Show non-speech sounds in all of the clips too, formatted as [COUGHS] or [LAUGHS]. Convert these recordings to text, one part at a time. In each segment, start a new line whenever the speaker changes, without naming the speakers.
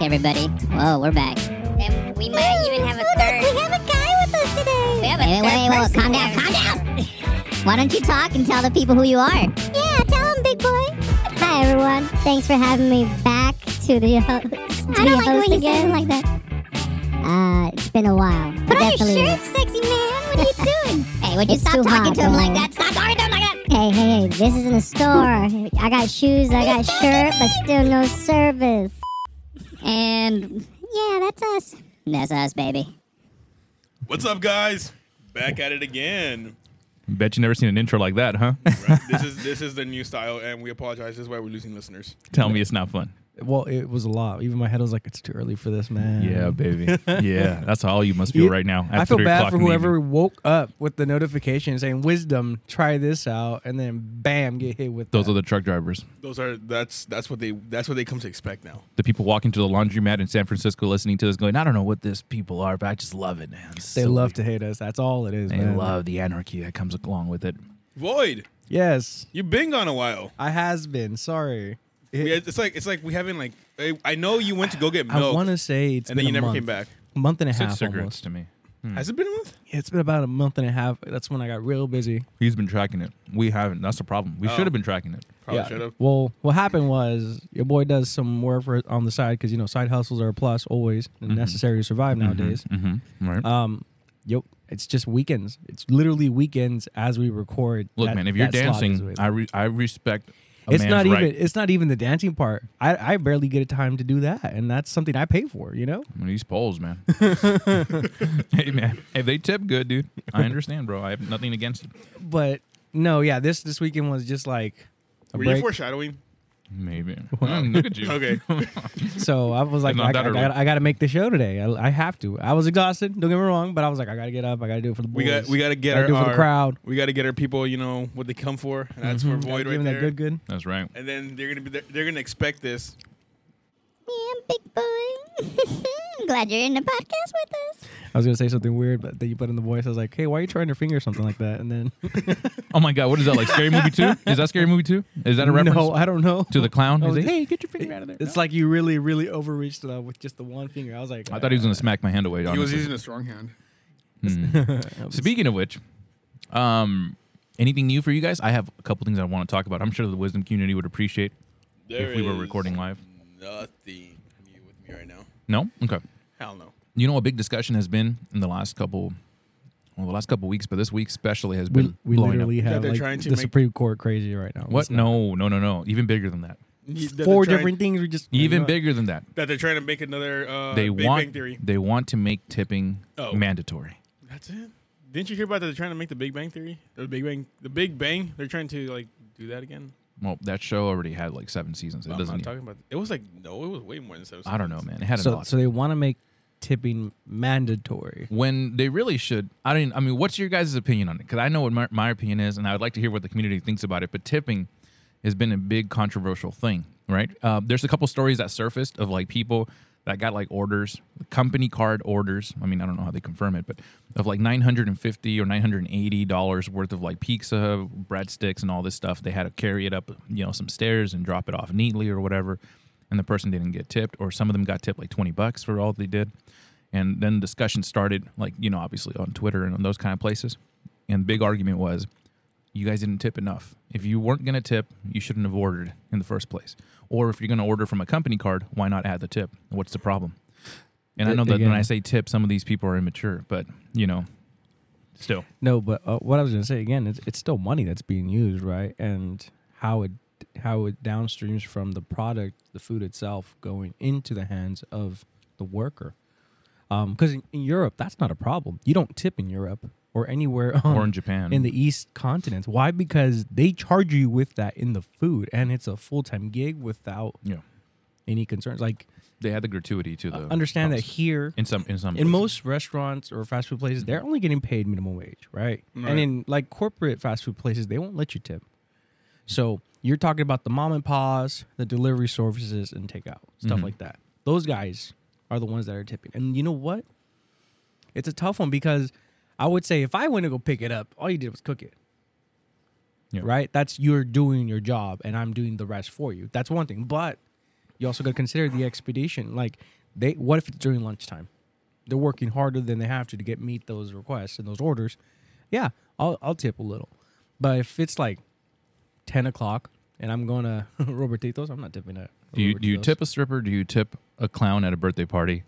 everybody. Whoa, we're back.
And we might even have a third.
Oh, We have a guy with us today.
We have a
Wait, wait,
third
wait, wait,
person
calm down,
there.
calm down. [LAUGHS] Why don't you talk and tell the people who you are?
Yeah, tell him, big boy. Hi, everyone. Thanks for having me back to the [LAUGHS] host. I don't like when you say like that. Uh, it's been a while.
Put on your
shirt, sexy man. What are you
[LAUGHS]
doing?
Hey, would you
It's
stop
too
talking
hot,
to him like
boy.
that? Stop talking to him like that.
[LAUGHS] hey, hey, hey. This isn't a store. I got shoes, I got shirt, but still no service.
And
Yeah, that's us.
that's us, baby.
What's up, guys? Back at it again.
Bet you never seen an intro like that, huh?
Right? this is this is the new style, and we apologize. This is why we're losing listeners.
[LAUGHS] Tell me it's not fun.
Well, it was a lot. Even my head was like, it's too early for this, man.
Yeah, [LAUGHS] baby. Yeah, that's how all you must feel
You-
right now. At
I feel
three
bad
o'clock
for
in the
whoever
evening.
woke up with the notification saying "Wisdom, try this out," and then bam, get hit with
Those
that.
are the truck drivers,
Those are that's that's what they that's what they come to expect now.
the people walking to the laundromat in San Francisco, listening to this, going, "I don't know what these people are, but I just love it, man." It's
They
so
love
weird."
to hate us. That's all it is.
They
man.
love the anarchy that comes along with it.
Void,
Yes,
you've been gone a while.
I has been. Sorry.
We- It's like it's like we haven't like. I, I know you went to go get
I
milk,
want to say it's
and
been
then you
a
never
month.
came back.
A month and a half.
Six cigarettes
almost.
to me.
Has it been a month?
It's been about a month and a half. That's when I got real busy.
He's been tracking it. We haven't. That's the problem. We
Oh.
should have been tracking it.
Probably should have.
Well, what happened was your boy does some work for, on the side because you know side hustles are a plus always and necessary to survive nowadays.
Mm-hmm. Right.
Um, yep. It's just weekends. It's literally weekends as we record.
Look,
that-
man, if you're
that slot is
dancing,
with-
I re- I respect. A
it's
man's
not
right.
even it's not even the dancing part. I, I barely get a time to do that, and that's something I pay for. You know,
I mean, these polls,
[LAUGHS]
man. hey, man. If they tip good, dude, I understand, bro. I have nothing against it.
but no, yeah, this this weekend was just like a
Were you
break.
foreshadowing?
Maybe. Mm, look at you.
[LAUGHS]
Okay.
So I was like,
Not
I,
that
I,
early.
gotta, I gotta make the show today. I, I have to. I was exhausted. Don't get me wrong, but I was like, I gotta get up. I gotta do it for the boys.
We got we got to get
Gotta
our,
do it for the
our-
crowd. Mm-hmm.
We got to get our people. You know what they come for. And that's for
Gotta
Void
give
right
them
there.
that good good.
That's right.
And then they're gonna be they're, they're gonna expect this.
Yeah,
[LAUGHS]
big boy. I'm glad you're in the podcast with us.
I was gonna say something weird, but then you put in the voice. I was like, hey, why are you trying your finger or something like that? And then
Oh my God, what is that like? Scary movie two? Is that scary movie two? Is that a reference
[LAUGHS] no, I don't know.
to the clown?
I
Is
was
it-
like, hey, get your finger out of there. Oh, It's like you really, really overreached uh, with just the one finger. I was like, "Uh,
I thought he was gonna smack my hand away.
He was
honestly. Hmm.
using a strong hand.
[LAUGHS]
Speaking of which, um, anything new for you guys? I have a couple things I want to talk about. I'm sure the wisdom community would appreciate if we were
is
recording live.
Nothing new with me right now.
No, okay.
Hell no.
You know, a big discussion has been in the last couple, well, the last couple weeks, but this week especially has
We,
been
we
blowing
literally
up.
Yeah,
have
they're
like,
trying to
the
make-
Supreme Court crazy right now.
What?
It's not-
No, no, no, no. Even bigger than that.
Four different things. We just
Even
No.
bigger than that.
that they're trying to make another uh,
they
Big
want
Bang Theory.
they want to make tipping
Oh.
mandatory.
That's it. Didn't you hear about that? They're trying to make the Big Bang Theory. The Big Bang. The Big Bang. They're trying to like do that again.
Well, that show already had like seven seasons. It
I'm
doesn't.
not
Need,
talking about. It was like no. It was way more than seven.
I don't know,
seasons.
man. It had a
So,
lot.
so they want to make tipping mandatory.
when they really should, I mean, I mean, what's your guys' opinion on it? Because I know what my, my opinion is, and I would like to hear what the community thinks about it. But tipping has been a big controversial thing, right? Uh, there's a couple stories that surfaced of like people that got like orders, company card orders. I mean, I don't know how they confirm it, but of like 950 or 980 dollars worth of like pizza, breadsticks, and all this stuff. They had to carry it up, you know, some stairs and drop it off neatly or whatever. And the person didn't get tipped, or some of them got tipped like 20 bucks for all they did. And then discussion started, like, you know, obviously on Twitter and on those kind of places. And big argument was, you guys didn't tip enough. If you weren't going to tip, you shouldn't have ordered in the first place. Or if you're going to order from a company card, why not add the tip? What's the problem? And I
Th-
know that when
again-
I say tip, some of these people are immature, but, you know, still.
No, but uh, what I was gonna say again, it's, it's still money that's being used, right? And how it how it downstreams from the product, the food itself, going into the hands of the worker. Because in, in Europe, that's not a problem. You don't tip in Europe or anywhere um,
Or in Japan.
in the East continent. Why? Because they charge you with that in the food, and it's a full time gig without
Yeah.
any concerns. Like
They had the gratuity to the.
Uh, understand that
cost.
here
In some, in some.
in
places.
most restaurants or fast food places, they're only getting paid minimum wage, right?
Right.
And in like corporate fast food places, they won't let you tip. So you're talking about the mom and pa's, the delivery services, and takeout stuff like that. Those guys are the ones that are tipping. And you know what? It's a tough one because I would say if I went to go pick it up, all you did was cook it.
Yeah.
Right? That's you're doing your job and I'm doing the rest for you. That's one thing. But You also got to consider the expedition. Like, they what if it's during lunchtime? They're working harder than they have to to get meet those requests and those orders. Yeah, I'll I'll tip a little, but if it's like ten o'clock and I'm going to [LAUGHS] Robertito's, I'm not tipping that.
Do you, do you tip a stripper? Do you tip a clown at a birthday
[LAUGHS]
party?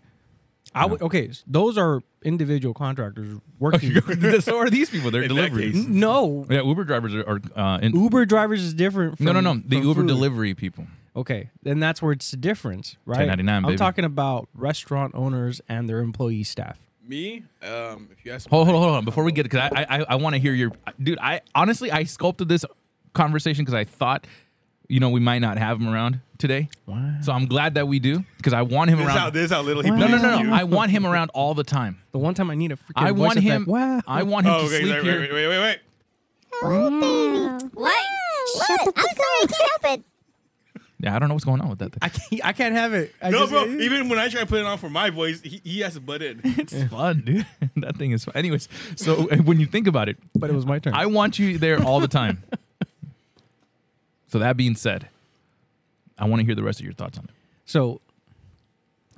[LAUGHS]
I would okay. s- Those are individual contractors
Oh,
working.
so are these people. They're
In that
delivery.
case.
no,
Yeah, Uber drivers are. are uh, in,
Uber drivers is different. From,
no, no, no. The
from
Uber
food.
delivery people.
Okay, then that's where it's the difference, right?
1099,
I'm
baby.
talking about restaurant owners and their employee staff.
Me, um, if you ask,
Hold, hold, hold on. Before we get, because I, I, I want to hear your, dude. I honestly, I sculpted this conversation because I thought, you know, we might not have him around today.
Wow.
So I'm glad that we do because I want him
this is how
around.
this is how little he.
no, no,
believes in
no, no.
you.
I want him around all the
[LAUGHS]
time.
The one time I need a freaking
I
voice
want
effect.
him.
Wow. [LAUGHS]
I want him
Oh,
to
okay.
sleep
wait,
here.
wait, wait, wait, wait.
Wow.
What?
Shut the fuck up.
Can't help it.
Yeah, I don't know what's going on with that. Thing.
I can't, I can't have it. I
No,
just-
bro. Even when I try to put it on for my voice, he, he has to butt
[LAUGHS]
in.
It's fun, dude. that thing is fun. Anyways, so [LAUGHS] when you think about it,
but it was my turn.
I want you there all the
[LAUGHS]
time. so that being said, I want to hear the rest of your thoughts on it.
so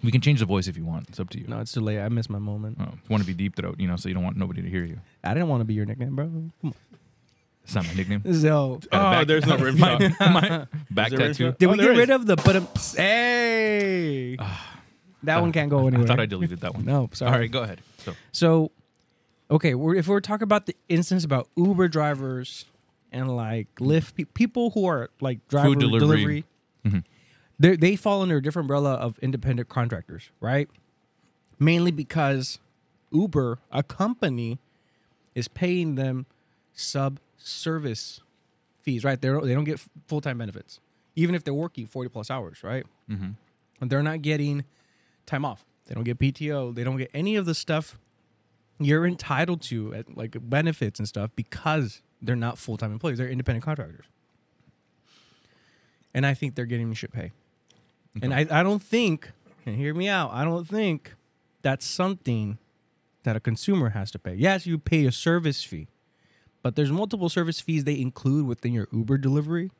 We can change the voice if you want. It's up to you.
no, it's too late. I missed my moment.
Oh, want to be deep throat, you know, so you don't want nobody to hear you.
I didn't want to be your nickname, bro. Come on.
It's not my
[LAUGHS]
nickname.
So
Oh,
Back-
there's [LAUGHS] no rim shot.
my [LAUGHS] back
Is there a
tattoo.
shot?
did
Oh,
we
there
get rid
is.
of the but hey? that one can't go
[LAUGHS]
anywhere.
I thought I deleted that one.
No, sorry.
All right, go ahead. So,
So, okay, we're, if we're talking about the instance about Uber drivers and like Lyft pe- people who are like driver
delivery.
delivery, they they fall under a different umbrella of independent contractors, right? Mainly because Uber, a company, is paying them sub service fees, right? They don't- they don't get full time benefits, even if they're working forty plus hours, right? And they're not getting time off. They don't get PTO. They don't get any of the stuff you're entitled to, at, like benefits and stuff, because they're not full time employees. They're independent contractors. And I think they're getting shit pay. And I, I don't think, and hear me out, I don't think that's something that a consumer has to pay. Yes, you pay a service fee, but there's multiple service fees they include within your Uber delivery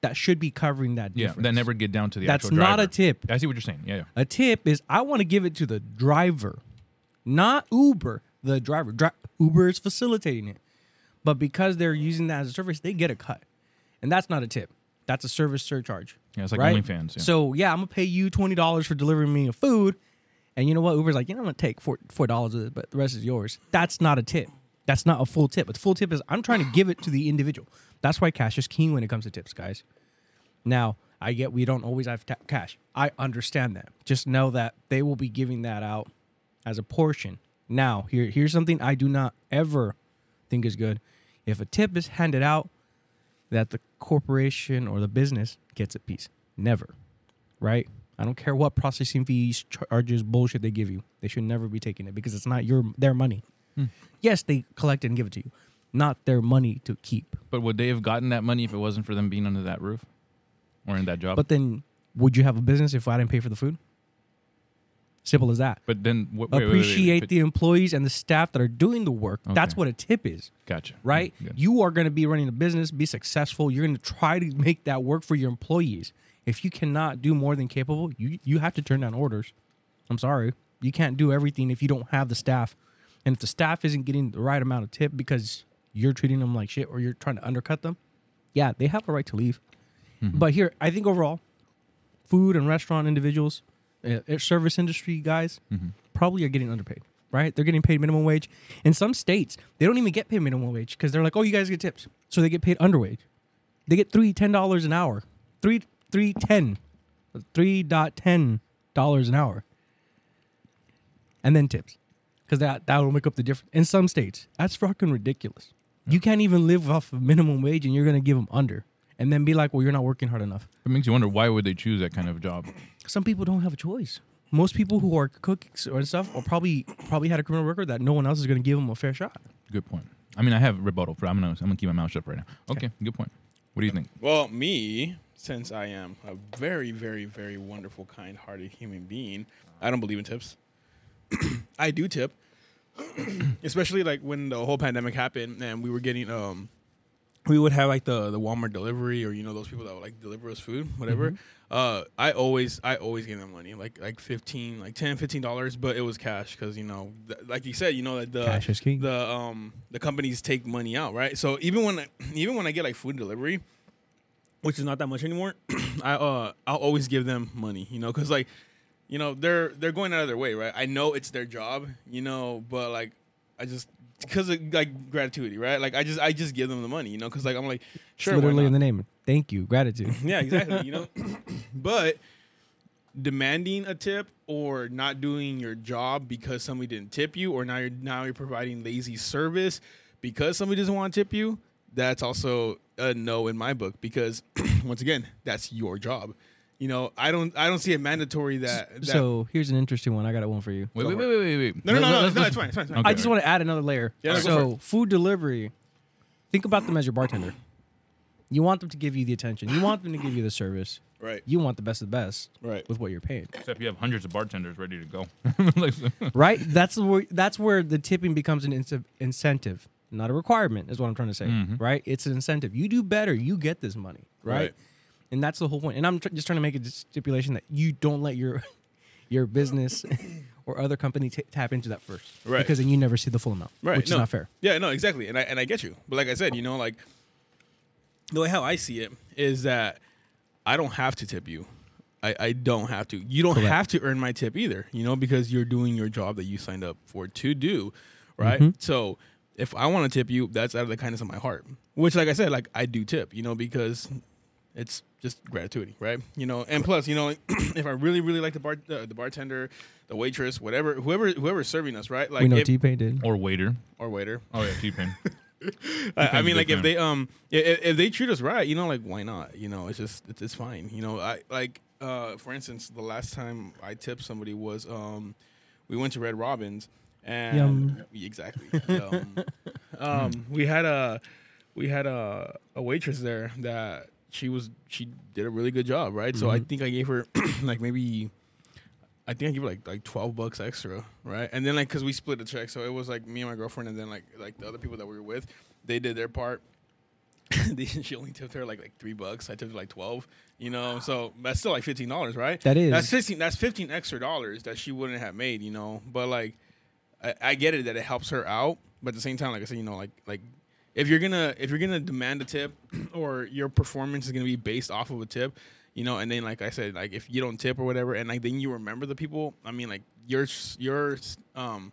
that should be covering that
yeah,
difference.
that never get down to the
That's
actual
not a
driver.
tip.
I see what you're saying. Yeah, yeah.
A tip is I want to give it to the driver, not Uber. The driver, Dri- Uber is facilitating it, but because they're using that as a service, they get a cut, and that's not a tip. That's a service surcharge.
Yeah, it's like
right?
OnlyFans, yeah.
So yeah, I'm gonna pay you twenty dollars for delivering me a food, and you know what? Uber's like, you know, I'm gonna take four four dollars of it, but the rest is yours. That's not a tip. That's not a full tip. A full tip is I'm trying to give it to the individual. That's why cash is king when it comes to tips, guys. Now, I get we don't always have ta- cash. I understand that. Just know that they will be giving that out as a portion. Now, here here's something I do not ever think is good. If a tip is handed out, that the corporation or the business gets a piece. Never. Right? I don't care what processing fees, charges, bullshit they give you. They should never be taking it because it's not your their money. Yes, they collect it and give it to you. Not their money to keep.
But would they have gotten that money if it wasn't for them being under that roof or in that job?
But then, would you have a business if I didn't pay for the food? Simple as that.
But then what,
Appreciate the employees and the staff that are doing the work. That's
Okay.
what a tip is,
Gotcha.
right?
Good.
You are going to be running a business, be successful. You're going to try to make that work for your employees. If you cannot do more than capable, you you have to turn down orders. I'm sorry, you can't do everything if you don't have the staff, and if the staff isn't getting the right amount of tip because you're treating them like shit or you're trying to undercut them, yeah, they have a right to leave. But here, I think overall, food and restaurant individuals, uh, uh, service industry guys, probably are getting underpaid, right? They're getting paid minimum wage. In some states, they don't even get paid minimum wage because they're like, oh, you guys get tips. So they get paid underwage. They get three ten dollars an hour. Three three ten. Three dot ten dollars an hour. And then tips. Because that that'll make up the difference. In some states, that's fucking ridiculous. You can't even live off of minimum wage and you're gonna give them under. And then be like, well, you're not working hard enough
It makes you wonder why would they choose that kind of job?
some people don't have a choice. Most people who are cooks or stuff are probably probably had a criminal record that no one else is going to give them a fair shot.
Good point. I mean, I have rebuttal, but I'm gonna I'm gonna keep my mouth shut right now. Okay, good point. What do you think?
Well, me, since I am a very, very, very wonderful, kind-hearted human being, I don't believe in tips. [CLEARS THROAT] I do tip, [CLEARS THROAT] especially like when the whole pandemic happened and we were getting um we would have like the the Walmart delivery or you know those people that would like deliver us food, whatever.
Mm-hmm.
Uh, I always I always gave them money, like like fifteen, like 10 dollars, but it was cash because you know, th- like you said, you know that the
Cash is king.
the um the companies take money out, right? So even when I, [CLEARS THROAT] even when I get like food delivery, which is not that much anymore, [CLEARS THROAT] I uh I'll always give them money, you know, because like you know they're they're going out of their way, right? I know it's their job, you know, but like I just because of like gratuity, right? Like I just I just give them the money, you know, because like I'm like sure, why
literally in
not?
the name. Thank you,
[LAUGHS]
gratitude.
yeah, exactly, you know, but demanding a tip or not doing your job because somebody didn't tip you or now you're now you're providing lazy service because somebody doesn't want to tip you that's also a no in my book because [CLEARS THROAT] once again that's your job you know i don't i don't see it mandatory that, that
so here's an interesting one. I got one for you.
Wait, wait, wait, wait, wait, wait.
no no no
Let-
no,
let's-
no
let's-
it's fine it's fine, it's fine.
Okay.
I just want to add another layer.
Yeah, go for
so food delivery. Think about them as your bartender. You want them to give you the attention. You want them to give you the service.
right
You want the best of the best
right
with what you're paying.
Except you have hundreds of bartenders ready to go. [LAUGHS] Like,
Right? That's where that's where the tipping becomes an ince- incentive, not a requirement, is what I'm trying to say. Right? It's an incentive. You do better, you get this money. Right?
Mm-hmm. Right.
And that's the whole point. And I'm tr- just trying to make a stipulation that you don't let your [LAUGHS] your business [LAUGHS] or other company t- tap into that first,
Right.
Because then you never see the full amount,
right
Which
no.
is not fair.
yeah no exactly and i and i get you but like i said you know like the way how i see it is that i don't have to tip you i i don't have to you don't have to earn my tip either you know because you're doing your job that you signed up for to do
Mm-hmm.
right so if i want to tip you that's out of the kindness of my heart which like i said like i do tip you know because it's just gratuity, right? You know, and plus, you know, [CLEARS THROAT] if I really, really like the bar, uh, the bartender, the waitress, whatever, whoever, whoever's serving us, right? Like,
we know
if-
T Pain did.
or waiter.
or waiter,
Oh yeah, T Pain.
I, I mean, like
Depends.
if they um if, if they treat us right, you know, like why not? You know, it's just it's, it's fine. You know, I like uh for instance, the last time I tipped somebody was um we went to Red Robin's and
Yum.
exactly um, um we had a we had a a waitress there that she was she did a really good job, right? So I think I gave her [CLEARS THROAT] like maybe I think I gave her like like twelve bucks extra, right? And then like because we split the check, so it was like me and my girlfriend, and then like like the other people that we were with, they did their part. [LAUGHS] They- she only tipped her like like three bucks. I tipped her like twelve, you know. So that's still like fifteen dollars, right?
That is.
that's fifteen. That's fifteen extra dollars that she wouldn't have made, you know. But like, I, I get it that it helps her out, but at the same time, like I said, you know, like like if you're gonna if you're gonna demand a tip [CLEARS THROAT] or your performance is gonna be based off of a tip, you know, and then like I said, like if you don't tip or whatever, and like then you remember the people. I mean, like your s- your s- um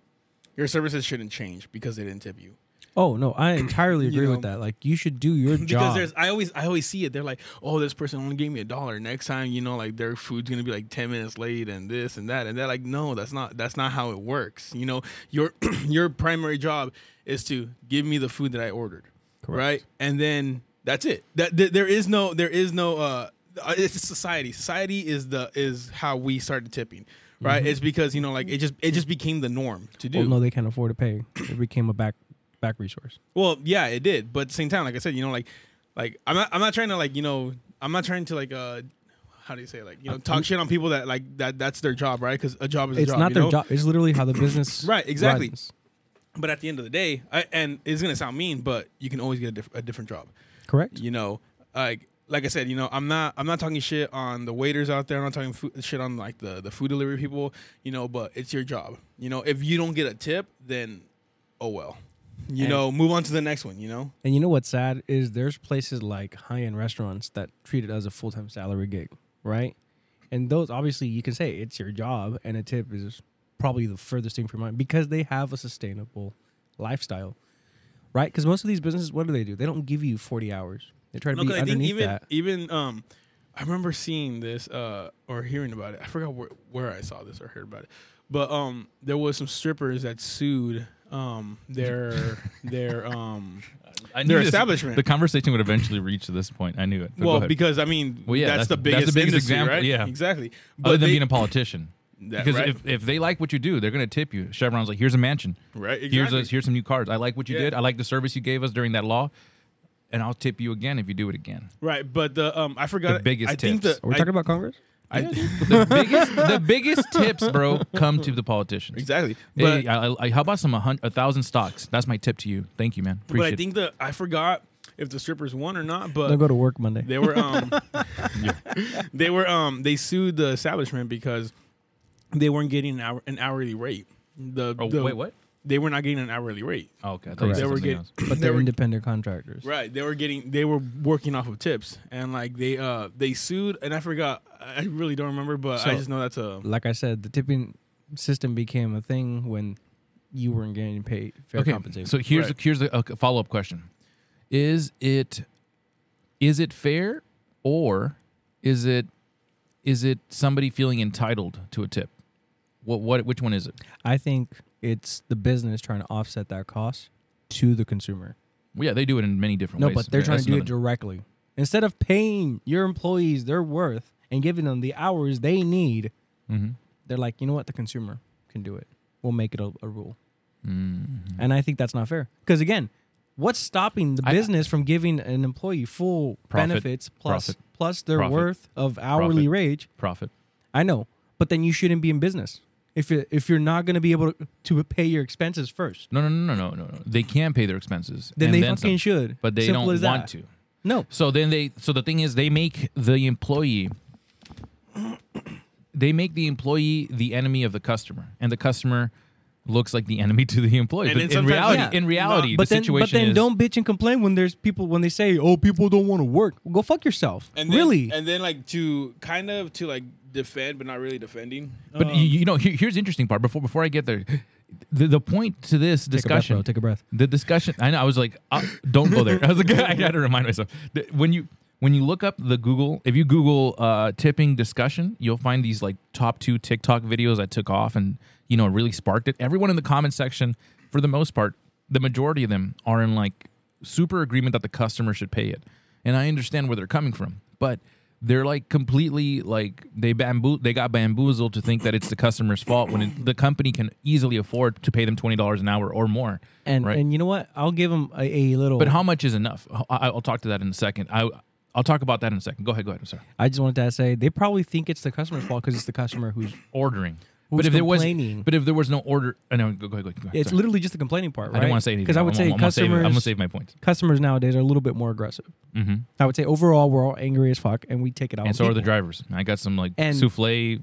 your services shouldn't change because they didn't tip you.
Oh no,
[CLEARS THROAT]
I entirely agree with
know.
that. Like you should do your
[LAUGHS] Because
job.
there's, I always, I always see it. They're like, oh, this person only gave me a dollar. Next time, you know, like their food's gonna be like ten minutes late, and this and that, and they're like, no, that's not, that's not how it works. You know, your, [CLEARS THROAT] your primary job is to give me the food that I ordered, right? And then that's it. That th- there is no, there is no. uh uh, it's society. Society is the is how we started tipping, right? It's because you know, like it just it just became the norm to do.
Mm-hmm. Well, Oh, no, they can't afford to pay. It became a back back resource.
Well, yeah, it did. But at the same time, like I said, you know, like like I'm not I'm not trying to like, you know, I'm not trying to like uh how do you say it? like you know talk shit on people that like that that's their job right because a job is a
It's
job,
not
you
their
know?
job. It's literally how the
[CLEARS THROAT]
business
Right, exactly.
runs.
but at the end of the day I, and it's gonna sound mean but you can always get a, diff- a different job
Correct.
you know like like I said you know I'm not I'm not talking shit on the waiters out there I'm not talking food, shit on like the the food delivery people you know but it's your job you know if you don't get a tip then oh well you
And-
know move on to the next one you know
And you know what's sad is there's places like high end restaurants that treat it as a full time salary gig, right? And those obviously you can say it's your job, and a tip is probably the furthest thing from mind because they have a sustainable lifestyle, right? Because most of these businesses, what do they do? They don't give you 40 hours. They try to
No,
be
'cause I think
underneath
even
that.
even um, I remember seeing this uh or hearing about it. I forgot where where I saw this or heard about it, but um, there was some strippers that sued um
[LAUGHS]
their their um
I
Their
this-
establishment.
The conversation would eventually reach to this point. I knew it. But go
well
ahead.
because I mean
Well, yeah,
that's,
that's-
the
that's the
biggest,
biggest
industry,
example,
right?
yeah.
exactly. But
other than
they-
being a politician.
[LAUGHS] That-
because
right.
if, if they like what you do, they're gonna tip you. Chevron's like, here's a mansion.
Right,
Here's
exactly.
us. Here's some new cars. I like what you
Yeah.
did. I like the service you gave us during that law, and I'll tip you again if you do it again.
right, but the um I forgot
The biggest
I think
tips.
the
Are we
I-
talking about Congress?
I- [LAUGHS]
the biggest, the biggest tips, bro, come to the politicians.
exactly. But
Hey, I, I, how about some a, hun- a thousand stocks? That's my tip to you. Thank you, man. Appreciate
but I think the I forgot if the strippers won or not, but
They'll go to work Monday.
Uh, they were
[LAUGHS]
um [LAUGHS] they were um they sued the establishment because they weren't getting an, hour, an hourly rate. The,
Oh,
the-
wait, what?
They were not getting an hourly rate.
Oh, okay. I thought you
Correct.
said
They were
something
getting,
else.
[LAUGHS]
but
they
they're
were
independent contractors.
Right. They were getting they were working off of tips and like they uh they sued and I forgot I really don't remember but I
So-
just know that's a
Like I said, the tipping system became a thing when you weren't getting paid fair compensation.
So here's
Right.
here's a, a follow up question: Is it is it fair or is it is it somebody feeling entitled to a tip? What what which one is it?
I think it's the business trying to offset that cost to the consumer.
Well, yeah, they do it in many different
No,
ways.
but they're
Yeah,
trying
that's
to do it
another-
directly. Instead of paying your employees their worth and giving them the hours they need, Mm-hmm. they're like, you know what? The consumer can do it. We'll make it a, a rule. And I think that's not fair. Because again, what's stopping the
I-
business from giving an employee full
Profit.
benefits plus-
Profit.
plus their
Profit.
worth of hourly
Profit.
wage?
profit.
I know, but then you shouldn't be in business if you're, if you're not going to be able to, to pay your expenses first.
No, no, no, no, no, no. They can pay their expenses.
Then
and
they fucking
some,
should.
But they
Simple
don't
as
want
that.
to.
No,
So then they so the thing is they make the employee they make the employee the enemy of the customer and the customer looks like the enemy to the employee.
And
But
then
in
sometimes-
reality,
Yeah.
in reality,
but
the
then,
situation
but then
is
don't bitch and complain when there's people when they say, "Oh, people don't want to work." Well, go fuck yourself.
then-
really?
and then like to kind of to like defend but not really defending.
But you, you know, here, here's the interesting part. Before before I get there, the, the point to this
a breath,
discussion.
bro. Take a breath.
The discussion. I know. I was like, uh, don't go there. [LAUGHS] I was like, I had to remind myself The- when you when you look up the Google. If you Google uh, tipping discussion, you'll find these like top two TikTok videos I took off and you know really sparked it. Everyone in the comment section, for the most part, the majority of them are in like super agreement that the customer should pay it, and I understand where they're coming from, but they're like completely like they bamboo they got bamboozled to think that it's the customer's fault when it, the company can easily afford to pay them twenty dollars an hour or more.
and
right.
and you know what? I'll give them a, a little.
but how much is enough? I, I'll talk to that in a second. I I'll talk about that in a second. Go ahead. Go ahead. I'm sorry.
I just wanted to say they probably think it's the customer's fault because it's the customer who's.
Ordering.
Who's
but if there was
complaining?
but if there was no order, I know. Go, go ahead. Go ahead. Go ahead
It's
sorry.
literally just the complaining part, right?
I don't want to say anything
because I would
I'm-
say
I'm,
customers.
I'm gonna save my points.
Customers nowadays are a little bit more aggressive.
hmm
I would say overall we're all angry as fuck, and we take it out. on
And so are the
people.
drivers. I got some like
And-
souffle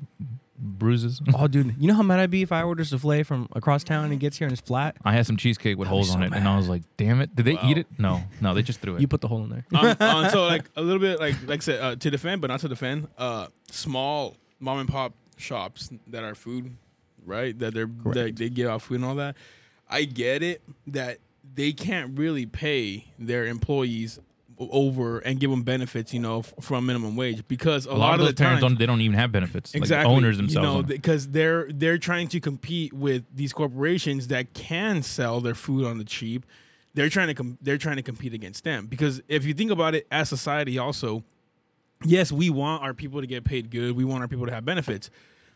bruises. [LAUGHS]
Oh, dude, you know how mad I'd be if I ordered souffle from across town and it gets here and it's flat.
I had some cheesecake with holes
so
on it, and I was like, "Damn it! Did they eat it? No, no, they just threw it."
You put the hole in there.
um, um, so like a little bit like like I said uh, to defend but not to defend uh small mom and pop shops that are food right that they're that they give out food and all that i get it that they can't really pay their employees o- over and give them benefits you know f- from minimum wage because a,
a lot, of
the
those
times
parents don't, they don't even have benefits. Like owners themselves.
you know,
don't.
because they're they're trying to compete with these corporations that can sell their food on the cheap. They're trying to com- they're trying to compete against them because if you think about it, as society also, yes, we want our people to get paid good. We want our people to have benefits.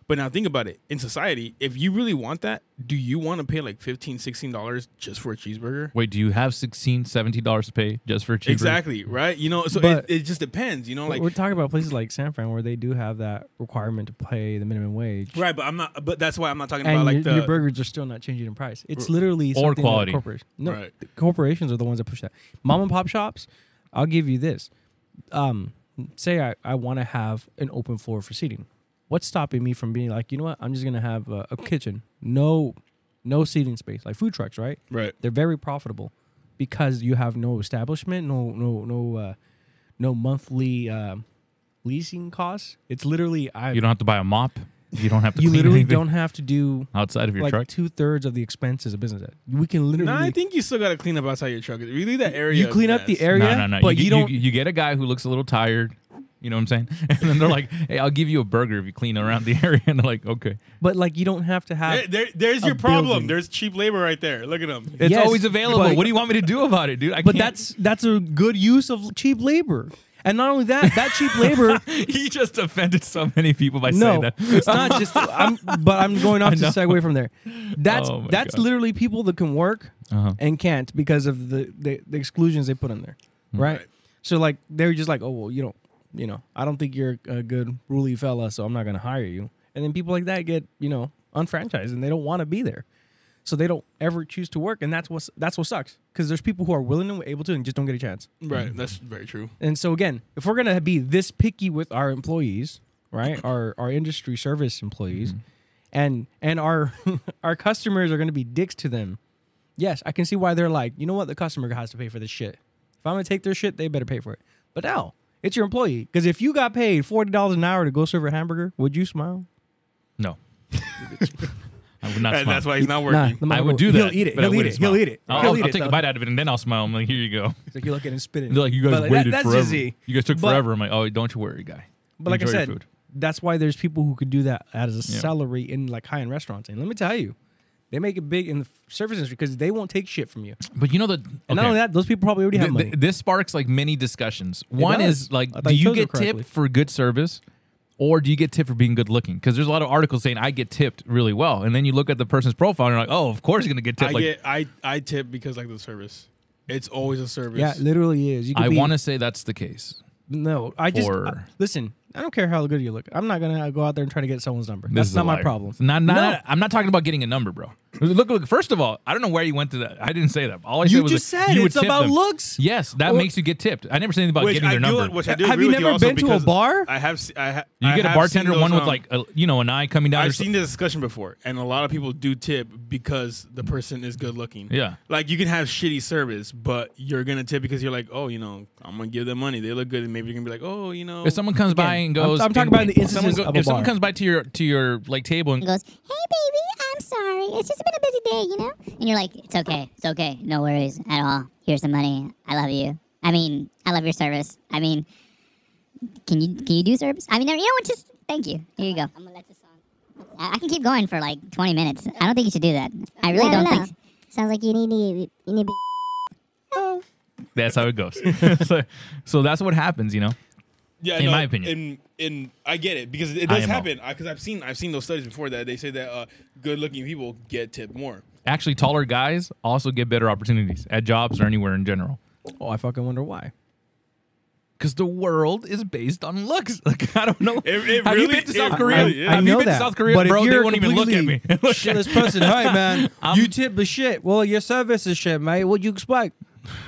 But now think about it. In society, if you really want that, do you want to pay like 15 dollars just for a cheeseburger?
Wait, do you have 16 dollars to pay just for a cheeseburger?
Exactly right. You know, so
But-
it, it just depends. You know, like
we're talking about places like San Fran where they do have that requirement to pay the minimum wage.
right. But I'm not. But that's why I'm not talking
And
about like
your,
the
your burgers are still not changing in price. It's literally
Or
something that
quality.
corporation- No,
Right.
the corporations are the ones that push that. Mom and pop shops. I'll give you this. Um, say I, I want to have an open floor for seating. What's stopping me from being like, you know what? I'm just gonna have a, a kitchen, no, no seating space, like food trucks, right?
right.
They're very profitable because you have no establishment, no no no uh, no monthly um leasing costs. It's literally I
You don't have to buy a mop. You don't have to.
you
clean
literally
anything
don't have to do
outside of your
like
truck.
two thirds of the expenses of business. We can
[LAUGHS]
literally
No, I think you still got to clean up outside your truck. Really, that area.
you clean up the
yes.
area,
no, no, no.
but
you,
you,
get-
don't.
You, you get a guy who looks a little tired. You know what I'm saying? [LAUGHS] And then they're like, "Hey, I'll give you a burger if you clean around the [LAUGHS] area." And they're like, "Okay."
but like you don't have to have.
There, there- there's
a
your problem.
building.
There's cheap labor right there. Look at them.
It's
Yes,
always available.
but-
what do you want me to do about it, dude? I
but
can't-
that's that's a good use of cheap labor. And not only that, that cheap
[LAUGHS]
labor.
[LAUGHS] he just offended so many people by saying
no,
that.
it's not just. I'm,
[LAUGHS]
but I'm going off
I
to
know.
segue from there. That's
Oh my
that's
God.
literally people that can work
Uh-huh.
and can't because of the, the the exclusions they put in there, right?
Right.
So like they're just like, oh well, you don't, you know, I don't think you're a good ruly fella, so I'm not gonna hire you. And then people like that get you know unfranchised and they don't want to be there. So they don't ever choose to work, and that's what that's what sucks. Because there's people who are willing and able to, and just don't get a chance.
Right. That's very true.
And so again, if we're gonna be this picky with our employees, right, our our industry service employees, and and our [LAUGHS] our customers are gonna be dicks to them. Yes, I can see why they're like, you know what, the customer has to pay for this shit. If I'm gonna take their shit, they better pay for it. But no, it's your employee. Because if you got paid forty dollars an hour to go serve a hamburger, would you smile? [LAUGHS]
No. I would not
And
smile.
that's why he's not working.
Nah, the
I
mom
would do that.
He'll eat it.
but I
He'll eat
wouldn't
it. He'll
smile.
eat it.
I'll,
He'll
I'll
eat it,
take
though.
a bite out of it and then I'll smile. I'm like, here you go.
It's like you look at it and spit it.
They're like, you guys
But, like, that-
waited
that's
forever.
easy.
You guys took
But-
forever. I'm like, oh, don't you worry, guy.
But like I
Enjoy your
said,
food.
that's why there's people who could do that as a
Yeah.
salary in like high end restaurants. And let me tell you, they make it big in the service industry because they won't take shit from you.
But you know the
And
okay.
not only that, those people probably already have
Th-
money.
th- this sparks like many discussions. One
does.
is like,
I thought
do
you
you
chose it
get
correctly.
tipped for good service, or do you get tipped for being good looking? Because there's a lot of articles saying I get tipped really well, and then you look at the person's profile and you're like, oh, of course you're gonna get tipped.
I
like,
get I I tip because like the service. It's always a service.
yeah, literally is. You could
I
be-
want to say that's the case.
No, I just
for-
I- listen. I don't care how good you look. I'm not gonna uh, go out there and try to get someone's number.
This
that's
is
not
a
my
liar.
problem.
Not, not,
No.
I'm not talking about getting a number, bro. Look, look. First of all, I don't know where you went to that. I didn't say that. All I
You
said was
just
like,
said
you would
it's
tip
about
them.
looks.
Yes, that
Or-
makes you get tipped. I never said anything about
Which
getting
I,
their
do,
number.
which I do
Have
agree
you
with
never
also
been to a
because
bar?
I have. se- I ha,
you
I
get a
have seen
bartender
those,
one with
um,
like a, you know an eye coming down. or
I've
so-
seen this discussion before, and a lot of people do tip because the person is good looking.
Yeah.
like you can have shitty service, but you're gonna tip because you're like, oh, you know, I'm gonna give them money. They look good, and maybe you're gonna be like, oh, you know,
If someone comes by and
I'm-
goes,
I'm talking
and-
about the
if someone
instances of a
if someone
bar.
comes by to your to your like table and
and goes, "Hey, baby, I'm sorry. It's just been a busy day, you know." And you're like, "It's okay. It's okay. No worries at all. Here's some money. I love you. I mean, I love your service. I mean, can you can you do service? I mean, you know what? Just thank you. Here you go. I'm gonna let this on. I, I can keep going for like 20 minutes. I don't think you should do that. I really
I
don't
don't know.
think.
Sounds like you need to you need to be
that's how it
[LAUGHS]
goes. [LAUGHS] so, so that's what happens, you know.
Yeah,
in my opinion.
and and I get it because it
I
does
am all.
happen. Because I've seen I've seen those studies before that they say that uh, good looking people get tipped more.
Actually, taller guys also get better opportunities at jobs or anywhere in general.
Oh, I fucking wonder why.
Because the world is based on looks. [LAUGHS] Like I don't know.
It- it
Have you
really-
been to
it
South
really
Korea?
is.
Have
I
you
know
been
that.
to South Korea,
but if
bro? They
you're a
won't even look at me. [LAUGHS]
completely shitless person. Hey man, you tip the shit. Well, your service is shit, mate. What you expect?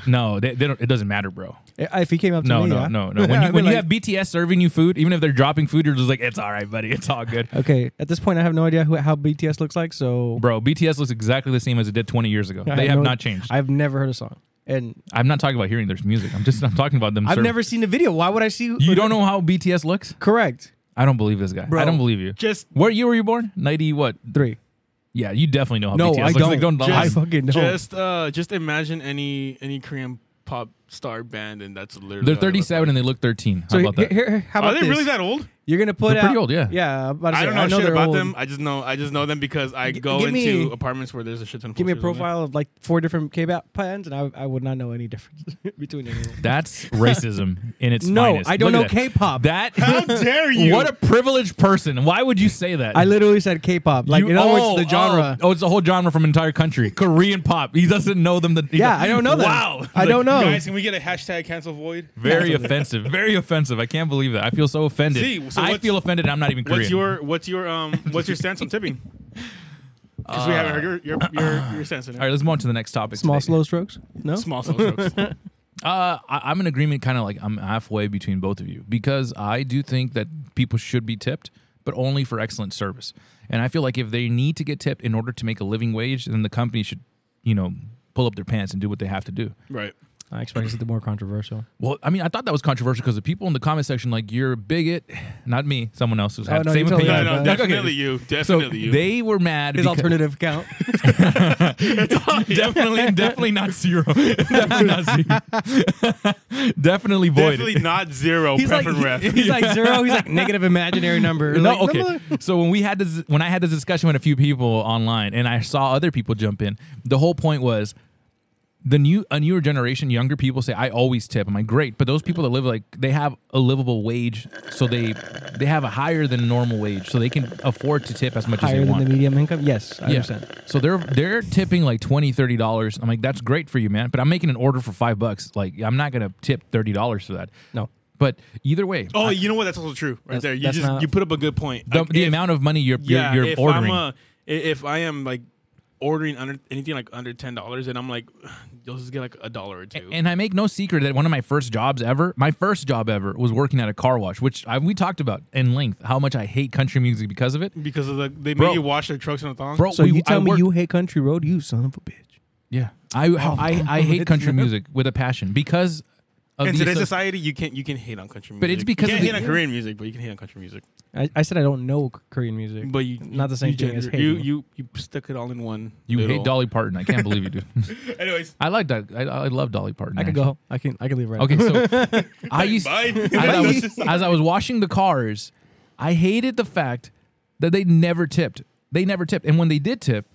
no, they, they don't, it doesn't matter, bro.
If he came up to
No,
me,
no,
yeah. [LAUGHS]
no, no. When
I'd
you,
be
when you
like,
have BTS serving you food, even if they're dropping food, you're just like, it's all right, buddy. It's all
[LAUGHS]
good.
Okay, at this point, I have no idea who, how BTS looks like, so
Bro, BTS looks exactly the same as it did 20 years ago.
I
They have
no-
not changed.
I've never heard a song, and
I'm not talking about hearing their music. I'm just I'm talking about them.
I've
serv-
never seen the video. Why would I see?
You don't know how BTS looks?
Correct.
I don't believe this guy. I don't believe you.
just-
where you were you born? Ninety what?
Three.
Yeah, you definitely know how
No,
BTS
I
looks. Like,
don't.
don't
I
lie.
fucking know.
Just uh, just imagine any any Korean pop star band, and that's literally
They're
how they look
37 and they look 13. How
So
about
here,
that?
here, how
Like.
about
Are they
this?
really that old?
You're gonna put
They're pretty
out-
old, yeah.
Yeah. I'm About to
I
say,
don't know,
know
shit
they're
about
old.
them. I just know I just know them because I
G-
go
give me-
into apartments where there's a shit ton. of
Give me a
posters on there.
profile of like four different K-pop bands, and I, I would not know any difference [LAUGHS] between any of them.
That's racism in its
No,
finest.
I don't
Look at
know
that.
K-pop.
That [LAUGHS]
How dare you?
What a privileged person. Why would you say that?
I literally said K-pop, like
You-
in other
oh,
words, the genre.
Oh, oh, it's a whole genre from an entire country. Korean pop. He doesn't know them. That,
Yeah, I don't know that.
Wow.
I
Like,
don't know.
Guys, can we get a hashtag cancel void?
Very [LAUGHS] offensive. Very offensive. I can't believe that. I feel so offended.
See, so
I
what's-
feel offended. I'm not even Korean.
What's your what's your um what's your stance on tipping? Because we haven't heard your your your, your stance on it.
All right, let's move on to the next topic.
Small
today.
slow strokes. No.
Small soul strokes.
Uh, I, I'm in agreement, kind of like I'm halfway between both of you because I do think that people should be tipped, but only for excellent service. And I feel like if they need to get tipped in order to make a living wage, then the company should, you know, pull up their pants and do what they have to do.
right.
I expected something more controversial.
Well, I mean, I thought that was controversial because the people in the comment section, like, you're a bigot. [SIGHS] Not me, someone else who's had
Oh,
the
no,
same
you totally
opinion.
No,
Yeah,
no,
but-
definitely
Okay.
you.
So
Definitely you.
they were mad.
His
because-
alternative account.
[LAUGHS] definitely, definitely not zero. [LAUGHS] definitely not zero. [LAUGHS] definitely void.
definitely not zero.
[LAUGHS] he's
Pref
like
and ref.
he- he's like zero. He's like negative imaginary number.
No,
Like,
okay. so when we had this, when I had this discussion with a few people online, and I saw other people jump in, the whole point was the new a newer generation, younger people say, "I always tip." I'm like, great, but those people that live like they have a livable wage, so they they have a higher than normal wage, so they can afford to tip as much as
Higher
they
than
want.
the medium income. Yes, I
Yeah.
understand.
So they're they're tipping like 20 30 dollars. I'm like, that's great for you, man. But I'm making an order for five bucks. Like, I'm not gonna tip thirty dollars for that.
No.
But either way,
oh, you know what? That's also true. Right
That's-
there. You
that's
just
not-
you put up a good point.
the,
Like,
the
if-
amount of money you're you're,
Yeah.
you're
if
ordering.
I'm a, i- if I am like ordering under anything like under ten dollars, and I'm like, [SIGHS] you'll just get like a dollar or two.
And I make no secret that one of my first jobs ever, my first job ever, was working at a car wash, which I, we talked about in length how much I hate country music because of it.
because of the they
Bro.
make you wash their trucks in a thong.
Bro,
So
we,
you tell
I
me
worked-
you Oh, hate country road, you son of a bitch.
yeah, I I,
[LAUGHS]
I hate country music with a passion because of
in
the
today's
asso-
society, you can not you can hate on country music.
But it's because
you
of
can't
the-
hate on Korean music, but you can hate on country music.
I, I said I don't know K- Korean music.
But you
Not the same
you
thing as
gender- you,
hating.
you you stuck it all in one.
you
little-
hate Dolly Parton. I can't
[LAUGHS]
believe you do.
Anyways,
I like that. I, I love Dolly Parton.
I could
actually.
go. home. I can. I can leave right.
Okay,
[LAUGHS]
so I used
bye. [LAUGHS]
as, I was, as I was washing the cars, I hated the fact that they never tipped. They never tipped, and when they did tip,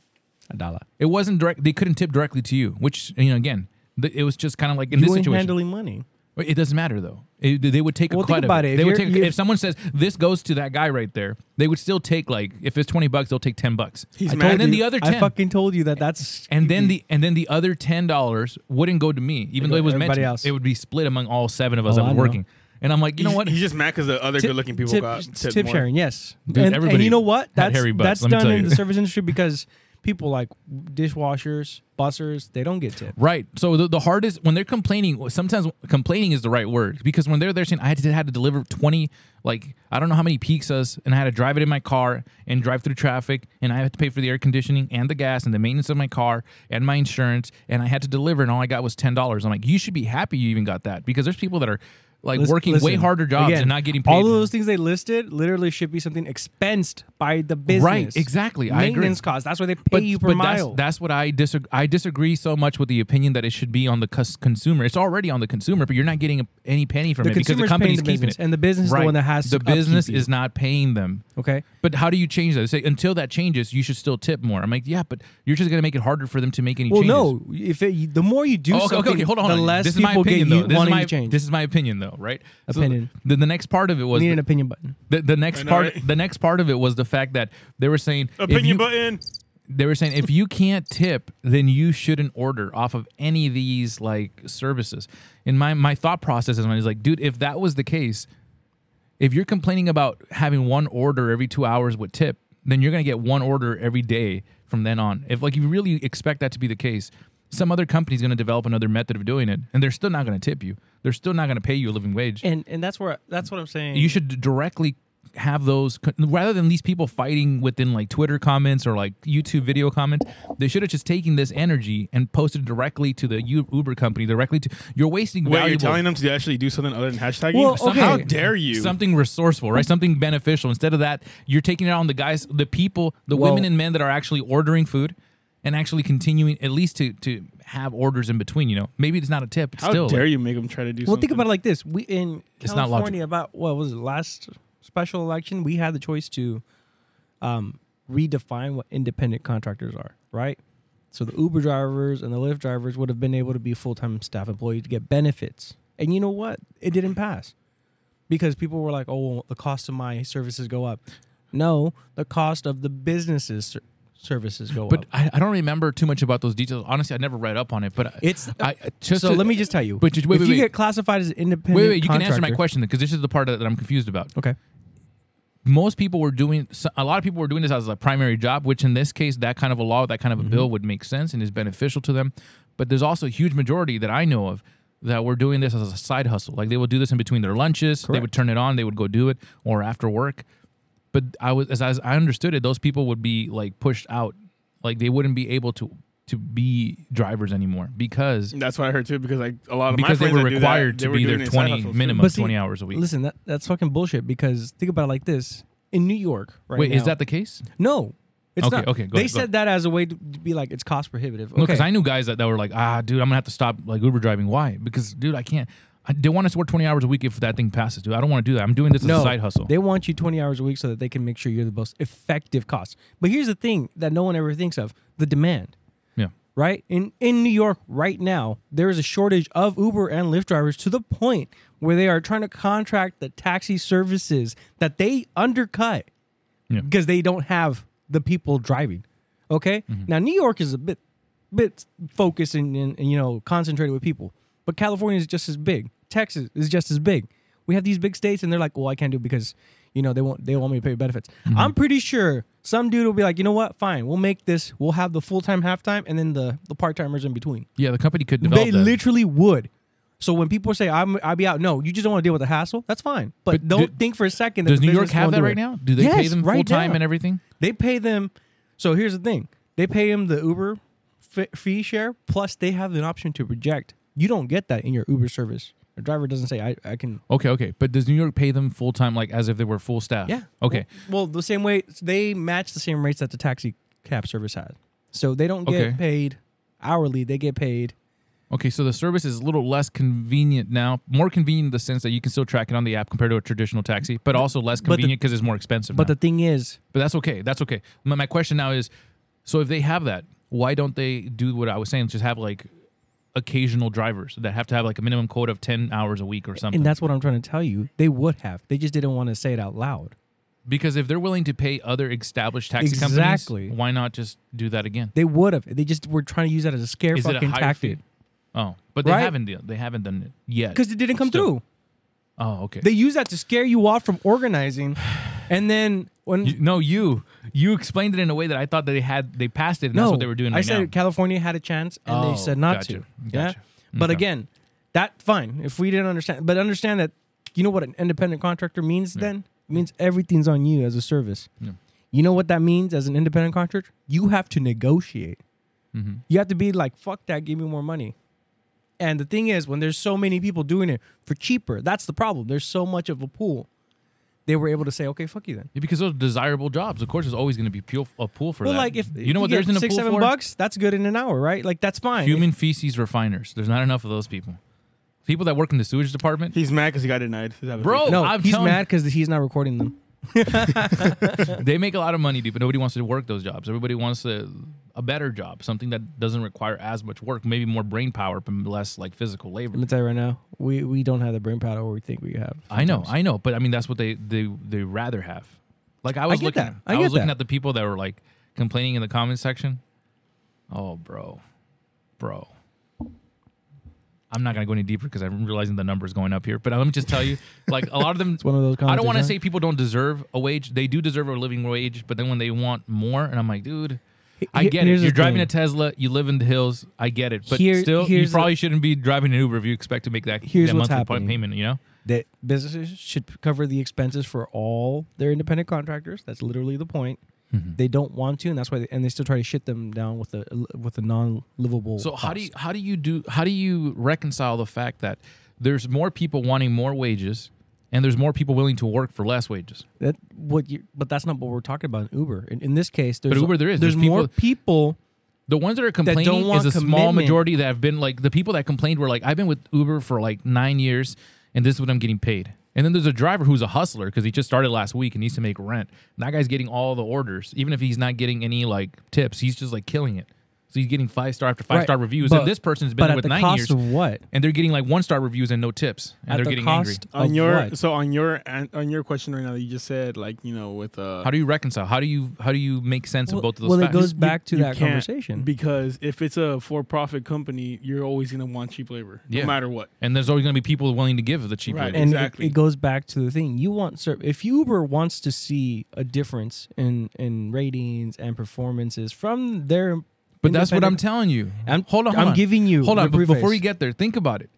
now. A dollar.
it wasn't direct. They couldn't tip directly to you, which you know again, th- it was just kind of like in
you
this
ain't
situation.
handling money.
Wait, It doesn't matter though. It- they would take a
Well,
cut of
think about it. If
They would
you're-
take
you're-
if someone says this goes to that guy right there, they would still take like if it's twenty bucks, they'll take ten bucks.
He's
and
mad.
then
You-
the other
I
ten,
fucking told you that. That's
and then
stupid.
the and then the other ten dollars wouldn't go to me, even
go
though it
to
was meant
everybody
to.
else.
It would be split among all seven of us
Oh,
that
I
were
know.
working. And I'm like, you know what?
He's just mad because the other good-looking people
tip,
got tipped
tip
more.
sharing. Yes,
Dude,
and, and
everybody
you know what?
had
That's
hairy butts,
that's
let me
done
tell
in
you.
the service industry because people like dishwashers, bussers, they don't get tipped.
Right. So the, the hardest when they're complaining, sometimes complaining is the right word because when they're there saying I had to had to deliver twenty, like I don't know how many pizzas, and I had to drive it in my car and drive through traffic, and I had to pay for the air conditioning and the gas and the maintenance of my car and my insurance, and I had to deliver, and all I got was ten dollars. I'm like, you should be happy you even got that because there's people that are like
Lis-
working way
listen,
harder jobs
again,
and not getting paid.
All of those things they listed literally should be something expensed by the business.
Right, exactly. I agree.
Maintenance costs. That's why they pay you per
that's,
mile.
that's what I disagree. I disagree so much with the opinion that it should be on the cus- consumer. It's already on the consumer, but you're not getting a, any penny from
the
it because the
consumer's paying
company's
the
keeping
business,
it.
and the business is the one that has
the
to
business
upkeep you.
is not paying them.
okay.
But how do you change that? They say until that changes, you should still tip more. I'm like, yeah, but you're just gonna make it harder for them to make any
Well,
changes.
no. If it, the more you
Oh,
do
okay, okay,
something,
okay, hold on. hold
the
on.
less
this is my
people
opinion,
get you
though. This
wanting
is my,
to change.
This is my opinion, though, right? So
Opinion.
the, the next part of it was
need
the,
an opinion button.
the, the next
I know,
part.
right?
The next part of it was the fact that they were saying if
Opinion
you-
button.
they were saying if you can't tip, then you shouldn't order off of any of these like services. And my my thought process is is like, dude, if that was the case, if you're complaining about having one order every two hours with tip, then you're gonna get one order every day from then on. If like you really expect that to be the case, some other company's gonna develop another method of doing it, and they're still not gonna tip you. They're still not gonna pay you a living wage.
And and that's where that's what I'm saying.
you should directly have those rather than these people fighting within like Twitter comments or like YouTube video comments. They should have just taken this energy and posted directly to the U- Uber company directly to. You're wasting.
Wait, you're
valuable-
telling them to actually do something other than hashtagging?
Well,
Some-
okay.
How dare you?
Something resourceful, right? Something beneficial. Instead of that, you're taking it on the guys, the people, the
Well-
women and men that are actually ordering food and actually continuing at least to to have orders in between. You know, maybe it's not a tip. It's
How
still,
dare you make them try to do?
Well,
something?
think about it like this: we in
It's not
California about what was it last special election? We had the choice to um, redefine what independent contractors are, right? So the Uber drivers and the Lyft drivers would have been able to be full time staff employees to get benefits, and you know what? It didn't pass because people were like, "Oh, well, the cost of my services go up." No, the cost of the businesses ser- services go
But
up.
I, I don't remember too much about those details. Honestly, I never read up on it. But I-
It's
I, just
so.
to-
let me just tell you.
But just- wait,
if
wait,
you
wait.
get classified as an independent,
Wait, wait, you can answer my
contractor-
question because this is the part that, that I'm confused about.
Okay.
Most people were doing, so- a lot of people were doing this as a primary job, which in this case, that kind of a law, that kind of a
Mm-hmm.
bill would make sense and is beneficial to them. But there's also a huge majority that I know of that were doing this as a side hustle. Like they would do this in between their lunches, they would
Correct.
turn it on, they would go do it, or after work. But I was, as, as I understood it, those people would be like pushed out, like they wouldn't be able to to be drivers anymore because
That's what I heard too, because like a lot of
because
my
they
friends that
were
do that,
required
they
to
were
be
doing
there
it in side
twenty
hustles, too.
minimum,
But see,
twenty hours a week.
Listen, that, that's fucking bullshit because think about it like this. In New York, right?
Wait, is
now-
that the case?
No. It's
Okay,
not.
okay, go
they
ahead, go
said
ahead.
that as a way to to be like it's cost prohibitive. Okay.
No, because I knew guys that, that were like, ah, dude, I'm gonna have to stop like Uber driving. Why? Because, dude, I can't. I, they want us to work 20 hours a week if that thing passes, dude. I don't want to do that. I'm doing this as
no,
a side hustle.
They want you 20 hours a week so that they can make sure you're the most effective cost. But here's the thing that no one ever thinks of, the demand,
yeah,
right? In in New York right now, there is a shortage of Uber and Lyft drivers to the point where they are trying to contract the taxi services that they undercut.
yeah.
because they don't have the people driving. Okay,
Mm-hmm.
now New York is a bit, bit focused and, and, and, you know concentrated with people, but California is just as big. Texas is just as big. We have these big states, and they're like, "Well, I can't do it because you know, they won't they want me to pay benefits.
Mm-hmm.
I'm pretty sure some dude will be like, you know what, fine, we'll make this, we'll have the full time halftime and then the, the part timers in between.
Yeah, the company could develop
they
that.
literally would. So when people say I'm I'll be out, no, you just don't want to deal with the hassle. That's fine, but,
But
don't
do-
think for a second. That
Does
the
New York
business
have
won't
that
do
right
it.
now? Do they pay
Yes,
them
right
full time
now.
and everything?
They pay them. So here's the thing: they pay them the Uber fi- fee share, plus they have an option to reject. You don't get that in your Uber service. The driver doesn't say I, I can.
Okay, okay. But does New York pay them full time, like as if they were full staff?
Yeah.
Okay.
Well, well, the same way they match the same rates that the taxi cab service has. So they don't get
Okay.
paid hourly. They get paid.
Okay. So the service is a little less convenient now. More convenient in the sense that you can still track it on the app compared to a traditional taxi, but also less
the-
convenient because it's more expensive.
But
now.
the thing is,
But that's okay. That's okay. My, my question now is, so if they have that, why don't they do what I was saying? Just have like occasional drivers that have to have like a minimum quota of ten hours a week or something.
and that's what I'm trying to tell you. They would have. They just didn't want to say it out loud.
because if they're willing to pay other established taxi
Exactly.
companies, why not just do that again?
They would have. They just were trying to use that as a scare
Is it a
fucking
higher
tactic
fee? Oh, but they
Right?
haven't done. They haven't done it yet.
because it didn't come
Still.
through.
Oh, okay.
They use that to scare you off from
[SIGHS]
organizing, and then when
You- no, you you explained it in a way that I thought that they had they passed it. and
no,
That's what they were doing.
I
right
said
now.
California had a chance, and
Oh,
they said not
gotcha,
to.
gotcha.
Yeah, but
Okay.
again, that fine. If we didn't understand, but understand that you know what an independent contractor means. Then it means everything's on you as a service. You know what that means as an independent contractor? You have to negotiate.
Mm-hmm.
You have to be like, fuck that, give me more money. And the thing is, when there's so many people doing it for cheaper, that's the problem. There's so much of a pool. They were able to say, okay, fuck you then.
Yeah, because those are desirable jobs. Of course, there's always going to be pu- a pool for
Well,
that.
like if
you know what,
get
there's in a
six,
pool
seven
for
bucks, that's good in an hour, right? Like that's fine.
human feces refiners. There's not enough of those people. People that work in the sewage department.
He's mad because he got denied. his application.
Bro,
no,
I'm
he's
telling-
mad because he's not recording them.
they make a lot of money, dude, but nobody wants to work those jobs. Everybody wants a, a better job, something that doesn't require as much work, maybe more brain power, but less like physical labor.
Let me tell you right now, we we don't have the brain power we think we have.
I know, I know, but I mean that's what they they they rather have. Like I was
get
looking,
that. I
I, was
get
looking
that.
at the people that were like complaining in the comment section. Oh, bro, bro. I'm not gonna go any deeper because I'm realizing the numbers going up here. But let me just
[LAUGHS]
tell you, like a lot of them,
one of those
I don't
comments,
want to
huh?
say people don't deserve a wage. They do deserve a living wage, but then when they want more, and I'm like, dude, I
he-
get it.
here's the
You're driving
thing.
a Tesla. You live in the hills. I get it. But
Here-
still, you
here's the-
probably shouldn't be driving an Uber if you expect to make that,
Here's
that
what's
monthly
happening.
payment. You know.
That businesses should cover the expenses for all their independent contractors. That's literally the point.
Mm-hmm.
They don't want to, and that's why, they, and they still try to shit them down with a with a non livable.
So how do you how do you do how do you reconcile the fact that there's more people wanting more wages and there's more people willing to work for less wages?
That what you, but that's not what we're talking about in Uber. In, in this case, there's
Uber, there is.
there's,
There's
more people.
The ones that are complaining
want
is a small
commitment.
majority that have been like the people that complained were like I've been with Uber for like 9 years and this is what I'm getting paid. And then there's a driver who's a hustler because he just started last week and needs to make rent. And that guy's getting all the orders, even if he's not getting any like tips. He's just like killing it. So he's getting five star after five
Right.
star reviews.
But-
and this person's
but
been
at
with
the
nine
cost
years,
of what?
and they're getting like one star reviews and no tips, and
At
they're
the
getting angry.
cost
on
of
your
what?
so on your an- on your question right now that you just said like you know with uh
How do you reconcile? How do you how do you make sense of
Well-
both of those?
well, it
facts?
goes- back to that
can't
conversation.
because if it's a for profit company, you're always gonna want cheap labor
Yeah.
no matter what.
and there's always going to be people willing to give the cheap
Right.
labor.
and it-
Exactly.
it, goes back to the thing you want ser- if uber wants to see a difference in in ratings and performances from their
but that's what I'm
independent-
telling you.
I'm-
hold on,
I'm
hold on.
giving you
Hold
the
on, but
preface.
before you get there, think about it.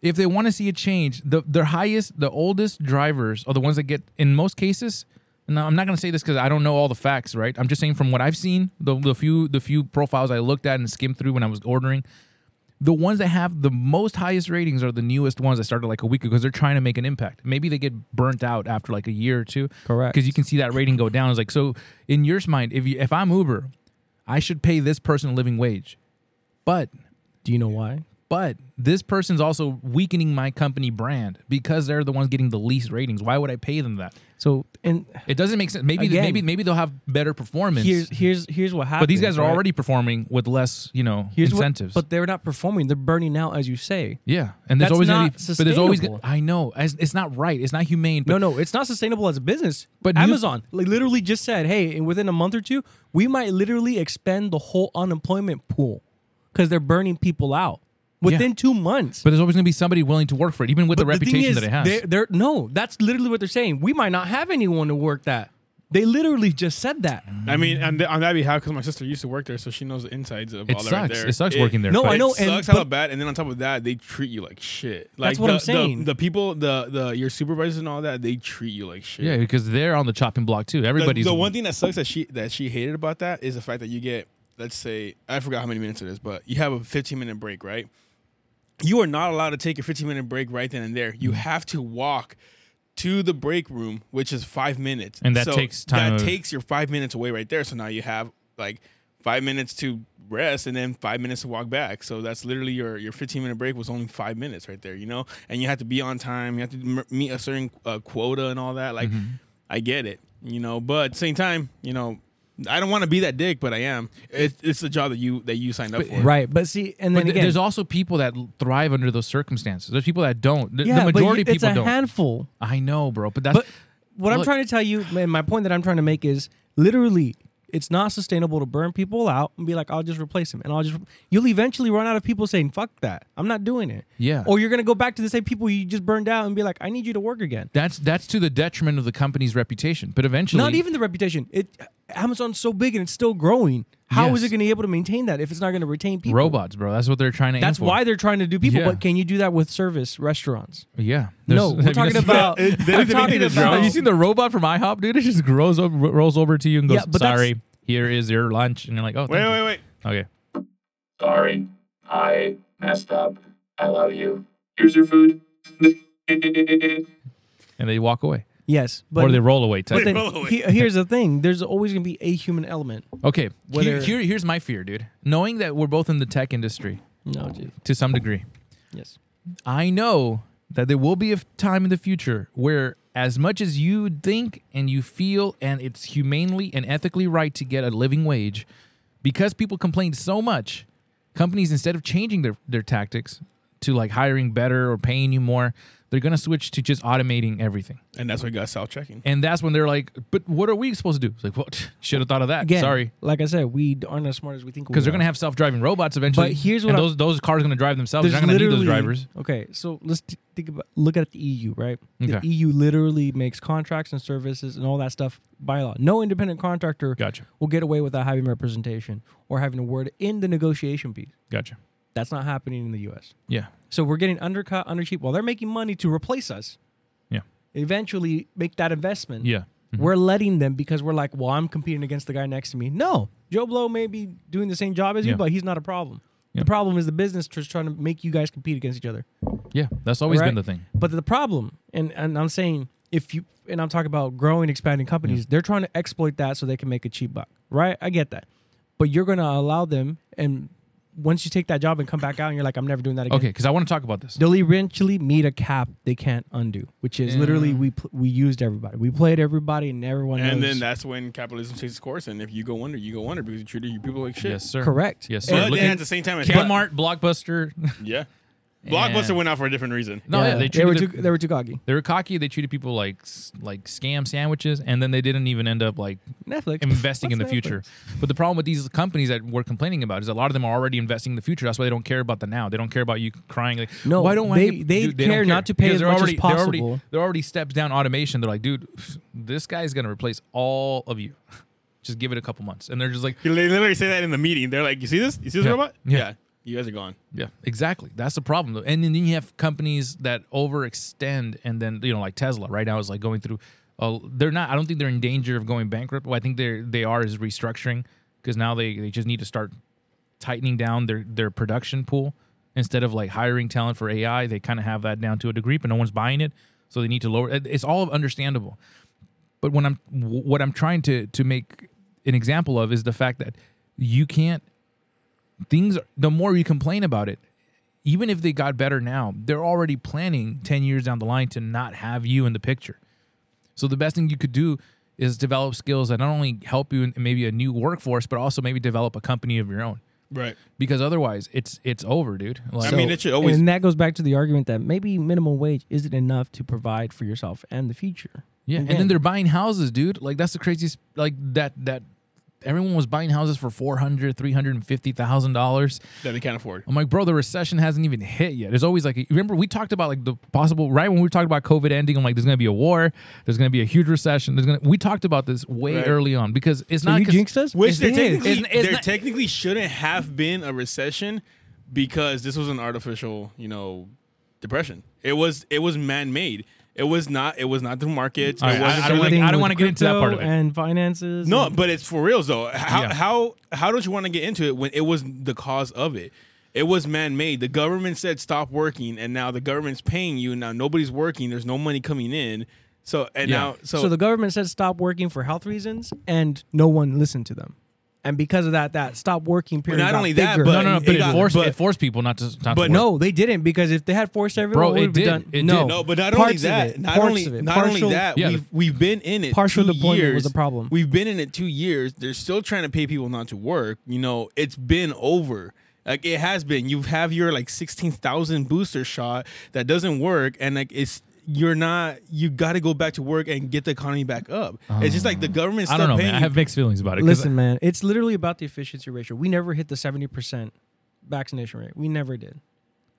If they want to see a change, the their highest, the oldest drivers are the ones that get in most cases. Now I'm not going to say this because I don't know all the facts, right? I'm just saying from what I've seen, the, the few the few profiles I looked at and skimmed through when I was ordering, the ones that have the most highest ratings are the newest ones that started like a week ago because they're trying to make an impact. Maybe they get burnt out after like a year or two.
Correct.
Because you can see that rating go down. It's like so in your mind, if you if I'm Uber, I should pay this person a living wage. But
do you know why
but this person's also weakening my company brand because they're the ones getting the least ratings. Why would I pay them that?
so and
It doesn't make sense. Maybe
Again.
maybe maybe they'll have better performance.
here's here's here's what happens
but these guys are
right?
already performing with less, you know,
here's what-
incentives.
but they're not performing they're burning out as you say
Yeah, and there's
That's
always gonna
not
be, but there's always gonna,
sustainable.
I know as- it's not right, it's not humane. But
no no it's not sustainable as a business
But
but
you-
amazon like, literally just said hey within a month or two we might literally expend the whole unemployment pool because they're burning people out within two months.
But there's always going to be somebody willing to work for it, even with the,
thing
reputation
is,
that it has.
They're, they're- no, that's literally what they're saying. We might not have anyone to work that. They literally just said that.
I mean, on, th- on that behalf, because my sister used to work there, so she knows the insides of
Mm-hmm. It
all that right
sucks.
there.
It sucks working there,
No,
but-
Oh, I know.
It
and-
sucks
but-
how bad, and then on top of that, they treat you like shit. Like
That's what
the,
I'm saying.
The, the people, the the your supervisors and all that, they treat you like shit.
Yeah, because they're on the chopping block too.
The,
Everybody's
the one thing that sucks that she that she hated about that is the fact that you get, let's say, I forgot how many minutes it is, but you have a 15 minute break, right? You are not allowed to take your 15 minute break right then and there. You
Mm-hmm.
have to walk to the break room, which is five minutes,
And that
So
takes time
That
of-
takes your five minutes away right there. So now you have like five minutes to rest and then five minutes to walk back. So that's literally your your 15 minute break was only five minutes right there, you know. And you have to be on time. You have to m- meet a certain uh, quota and all that. Like, I get it, you know. But at the same time, you know, I don't want to be that dick, but I am. It, it's the job that you that you signed up for.
Right, but see, and
But
then
th-
again,
there's also people that l- thrive under those circumstances. There's people that don't. The, the
yeah, but
majority
you-
of
it's
people
a
don't.
handful.
I know, bro. But that's
But what I'm
Look.
trying to tell you, man, my point that I'm trying to make is literally, it's not sustainable to burn people out and be like, I'll just replace them, and I'll just. You'll eventually run out of people saying, "Fuck that, I'm not doing it."
Yeah.
Or you're gonna go back to the same people you just burned out and be like, "I need you to work again."
that's that's to the detriment of the company's reputation. But eventually,
Not even the reputation. It Amazon's so big and it's still growing. How is
Yes.
it going to be able to maintain that if it's not going to retain people?
robots, bro. That's what they're trying to. aim
That's
for.
why they're trying to do people.
Yeah.
But can you do that with service restaurants?
Yeah. [LAUGHS] There's- I
No, we're
mean,
talking
that's-
about. I'm talking
Have you
about.
seen the robot from IHOP, dude? It just grows over, rolls over to you and goes,
Yeah, but that's-
"Sorry, here is your lunch," and you're like, "Oh,
Wait,
thank
wait, wait.
you." okay."
Sorry, I messed up. I love you. Here's your food.
And they walk away,
Yes, but
or they roll away.
but
[LAUGHS] technically.
then he- here's the thing: there's always going to be a human element.
okay,
Whether-
here, here, here's my fear, dude. Knowing that we're both in the tech industry
No, dude.
to some degree,
Yes.
I know that there will be a time in the future where, as much as you think and you feel, and it's humanely and ethically right to get a living wage, because people complain so much, companies, instead of changing their, their tactics to like hiring better or paying you more, they're going to switch to just automating everything.
And that's why you got self checking.
And that's when they're like, but what are we supposed to do? It's like, well, [LAUGHS] should have thought of that.
Again,
Sorry.
Like I said, we aren't as smart as we think.
Because they're going to have self driving robots eventually.
But here's
and
what I-
those, those cars going to drive themselves. They're not going to need those drivers.
Okay, so let's t- think about look at the EU, right?
Okay.
The EU literally makes contracts and services and all that stuff by law. No independent contractor
Gotcha.
will get away without having representation or having a word in the negotiation piece.
Gotcha.
That's not happening in the U.S.
Yeah.
So we're getting undercut, undercheap while they're making money to replace us.
Yeah.
Eventually, make that investment.
Yeah.
We're letting them because we're like, well, I'm competing against the guy next to me. No, Joe Blow may be doing the same job as
Yeah.
you, but he's not a problem.
Yeah.
The problem is the business just trying to make you guys compete against each other.
Yeah. That's always
right?
been the thing.
But the problem, and, and I'm saying if you, and I'm talking about growing, expanding companies, they're trying to exploit that so they can make a cheap buck, right? I get that. But you're going to allow them, and once you take that job and come back out and you're like, I'm never doing that again.
Okay, because I want to talk about this.
They'll eventually meet a cap they can't undo, which is literally we pl- we used everybody, we played everybody, and everyone.
And
knows.
then that's when capitalism takes its course. And if you go under, you go under because you treated your people like shit.
Yes, sir.
correct.
Yes, sir.
But
Look
then
at-
at the same time, it's not-
Kmart, Blockbuster. [LAUGHS]
yeah. Blockbuster
Yeah.
went out for a different reason.
no, yeah, they
they were
treated
too
their-
they were too cocky.
they were cocky. They treated people like s- like scam sandwiches, and then they didn't even end up like
Netflix
investing in the
What's
future.
Netflix?
But the problem with these companies that we're complaining about is a lot of them are already investing in the future. That's why they don't care about the now. They don't care about you crying. Like,
No,
why don't I
they-
get-
they
dude,
care
don't
not to pay
Because
as
they're
much as
already- they're already-
possible.
They're already steps down automation. They're like, dude, this guy's gonna replace all of you. [LAUGHS] Just give it a couple months, and they're just like,
They literally say that in the meeting. They're like, "You see this? You see this
Yeah.
robot?
Yeah.
You guys are gone."
Yeah, exactly. That's the problem. though. And then you have companies that overextend, and then you know, like Tesla right now is like going through. Uh, they're not. I don't think they're in danger of going bankrupt. What I think they they are is restructuring because now they they just need to start tightening down their their production pool instead of like hiring talent for AI. They kind of have that down to a degree, but no one's buying it, so they need to lower. it- It's all understandable. But when I'm what I'm trying to to make an example of is the fact that you can't things the more you complain about it even if they got better now they're already planning 10 years down the line to not have you in the picture so the best thing you could do is develop skills that not only help you in maybe a new workforce but also maybe develop a company of your own
Right.
because otherwise it's it's over dude like
I mean, it should always.
and that goes back to the argument that maybe minimum wage isn't enough to provide for yourself and the future.
yeah and
Again,
then they're buying houses dude like that's the craziest like that that everyone was buying houses for 400 350000 dollars
that they can't afford.
i'm like bro the recession hasn't even hit yet there's always like remember we talked about like the possible right when we talked about covid ending i'm like there's gonna be a war there's gonna be a huge recession there's gonna we talked about this way
Right.
early on because it's
So
not
you
'cause-
jinxed us?
Which
It's
there
not-
technically,
it's- it's
there
not-
technically shouldn't have been a recession because this was an artificial, you know, depression. It was it was man made. It was not it was not the markets.
All
It
right, I-
wasn't
I don't wanna-
really-
I don't
with
wanna get into that
crypto
part of it.
And finances.
No,
and-
but it's for reals though. How
Yeah.
how how don't you want to get into it when it was the cause of it? It was man made. The government said stop working, and now the government's paying you. Now nobody's working. There's no money coming in. So and
Yeah.
now so,
so the government said stop working for health reasons, and no one listened to them. And because of that, that stop working period.
not
got
only that,
bigger.
but-
no no no but
It
it,
got-
forced
but-
it forced people not to not to
but
work.
No, they didn't because if they had forced everyone,
Bro,
what
it
would we
did.
Done?
It
no,
did.
no, but not
parts
only
of
that,
it,
not
parts
only
of it,
not
partial-
only that,
Yeah, the-
we've we've been in it.
Partial
two
deployment was
years.
the problem.
We've been in it two years. They're still trying to pay people not to work. You know, it's been over. Like it has been. You have your like sixteen thousand booster shot that doesn't work, and like it's you're not. You got to go back to work and get the economy back up. it's just like the government's
i
still
don't know
paying.
man. i have mixed feelings about it 'cause
Listen, man, it's literally about the efficiency ratio. We never hit the 70% vaccination rate. We never did.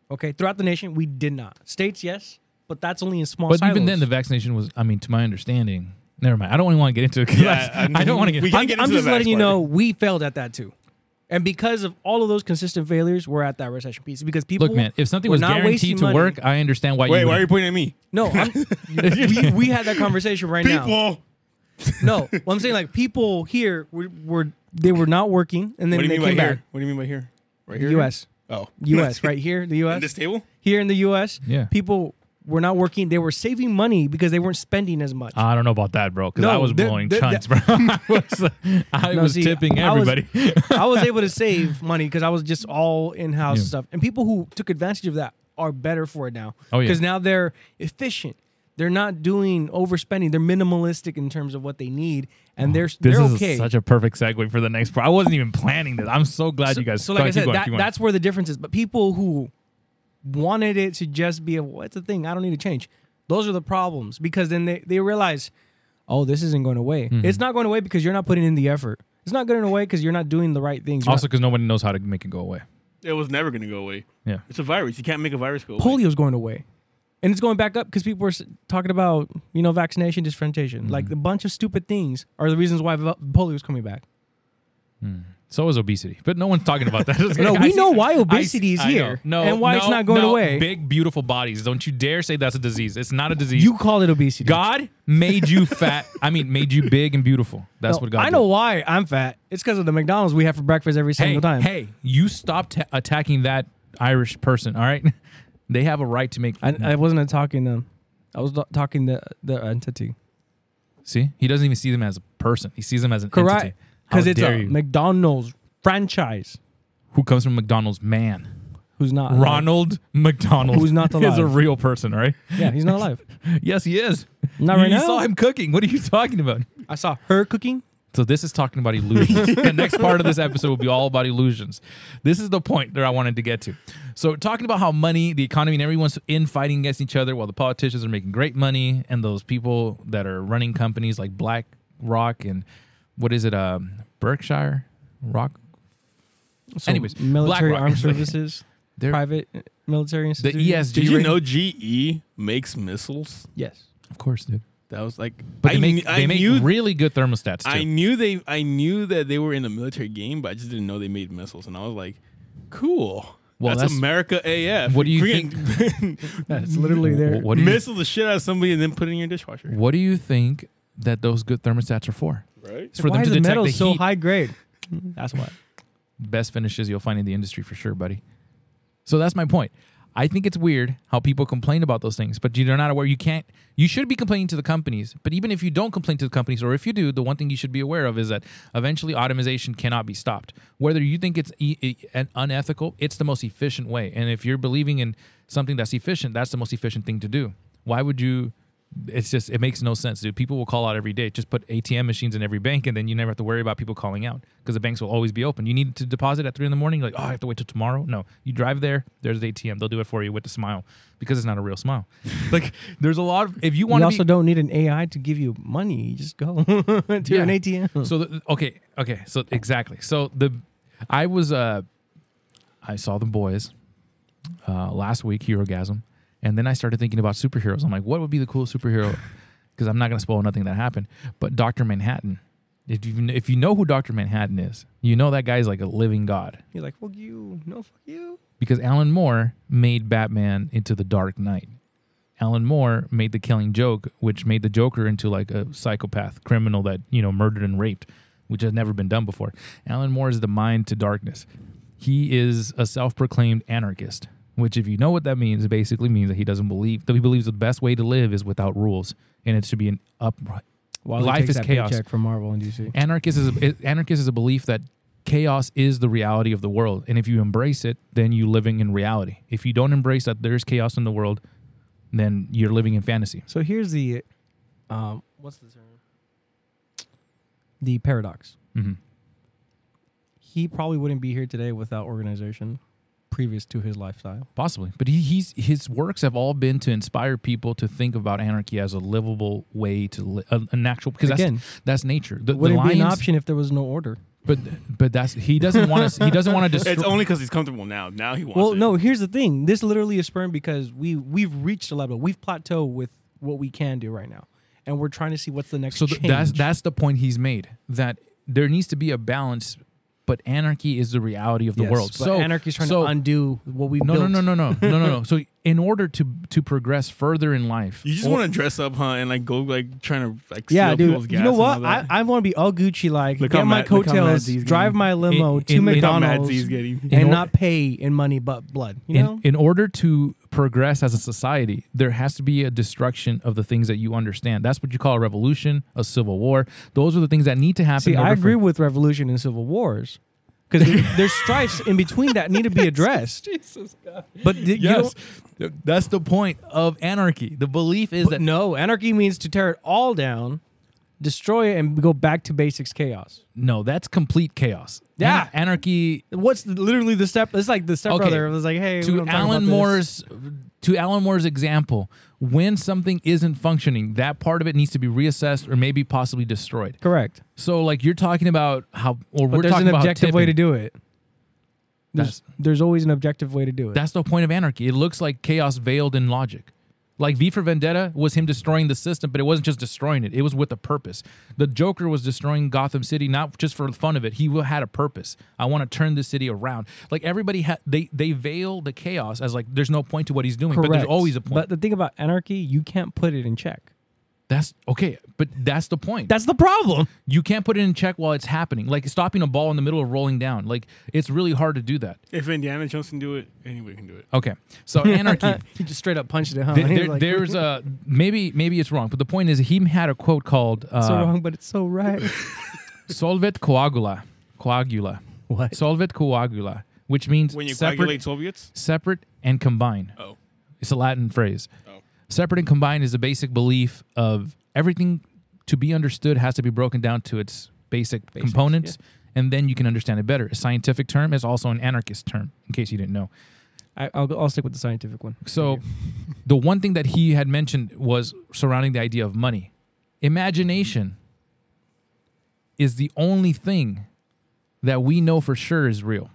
Okay, throughout the nation, we did not. States, yes, but that's only in small
But
silos.
even then, the vaccination was, I mean, to my understanding, never mind. I don't even want to get into it. 'cause
Yeah,
[LAUGHS] I,
I mean,
I don't want to get
we
into
can't
I'm,
it.
get
I'm
into
just
the
letting
vax
you
part.
know we failed at that too. And because of all of those consistent failures, we're at that recession piece because people
Look, man, if something
were
was
not
guaranteed
wasting
to
money-
work, I understand why
Wait,
you
why are you
would-
pointing at me? [LAUGHS]
No, I'm, we, we had that conversation right now.
People.
No, well, I'm saying like people here were, were they were not working and then
What do you
they
mean by
came
here?
back.
What do you mean by here? Right
The
here.
U.S.
Oh,
U.S. right here, the U.S.
In [LAUGHS] this table.
here in the U.S.
Yeah.
people were not working. They were saving money because they weren't spending as much.
I don't know about that, bro, because
No,
I was
there-
blowing
there-
chunks, bro. [LAUGHS] I
[LAUGHS]
was, I
No,
was
see,
tipping
I was-
everybody.
I was able to save money because I was just all in-house
Yeah.
stuff. And people who took advantage of that are better for it now.
Oh, yeah.
Because now they're efficient. They're not doing overspending. They're minimalistic in terms of what they need, and
[LAUGHS]
they're
this
they're
is
okay.
such a perfect segue for the next part. I wasn't even planning this. I'm so glad you guys.
so like
go-
I
keep
said,
going,
that,
keep going.
that's where the difference is. But people who wanted it to just be a what's the thing? I don't need to change. Those are the problems because then they, they realize, oh, this isn't going away.
Mm-hmm.
It's not going away because you're not putting in the effort. It's not going away because you're not doing the right things. You're
also because nobody knows how to make it go away.
It was never gonna go away.
Yeah.
It's a virus. You can't make a virus go
not,
away.
polio's going away, and it's going back up because people are s- talking about you know vaccination differentiation.
Mm-hmm.
Like a bunch of stupid things are the reasons why vo- polio's coming back.
So is obesity, but no one's talking about that. [LAUGHS]
No,
I
we
see-
know why
I
obesity is
see- I
here
know. No,
and why it's
no,
not going
no.
away.
Big, beautiful bodies. Don't you dare say that's a disease. It's not a disease.
You call it obesity.
God made you fat. I mean, made you big and beautiful. That's
No,
what God.
I
did.
know why I'm fat. It's because of the McDonald's we have for breakfast every
Hey,
single time.
hey, you stopped ta- attacking that Irish person. All right, [LAUGHS] they have a right to make.
I, I wasn't attacking them. I was not talking the the entity.
see, he doesn't even see them as a person. He sees them as an entity.
Correct.
How
Because it's
dare
a
you.
McDonald's franchise.
who comes from McDonald's man.
Who's not alive.
Ronald McDonald,
Who's not
[LAUGHS] is a
alive.
real person, all right? [LAUGHS]
Yeah, he's not alive.
Yes, he is.
Not
you,
right
you
now.
saw him cooking. What are you talking about?
I saw her cooking.
So this is talking
[LAUGHS]
about illusions. the next part of this episode will be all about illusions. This is the point that I wanted to get to. So talking about how money, the economy, and everyone's infighting against each other while the politicians are making great money and those people that are running companies like BlackRock and what is it, um, Berkshire Rock?
So
Anyways,
military
BlackRock. [LAUGHS]
armed services,
They're-
private uh, military
The E
institute.
ESG.
Did you
rating-
know GE makes missiles?
Yes.
Of course, dude.
That was like,
But
I,
they make
kn-
they
I
make
knew,
really good thermostats too.
I knew they, I knew that they were in the military game, but I just didn't know they made missiles, and I was like, cool.
Well,
that's,
that's-
America AF.
What do you
[LAUGHS] think?
That's literally there.
Wh- What do you
missile the shit out of somebody and then put it in your dishwasher?
What do you think that those good thermostats are for?
Right?
It's for
why
them
is
to
the
detect
metal
the
so
heat.
high grade? That's why.
Best finishes you'll find in the industry for sure, buddy. So that's my point. I think it's weird how people complain about those things, but you're not aware. You can't. You should be complaining to the companies, but even if you don't complain to the companies, or if you do, the one thing you should be aware of is that eventually automation cannot be stopped. Whether you think it's e- e- an unethical, it's the most efficient way. And if you're believing in something that's efficient, that's the most efficient thing to do. Why would you It's just it makes no sense, dude. People will call out every day. Just put ATM machines in every bank, and then you never have to worry about people calling out because the banks will always be open. You need to deposit at three in the morning. You're like, oh, I have to wait till tomorrow. No, you drive there. There's the ATM. They'll do it for you with a smile because it's not a real smile. [LAUGHS] like there's a lot of if you want
You
to
also don't need an AI to give you money. You just go [LAUGHS] to an
Yeah.
ATM.
[LAUGHS] So the, okay, okay, so exactly. So the I was uh I saw the boys uh last week, Hero Gasm, and then I started thinking about superheroes. I'm like, what would be the coolest superhero? [LAUGHS] Because I'm not gonna spoil nothing that happened. But Doctor Manhattan. If you if you know who Doctor Manhattan is, you know that guy's like a living god
You're like, fuck you. No, fuck you.
because Alan Moore made Batman into the Dark Knight. Alan Moore made the Killing Joke, which made the Joker into like a psychopath criminal that you know murdered and raped, which has never been done before. Alan Moore is the mind to darkness. He is a self-proclaimed anarchist, which, if you know what that means, it basically means that he doesn't believe that he believes the best way to live is without rules, and it should be an up.
While he
Life
takes
is
that
chaos.
paycheck from Marvel and DC.
Anarchist is a, anarchist is a belief that chaos is the reality of the world, and if you embrace it, then you're living in reality. If you don't embrace that there's chaos in the world, then you're living in fantasy.
So here's the, um, what's the term? The paradox.
Mm-hmm.
He probably wouldn't be here today without organization, previous to his lifestyle.
Possibly, but he, he's his works have all been to inspire people to think about anarchy as a livable way to li- an an actual because
Again,
that's that's nature. The, the
Wouldn't be an
lions-
option if there was no order.
but but that's he doesn't want to he doesn't
[LAUGHS]
want to destroy.
It's only because he's comfortable now. Now he wants.
Well,
it.
no. Here's the thing. This literally is spurned because we we've reached a level. We've plateaued with what we can do right now, and we're trying to see what's the next.
so th- that's
change.
that's the point he's made that there needs to be a balance but anarchy is the reality of the
Yes,
world
But
so
anarchy's trying
so-
to undo what we
no, no
built.
no no no no no
[LAUGHS]
no so in order to to progress further in life
You just
or-
want to dress up, huh? And like go like trying to like
Yeah,
steal people's
dude.
gas
You know
and
what?
all
I,
that.
I want to be all Gucci like,
Look
get
how
my
mad- look how mad
coattails,
Z's getting.
drive my limo
In-
to
in- Look how
How mad
McDonald's,
Z's getting.
In
and
or-
not pay in money but blood. You
in,
know,
in order to progress as a society, there has to be a destruction of the things that you understand. That's what you call a revolution, a civil war. Those are the things that need to happen.
see,
in
I
order for-
agree with revolution and civil wars because
[LAUGHS]
there's strifes in between that need to be addressed. Jesus God. But th- you
yes,
don't.
that's the point of anarchy. The belief is that
But no, anarchy means to tear it all down, destroy it, and go back to basics chaos.
no, that's complete chaos.
Yeah.
An- anarchy
What's the, literally the step? It's like the stepbrother
Okay.
was like, "Hey, we
to
don't talk about
Alan
this.
Moore's to Alan Moore's example, when something isn't functioning, that part of it needs to be reassessed or maybe possibly destroyed.
Correct,
So like you're talking about how or
but
we're
there's
talking
an
about
objective way to
tipping.
do it. There's, there's always an objective way to do it.
That's the point of anarchy. It looks like chaos veiled in logic. Like V for Vendetta was him destroying the system, but it wasn't just destroying it. It was with a purpose. The Joker was destroying Gotham City not just for the fun of it. He had a purpose. I want to turn the city around. Like everybody ha- they they veil the chaos as like there's no point to what he's doing, but there's
Correct.
always a point.
But the thing about anarchy, you can't put it in check.
That's okay, but that's the point.
That's the problem.
you can't put it in check while it's happening. Like stopping a ball in the middle of rolling down. Like it's really hard to do that.
If Indiana Jones can do it, anybody can do it.
Okay,
[LAUGHS]
so anarchy.
he just straight up punched it, huh? [LAUGHS]
There-
He was
there-
like,
there's a maybe maybe it's wrong, but the point is he had a quote called uh,
so wrong, but it's
[LAUGHS]
so right.
"Solvet coagula, coagula,
What?
solvet coagula," which means
When you
separate,
coagulate Soviets,
separate and combine.
oh,
It's a Latin phrase.
Oh.
Separate and combined is the basic belief of everything to be understood has to be broken down to its basic components, and then you can understand it better. A scientific term is also an anarchist term, in case you didn't know.
I, I'll, go- I'll stick with the scientific one.
So, [LAUGHS] the one thing that he had mentioned was surrounding the idea of money. Imagination is the only thing that we know for sure is real.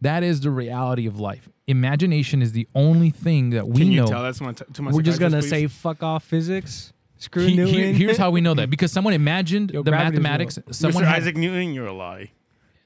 That is the reality of life. Imagination is the only thing that we
can you
know.
tell that's my t- to my
We're just gonna
psychiatrist,
say
please?
fuck off physics. Screw
He-
Newton.
he- here's how we
[LAUGHS]
know that because someone imagined
Yo,
the
gravity is
mathematics.
Mr.
Someone had-
Isaac Newton, you're a lie.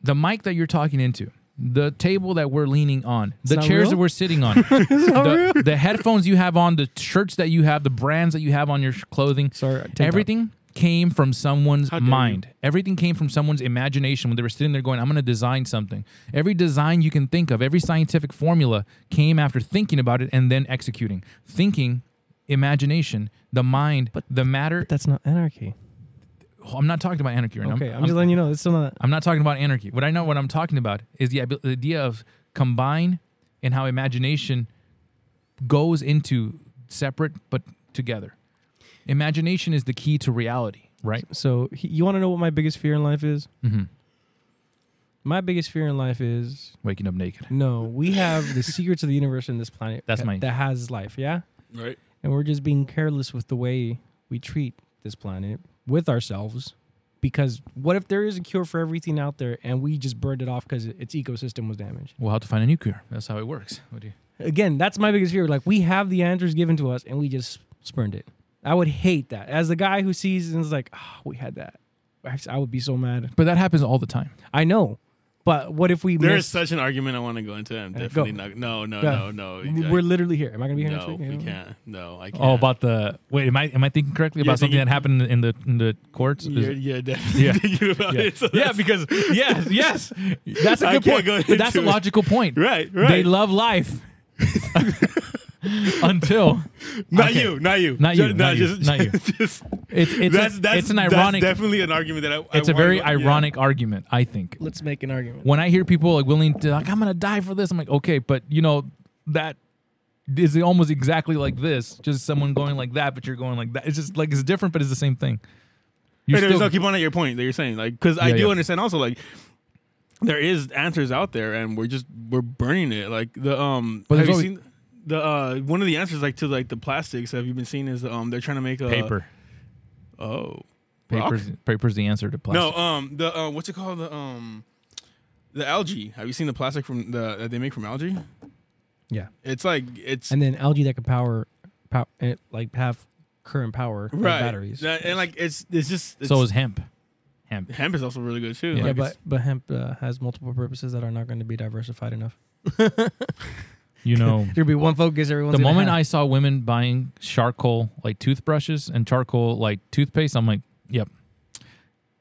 the mic that you're talking into, the table that we're leaning on, the
not
chairs
real?
that we're sitting
[LAUGHS]
on, the, the headphones you have on, the shirts that you have, the brands that you have on your sh- clothing.
Sorry, take that.
everything came from someone's
dare you.
mind. Everything came from someone's imagination when they were sitting there going, "I'm going to design something." Every design you can think of, every scientific formula came after thinking about it and then executing. Thinking, imagination, the mind, the matter.
[LAUGHS] That's not anarchy.
I'm not talking about anarchy right now.
Okay, I'm, just letting you know. It's still not.
I'm not talking about anarchy. What I know what I'm talking about is the abil- the idea of combine and how imagination goes into separate but together. Imagination is the key to reality, right?
So he, you want to know what my biggest fear in life is?
Mm-hmm.
My biggest fear in life is
Waking up naked.
no. We have the secrets of the universe in this planet.
That's
that-
mine.
That has life. Yeah.
Right.
and we're just being careless with the way we treat this planet with ourselves because what if there is a cure for everything out there and we just burned it off because its ecosystem was damaged
We'll have to find a new cure. That's how it works. What do you?
again that's my biggest fear like we have the answers given to us and we just spurned it i would hate that as the guy who sees and is like oh, we had that I- i would be so mad
But that happens all the time.
i know but what if we
There
miss-
is such an argument I want to go into. I'm definitely not. No, no,
Yeah.
no, no.
we're
I-
literally here am i gonna be here next
no,
week?
we
Yeah.
can't. No, I can't.
Oh, about the wait. Am I am I thinking correctly
You're
about something
thinking-
that happened in the in the courts? Is-
You're, you're definitely [LAUGHS]
Yeah.
thinking about it. so
yeah,
that's-
because yes, yes, that's a
I
good
can't
point.
go
But that's
into
a
it.
logical
[LAUGHS]
point.
Right,
They
right.
love life [LAUGHS] until
not
okay.
you, not you,
Not you,
Ju-
not you,
just,
not
[LAUGHS]
you.
Just,
it's it's
that's
a,
that's
it's an
that's
ironic.
definitely an argument that I. I
it's a
wanna
very
go- yeah.
ironic argument, I think.
let's make an argument
When I hear people like willing to like, I'm gonna die for this. I'm like, okay, but you know that is almost exactly like this. Just someone going like that, but you're going like that. It's just like it's different, but it's the same thing. You're
Wait, no,
still-
no, keep on at your point that you're saying, like, because I
Yeah,
do
yeah.
understand also, like, there is answers out there, and we're just we're burning it. Like the um,
But
have you
there's
seen the uh one of the answers like to like the plastics? Have you been seeing is um they're trying to make a
paper,
Oh, rock?
papers, papers. The answer to plastic.
No, um, the uh, what's it called? The um, the algae. Have you seen the plastic from the that they make from algae?
yeah
It's like it's
and then algae that can power, pow- eh, like have current power with
right
batteries.
That- and like it's it's just it's,
so is hemp. Hemp.
hemp is also really good too.
Yeah,
yeah,
Like,
but but hemp uh, has multiple purposes that are not going to be diversified enough.
You know,
There'll be one focus. Everyone's
the
gonna
moment
have.
I saw women buying charcoal like toothbrushes and charcoal like toothpaste, I'm like, yep,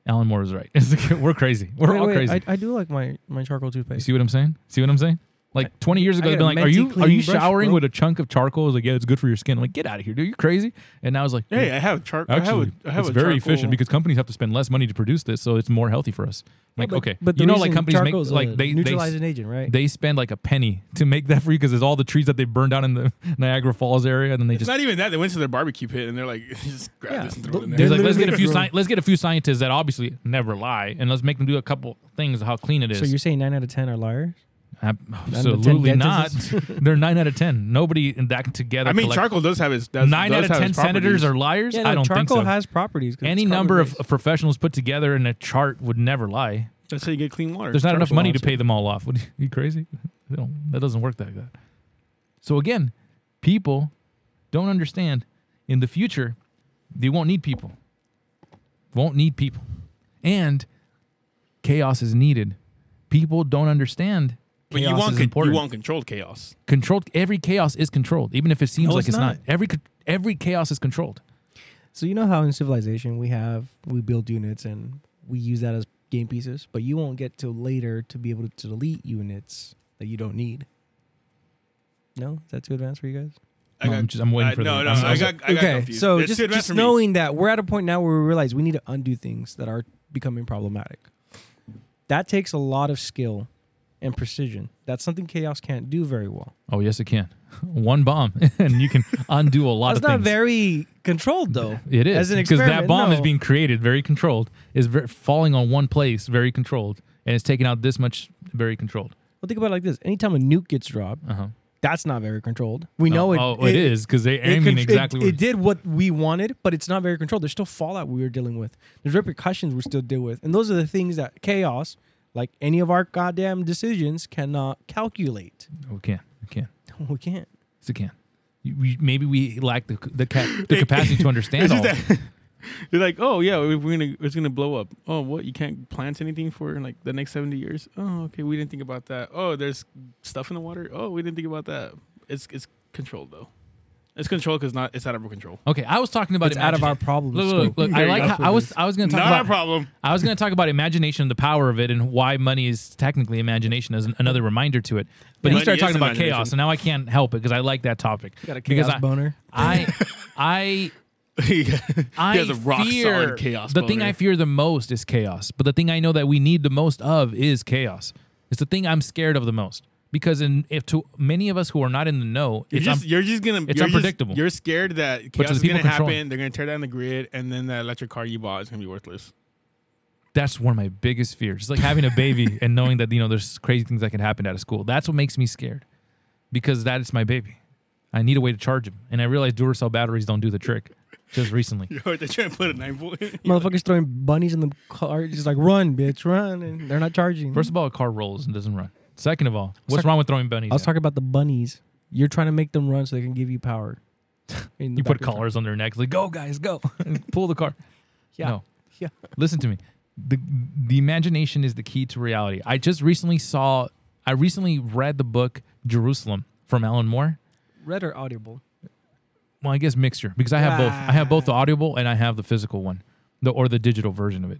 Alan Moore is right. [LAUGHS] It's like, We're crazy. We're
Wait,
all
wait,
crazy.
I, I do like my my charcoal
you
toothpaste.
see what I'm saying? See what I'm saying? Like 20 years ago,
I
they'd
got
been
a
like, "Are you
minty
are you
clean brush,
showering
bro.
with a chunk of charcoal?" I was like, "Yeah, it's good for your skin." I'm like, get out of here, dude! You're crazy. And I was like,
hey, I have char. I have
Actually,
a, I have
it's
a
very
charcoal-
efficient because companies have to spend less money to produce this, so it's more healthy for us. I'm like,
But-
okay,
but the
you know, like
reason
companies make
charcoal's a
like they they,
neutralizing agent, right?
they spend like a penny to make that for you because it's all the trees that they burned down in the [LAUGHS] Niagara Falls area, and then they
It's
just
not even that. They went to their barbecue pit and they're like, [LAUGHS] just grab
Yeah,
this and throw it in
th-
there.
He's like, let's
literally
get a few
grown.
sci- let's get a few scientists that obviously never lie, and let's make them do a couple things of how clean it is.
so you're saying nine out of ten are liars?
Ab-
out of 10
absolutely not.
[LAUGHS] dentists?
[LAUGHS] They're nine out of ten. Nobody in that together.
I mean,
collect-
charcoal does have its does,
Nine out
does
of
have
ten
its
senators
properties.
are liars.
no,
I don't
charcoal
think so.
has properties. 'cause
Any
it's
number of
carbon-based.
professionals put together in a chart would never lie.
That's how you get clean water.
There's not enough
Charcoal
money to
also.
pay them all off. [LAUGHS] What, you crazy? They don't- that doesn't work like that. So again, people don't understand. In the future, they won't need people. Won't need people, and chaos is needed. People don't understand.
But
chaos
you want
is
con-
important.
you want controlled chaos.
controlled. Every chaos is controlled, even if it seems
No,
like
it's
it's not.
not.
Every co- every chaos is controlled.
So you know how in civilization we have we build units and we use that as game pieces, but you won't get till later to be able to delete units that you don't need. No, is that too advanced for you guys?
I
No, I'm just- I'm waiting
I-
for
no,
the-
no.
I'm-
I
I'm-
got, I got
okay,
confused.
so
It's
just,
too advanced
just
for me.
knowing that we're at a point now where we realize we need to undo things that are becoming problematic. That takes a lot of skill and precision. That's something chaos can't do very well.
Oh yes, it can. [LAUGHS] One bomb, [LAUGHS] and you can undo a lot
That's
of
not
things.
very controlled though.
It is
as an
because
experiment.
that bomb is
no.
being created, very controlled, is ver- falling on one place, very controlled, and it's taking out this much, very controlled.
Well, think about it like this: anytime a nuke gets dropped,
Uh huh.
that's not very controlled. We know it.
oh, it is because they
it
aiming
con- it-
exactly.
It,
where-
did what we wanted, but it's not very controlled. There's still fallout we were dealing with. There's repercussions we're still dealing with, and those are the things that chaos, like any of our goddamn decisions, cannot calculate. [LAUGHS]
oh, it can it can
We can't.
yes, it can. You- We, maybe we lack the the, ca- the
[LAUGHS]
It-
capacity to
[LAUGHS]
understand
It's
all.
just that- [LAUGHS] You're like, oh yeah, we- we're gonna it's gonna blow up. Oh, what you can't plant anything for like the next seventy years. Oh, okay, we didn't think about that. Oh, there's stuff in the water. Oh, we didn't think about that. It's it's controlled though. It's controlled because not it's out of our control.
Okay, I was talking about
It's out of
imagina-
our problem.
Look,
scope.
look, look, I
There you
like.
go.
How, I was I was going to talk
Not
about
our problem.
I was going to talk about imagination, the power of it, and why money is technically imagination as an- another reminder to it. But
Money
he started
is
talking about
imagination.
chaos, and now I can't help it because I like that topic.
got a
because
chaos
I-
boner.
[LAUGHS]
I, I, [LAUGHS]
he
I
has a rock
fear
solid chaos.
the thing I fear the most is chaos, but the thing I know that we need the most of is chaos. It's the thing I'm scared of the most. because in if to many of us who are not in the know,
You're
it's
just,
un-
you're just gonna.
it's
you're just-
unpredictable.
you're scared that chaos
the
is
people
gonna
controlling.
happen. They're gonna tear down the grid, and then that electric car you bought is gonna be worthless. [LAUGHS]
that's one of my biggest fears. It's like having a
[LAUGHS]
baby and knowing that you know there's crazy things that can happen out of school. That's what makes me scared because that is my baby. I need a way to charge him, and I realized Duracell batteries don't do the trick. Just recently,
Or they're trying to put a nine volt.
Motherfuckers throwing bunnies in the car. Just like, run, bitch, run. And they're not charging.
first of all, a car rolls and doesn't run. Second of all, what's wrong with throwing bunnies?
I was
at?
talking about the bunnies. You're trying to make them run so they can give you power. [LAUGHS] In the
You put
back of the
collars on their necks, like go guys, go, [LAUGHS] And pull the car.
Yeah.
No.
[LAUGHS] Yeah.
Listen to me. The the imagination is the key to reality. I just recently saw. I recently read the book Jerusalem from Alan Moore.
car. Red or audible?
Well, I guess mixture because I have both. I have both the audible and I have the physical one, the or the digital version of it.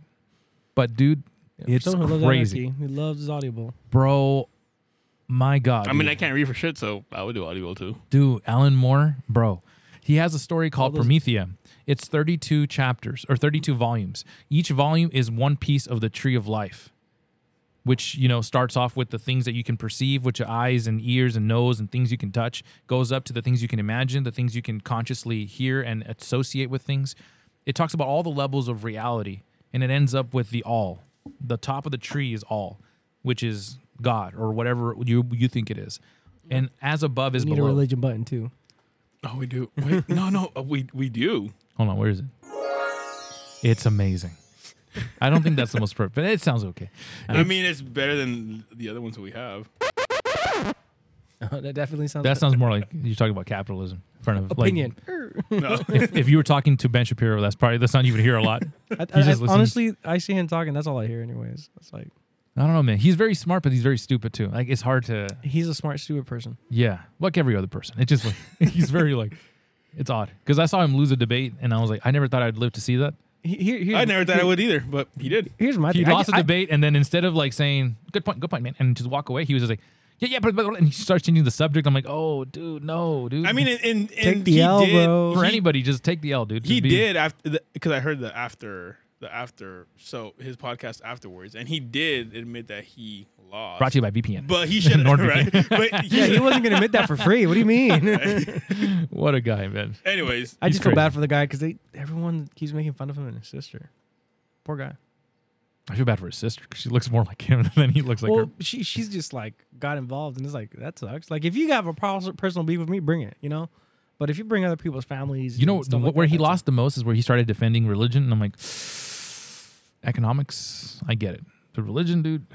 But dude, it's
Someone who loves
crazy,
anarchy, He loves his audible.
bro. My God.
I mean,
dude.
I can't read for shit, so I would do audio too.
Dude, Alan Moore, bro. He has a story called
those-
Promethea. It's 32 chapters or 32 volumes. Each volume is one piece of the tree of life, which, you know, starts off with the things that you can perceive, which are eyes and ears and nose and things you can touch, goes up to the things you can imagine, the things you can consciously hear and associate with things. It talks about all the levels of reality and it ends up with the all. The top of the tree is all, which is God or whatever you you think it is. And as above is
You need a
below.
religion button too.
Oh, we do.
[LAUGHS]
Wait, no, no, uh, we we do.
Hold on, where is it? It's amazing. I don't think that's the most perfect, but it sounds okay.
I mean, it's better than the other ones that we have.
that definitely
[LAUGHS]
sounds.
that sounds more like you're talking about capitalism in front of [LAUGHS]
opinion.
No,
Like, if you were talking to Ben Shapiro, that's probably that's not you would hear a lot.
I,
He
I-
just
I-
listens.
honestly, I see him talking. That's all I hear, anyways. It's like
I don't know, man. He's very smart, but he's very stupid too. Like it's hard to,
he's a smart, stupid person.
yeah, like every other person. It's just like [LAUGHS] he's very like, it's odd because I saw him lose a debate, and I was like, I never thought I'd live to see that.
He, here, here,
I never thought I would either, but he did.
Here's my.
He
thing. I-
lost a
I-
debate, and then instead of like saying "good point, good point, man," and just walk away, he was just like, "Yeah, yeah," but, but and he starts changing the subject. I'm like, "Oh, dude, no, dude."
I mean, and, and,
Take
and
the
he
L,
did,
bro.
for
he-
anybody, just take the L, dude.
He
Just be-
did after because I heard the after the after so his podcast afterwards, and he did admit that he lost.
Brought to you by VPN.
but he should have right.
[LAUGHS] NordVPN.
But he
yeah, he
should-
wasn't gonna admit that for
[LAUGHS]
free. What do you mean?
[LAUGHS] what a guy, man.
anyways,
[LAUGHS] I
He's
just feel
crazy.
bad for the guy because they everyone keeps making fun of him and his sister. Poor guy.
I feel bad for his sister because she looks more like him [LAUGHS] than he looks like
well,
her.
she she's just like got involved and it's like that sucks. Like if you have a pers- personal beef with me, bring it. You know. But if you bring other people's families,
You know,
and stuff
wh-
like
where
that,
he
that's-
lost the most is where he started defending religion, and I'm like, [SIGHS] economics. I get it. The religion, dude.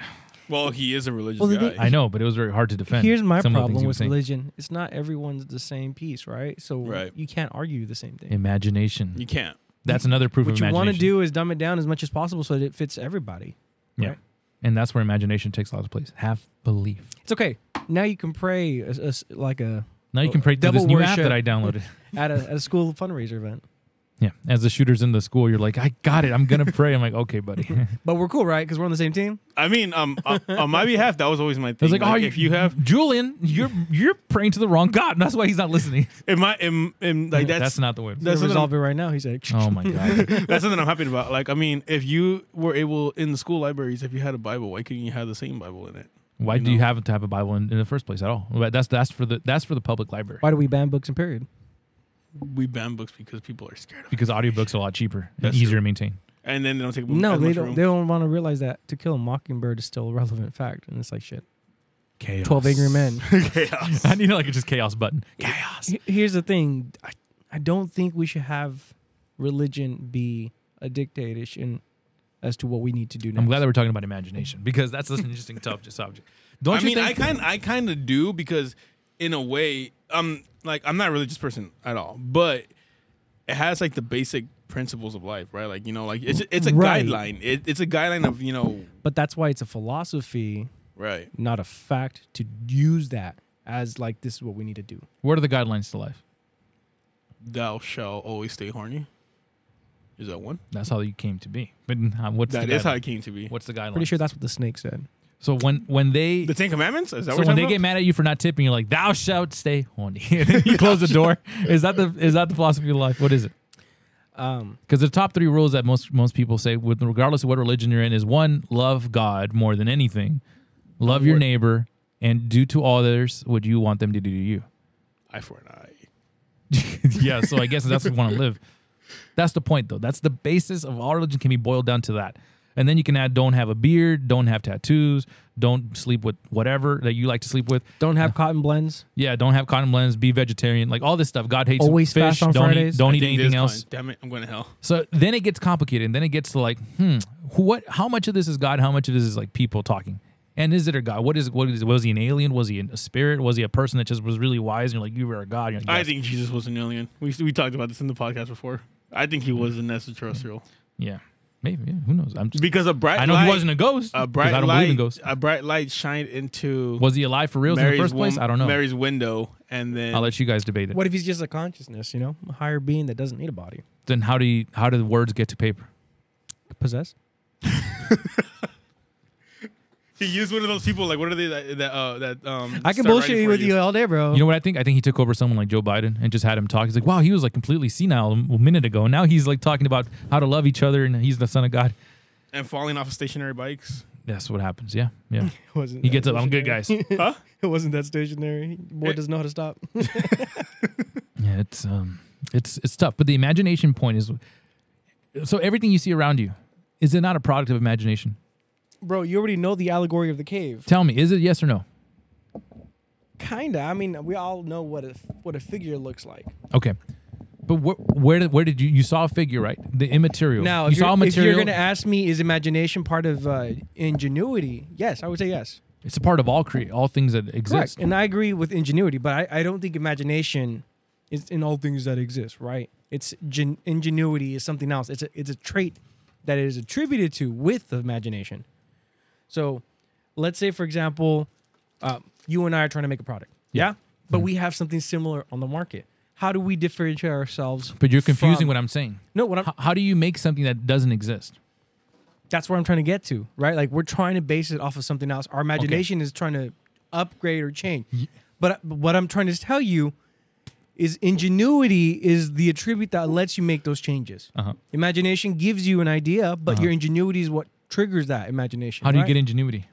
well, he is a religious
Well, the
guy.
thing-
I know, but it was very hard to defend.
Here's my
some of the things
problem
he was
with
saying.
religion. It's not everyone's the same piece, right? So
Right.
you can't argue the same thing.
Imagination.
you can't.
that's another proof
what
of
you
imagination.
want to do is dumb it down as much as possible so that it fits everybody.
yeah.
right?
And that's where imagination takes a lot of place. Have belief.
It's okay. Now you can pray as, as- like a
Now you can pray to
Oh, Devil
this new app
worship.
that I downloaded. [LAUGHS]
at a at a school fundraiser event.
yeah. As the shooter's in the school, you're like, I got it. I'm going to pray. I'm like, okay,
[LAUGHS]
buddy.
But we're cool, right? Because we're on the same team.
I mean, um, on, on
[LAUGHS]
my behalf, that was always my
I
thing.
was like, oh,
if you have,
Julian, you're you're praying to the wrong God, and that's why he's not listening.
in my, in, in, [LAUGHS] like
that's,
that's
not the way.
Let's
That's what
resolve it right now. He's like,
oh my
[LAUGHS]
god,
That's something I'm happy about. Like, I mean, if you were able in the school libraries, if you had a Bible, why couldn't you have the same Bible in it?
why
You
do you
know?
have to have a Bible in, in the first place at all? But that's that's for the that's for the public library
why do we ban books and period?
We ban books because people are scared of it,
because audiobooks are a lot cheaper and
That's
easier
true.
to maintain. [LAUGHS]
and then they don't take up
No,
as
they
much
don't.
room.
They don't want to realize that to kill a mockingbird is still a relevant fact, and it's like shit.
Chaos.
Twelve
[LAUGHS]
angry men.
Chaos.
I need like a just chaos button. Chaos.
He- Here's the thing. I, I don't think we should have religion be a dictation as to what we need to do. Next.
I'm glad that we're talking about imagination because that's an interesting tough subject. Don't
I
you
mean,
think?
I kind I kind of do because in a way, um, like I'm not a religious person at all, but it has like the basic principles of life, right? Like you know, like it's it's a
Right.
guideline. It, it's a guideline of you know,
But that's why it's a philosophy,
right?
not a fact, to use that as like this is what we need to do.
what are the guidelines to life?
Thou shall always stay horny. Is that one?
That's how you came to be. But uh, what's
That
the
is how
guideline?
it came to be.
what's the guideline?
Pretty sure that's what the snake said.
So when when they
The Ten Commandments? Is that
So
what
when they
we're
get
talking
mad at you for not tipping, you're like, "Thou shalt stay horny." [LAUGHS] and then you close the
[LAUGHS]
door. Is that the is that the philosophy of life? What is it?
Um,
Because the top three rules that most most people say, with regardless of what religion you're in, is one, love God more than anything, love your neighbor, And do to others what you want them to do to
[LAUGHS]
you.
Eye for an eye.
yeah, so I guess that's what we want to live. That's the point, though. That's the basis of all religion can be boiled down to that. And then you can add don't have a beard, don't have tattoos, don't sleep with whatever that you like to sleep with.
Don't have cotton blends.
Yeah, don't have cotton blends, be vegetarian, like all this stuff. God hates
Always
fish.
fast on
don't
Fridays.
eat, don't
I
eat
think
anything
this
else.
one- Damn it, I'm going to hell.
So then it gets complicated, and then it gets to like, hmm, who- what? How much of this is God? How much of this is like people talking? And is it a God? What is? What is? Was he an alien? Was he a spirit? Was he a person that just was really wise? And you're like, you were a God. You're like,
I
yes.
think Jesus was an alien. We we talked about this in the podcast before. I think he was an extraterrestrial
yeah, maybe. Yeah, who knows? I'm just.
because a bright.
I know
light,
he wasn't a ghost.
a
'cause
bright
I don't
light.
believe in ghosts.
A bright light shined into
Was he alive for real in the
Mary's
first place?
wom-
I don't know.
Mary's window, and then
I'll let you guys debate it.
What if he's just a consciousness, you know, a higher being that doesn't need a body?
Then how do you, how do the words get to paper?
Possessed?
he used one of those people. Like what are they that that, uh, that um?
I can
start
bullshit
writing
you
for
with you. all day, bro.
You know what I think? I think he took over someone like Joe Biden and just had him talk. He's like, wow, he was like completely senile a minute ago, and now he's like talking about how to love each other and he's the son of God.
and falling off of stationary bikes.
That's what happens. Yeah, yeah.
[LAUGHS] wasn't
He
that
gets up. I'm good,
stationary.
guys.
[LAUGHS]
Yeah,
Huh?
It wasn't that stationary. Boy doesn't know how to stop. [LAUGHS]
it's um, it's it's tough. But the imagination point is, so everything you see around you, is it not a product of imagination?
Bro, you already know the allegory of the cave.
Tell me, is it yes or no?
Kinda. I mean, we all know what a what a figure looks like.
Okay. But wh- where did where did you you saw a figure right? The immaterial.
Now,
you
if,
saw
you're, if
material.
you're gonna ask me, is imagination part of uh, ingenuity? Yes, I would say yes.
It's a part of all cre- all things that exist.
And I agree with ingenuity, but I, I don't think imagination is in all things that exist, right? It's gen- ingenuity is something else. It's a, it's a trait that is attributed to with imagination. So let's say, for example, uh, you and I are trying to make a product.
Yeah. Mm-hmm.
But we have something similar on the market. How do we differentiate ourselves?
But you're confusing
from-
what I'm saying.
No, what I'm,
How, how do you make something that doesn't exist?
that's where I'm trying to get to, right? Like we're trying to base it off of something else. Our imagination is trying to upgrade or change. But, but what I'm trying to tell you is ingenuity is the attribute that lets you make those changes.
Uh-huh.
Imagination gives you an idea, but your ingenuity is what triggers that imagination.
How do you
right?
get ingenuity?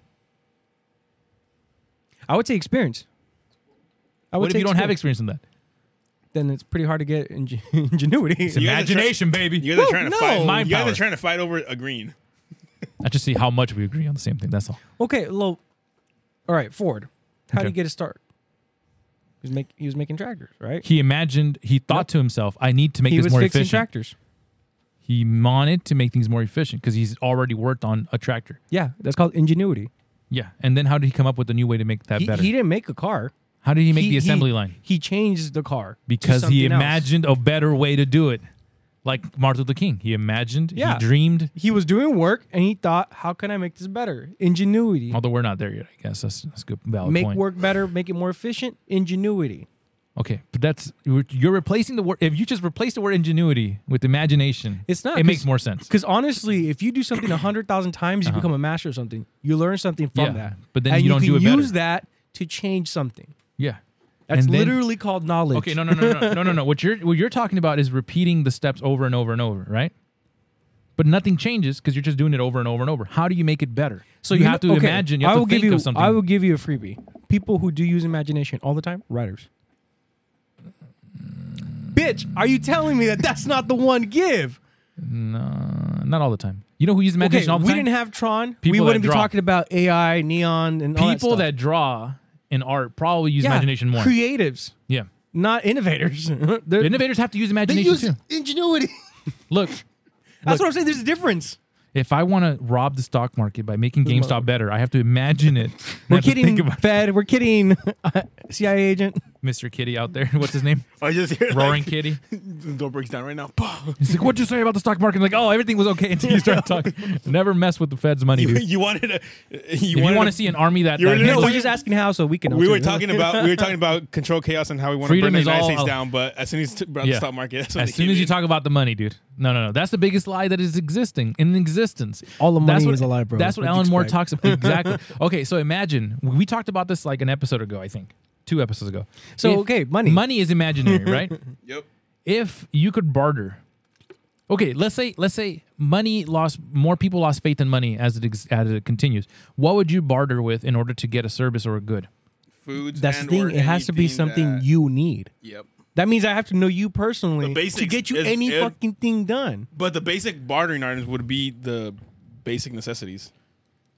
I would say experience. I would
What if
say
you don't have experience in that?
Then it's pretty hard to get ing- [LAUGHS] ingenuity.
It's
You guys are trying-
imagination, baby.
You guys
Woo,
are trying to
no!
fight.
Mind
you guys
power.
are trying to fight over a green.
I just see how much we agree on the same thing. That's all.
[LAUGHS] Okay, low. All right, Ford. How do
Okay.
you get a start? He was, make, he was making tractors, right?
He imagined. He thought to himself, "I need to make
he
this
was
more
fixing
efficient."
tractors.
he wanted to make things more efficient because he's already worked on a tractor.
Yeah, that's called ingenuity.
Yeah, and then how did he come up with a new way to make that
He,
better?
he didn't make a car.
how did he make
He-
the
he-
assembly line?
He changed the car to
Because he
something else.
imagined a better way to do it, like Martin Luther King. He imagined.
Yeah.
He dreamed.
He was doing work and he thought, "How can I make this better?" Ingenuity.
Although we're not there yet, I guess that's that's a good valid
Make
point.
work better, make it more efficient. Ingenuity.
Okay, but that's you're you're replacing the word. If you just replace the word ingenuity with imagination,
It's not,
It
'cause-
makes more sense.
Because honestly, if you do something a hundred thousand times, you become a master of something. You learn something from
Uh-huh. Yeah,
that.
but then
and
you don't
can
do it better.
use that to change something.
Yeah,
That's
And then-
literally called knowledge.
Okay, no, no, no, no, no, no, no. What you're what you're talking about is repeating the steps over and over and over, right? But nothing changes because you're just doing it over and over and over. How do you make it better? So you,
know-
have to
okay,
imagine. You have
I will
to think
give you,
of something.
I will give you a freebie. People who do use imagination all the time, writers. Bitch, are you telling me that that's not the one give?
no, Uh, not all the time. You know who uses
Okay,
imagination all the
we
time?
didn't have Tron.
People
we
that
wouldn't be
draw.
talking about AI, neon, and all
people
that,
that, draw in art probably use
stuff. Yeah,
imagination more.
Creatives,
yeah,
not innovators. [LAUGHS] They're-
innovators have to use
they
imagination
use
too.
ingenuity. [LAUGHS]
Look,
That's what I'm saying. There's a difference.
if I want to rob the stock market by making GameStop better, I have to imagine
[LAUGHS]
it.
We're
And I have to
kidding,
think about-
Fed. We're kidding, [LAUGHS] uh, CIA agent.
Mr. Kitty out there. What's his
[LAUGHS]
name?
[LAUGHS] I just hear
Roaring
like,
Kitty.
the [LAUGHS] door breaks down right now. Bah.
He's like, "What'd you say about the stock market?" I'm like, "Oh, everything was okay
[LAUGHS]
until you started talking." Never mess with the Fed's money, dude.
you,
If
you wanted a, you,
you
wanted
want
a-
to see an army that,
You
that
really
handles-
know
We're
what
just asking how, so we can.
[LAUGHS] We
also-
were talking about we were talking
[LAUGHS]
about control chaos and how we want to burn
Freedom
the
is
United
all-
States down. But as soon as you brought
Yeah.
the stock market, that's when
as
they
soon
came
as you
in.
talk about the money, dude. No, no, no. That's the biggest lie that is existing in existence.
All the
that's
money
what,
is a lie, bro.
That's what
What'd you
Alan Moore
expect?
talks about.
[LAUGHS]
Exactly. okay, so imagine we talked about this like an episode ago, I think, two episodes ago.
So, okay, money. [LAUGHS]
money is imaginary, right?
yep.
if you could barter Okay, let's say let's say money lost more people lost faith in money as it ex- as it continues. What would you barter with in order to get a service or a good?
Foods.
That's the
and
thing.
or
It has to be
anything
something
that-
you need.
Yep.
That means I have to know you personally
The
to
basics
get you
is-
any
it-
fucking thing done.
But the basic bartering items would be the basic necessities.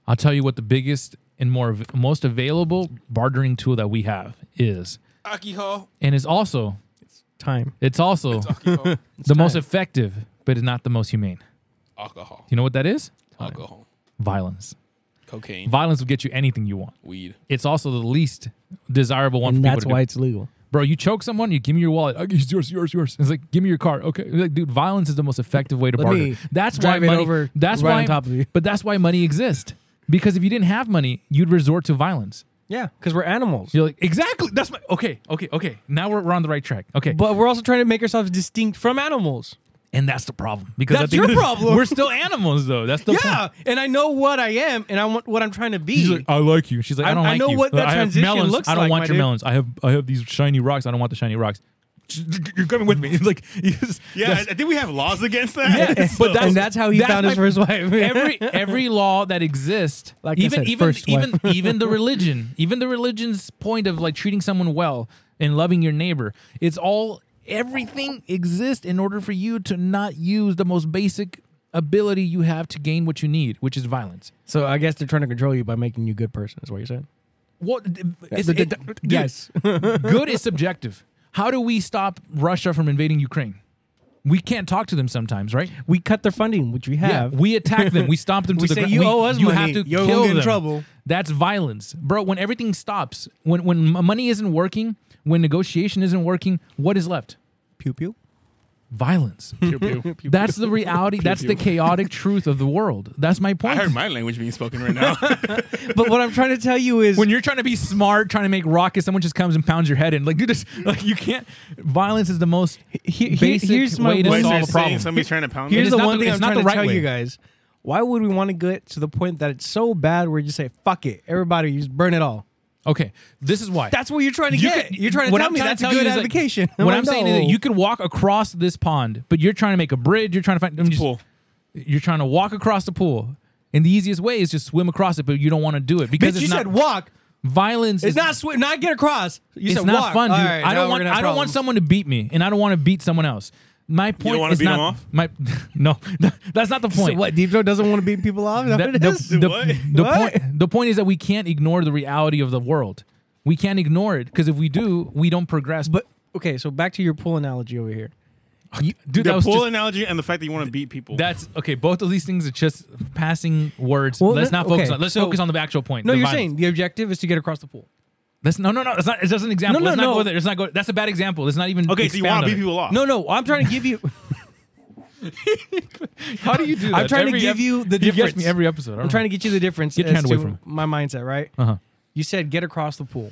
I'll tell you what the biggest and more av- most available bartering tool that we have is,
Akiho.
and is also
Time.
it's also
[LAUGHS] Akiho.
the most effective, but it's not the most humane.
Alcohol.
You know what that is?
Alcohol.
Violence.
Cocaine.
Violence will get you anything you want.
Weed.
It's also the least desirable one.
And
for people
that's
to do.
why it's legal.
bro, you choke someone, you give me your wallet. Okay, it's yours, yours, yours. It's like, give me your car. Okay, It's like, dude, violence is the most effective way to
Let
barter.
me
that's
drive
why
it
money.
over
that's
right
why,
on top of you.
But that's why money exists. Because if you didn't have money, you'd resort to violence.
Yeah, because we're animals.
You're like, exactly. That's my okay, okay, okay. Now we're, we're on the right track. Okay,
But we're also trying to make ourselves distinct from animals.
and that's the problem. Because I
That's
think
your problem.
We're still animals, though. That's the
Yeah,
Problem.
and I know what I am, and I want what I'm trying to be.
She's like, I like you. She's like, I,
I-
don't
I
like
know
you.
what that
I have
transition
melons.
looks
I don't
like,
want
my
your
dude."
melons. I have I have these shiny rocks. I don't want the shiny rocks.
[LAUGHS]
You're coming with me. It's like, yeah,
think we have laws against that.
Yeah, but that's,
and that's how he found
my-
his [LAUGHS] first wife.
every every law that exists,
Like I
even
said,
even
first
even
wife. [LAUGHS]
even the religion, even the religion's point of like treating someone well and loving your neighbor, it's all everything exists in order for you to not use the most basic ability you have to gain what you need, which is violence.
so I guess they're trying to control you by making you a good person. Is what you're saying?
What? It's,
The-
it,
the-
dude,
[LAUGHS] yes.
good is subjective. How do we stop Russia from invading Ukraine? We can't talk to them sometimes, right?
we cut their funding, which we have.
Yeah, we attack them. We stomp
[LAUGHS]
them to
We
the
say,
ground.
"You
we,
owe us
you
money.
have to
You're gonna
kill
get in
them.
trouble.
That's violence, bro. When everything stops, when when m- money isn't working, when negotiation isn't working, what is left?
pew pew. [LAUGHS]
Violence. That's the reality. That's the chaotic truth of the world. That's
[LAUGHS]
my
I
point.
heard my language being spoken right [LAUGHS] now.
But what I'm trying to tell you is,
when you're trying to be smart, trying to make rockets, someone just comes and pounds your head in. Like, dude, this, [LAUGHS] like you can't. Violence is the most
he-
basic
here's my
way to
one-
solve a
Wait, so
problem.
Somebody's trying to pound
it
here's
is
the
not
one
the-
thing
it's
I'm
not
trying
the
to
right
tell you
way.
guys: why would we want to get to the point that it's so bad where you just say "fuck it," everybody, you just burn it all?
okay, this is why.
That's what you're trying to
You
get.
could-
you're trying to
what
tell
I'm
me
trying
that's
to
a
tell you
good
is that-
advocation. [LAUGHS]
What
like,
I'm saying is that
no.
you could walk across this pond, but you're trying to make a bridge. You're trying to find. I'm just-
pool.
You're trying to walk across the pool, and the easiest way is just swim across it, but you don't want to do it because it's
Bitch, you
not
said walk.
violence.
It's
is,
not swi- not get across. You
it's
said
not
walk.
fun, dude.
All
I
right, now
don't
we're
want.
gonna
I
have
don't want
problems.
someone to beat me, and I don't want to beat someone else. My point
wanna
is
beat 'em
not
off?
my. [LAUGHS] No, that's not the point.
So what? Deep Throat doesn't want to beat people off. Is that
That-
what it
the,
is?
the-
What?
the
What?
point the point is that we can't ignore the reality of the world. We can't ignore it because if we do, we don't progress.
But [LAUGHS] okay, so back to your pool analogy over here.
You- dude, that
the
was
pool
just,
analogy and the fact that you want to beat people.
that's okay. Both of these things are just passing words.
Well,
let's
then-
not focus
okay,
on. Let's
so-
focus on the actual point.
No,
the
you're
violence.
saying the objective is to get across the pool.
that's no, no, no. It's not. It's just an example.
No,
let's
no,
not
no.
go there. Let's not go. That's a bad example. Let's not even.
okay, so you
expand
want
on
to beat
it.
people off.
No, no, I'm trying to give you.
How do you [LAUGHS] do that?
I'm trying to
Every
give
ep-
you the
He gets
difference.
me every episode.
I'm trying to get you the difference.
Get your
as
hand away
to
from it.
my mindset, right?
Uh huh.
You said get across the pool.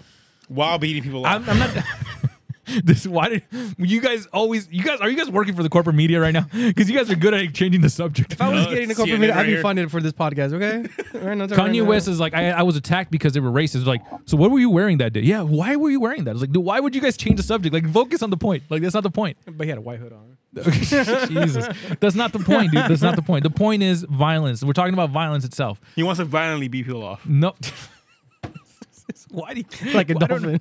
While beating people off.
I'm, I'm not. [LAUGHS] this why did you guys always you guys are you guys working for the corporate media right now? [LAUGHS] Because you guys are good at changing the subject.
If I was
Uh,
getting a corporate
CNN
media,
right
I'd be
here.
funded for this podcast. [LAUGHS] Okay. All right, no, it's all right,
Kanye
no.
West is like, I, I was attacked because they were racist. Like, so what were you wearing that day? Yeah, why were you wearing that? It's like, dude, why would you guys change the subject? Like, focus on the point. Like, that's not the [LAUGHS] point.
But he had a white hood on.
Jesus, that's not the point, dude. That's not the point. The point is violence. We're talking about violence itself.
he wants to violently beat people off.
No. [LAUGHS] Why do you,
Like [LAUGHS] a
I don't-
dolphin.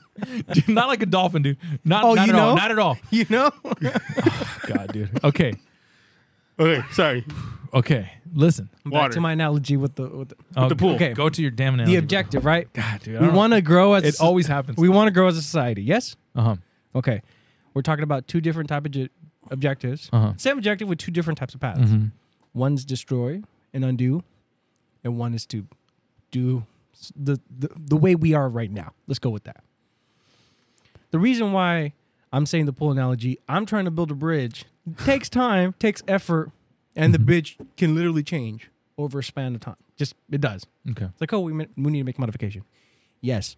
Dude, not like a dolphin, dude. Not,
Oh,
not
you
at all.
know?
Not at [LAUGHS] all.
You know?
God, dude. Okay,
Okay, sorry.
okay. Listen,
Back
Water.
to my analogy with the with the,
Oh,
the pool.
Okay, go to your damn analogy.
the objective, right?
God, dude. I
we
don't-
want to grow as
It always happens.
we want to grow as a society. Yes.
Uh huh.
Okay. We're talking about two different type of ju- objectives.
Uh-huh.
Same objective with two different types of paths. One's destroy and undo, and one is to do s- the, the the way we are right now. Let's go with that. The reason why I'm saying the pool analogy, I'm trying to build a bridge. takes time, takes effort, and the bridge can literally change over a span of time. Just it does.
Okay.
It's like, oh, we, ma- we need to make a modification. Yes.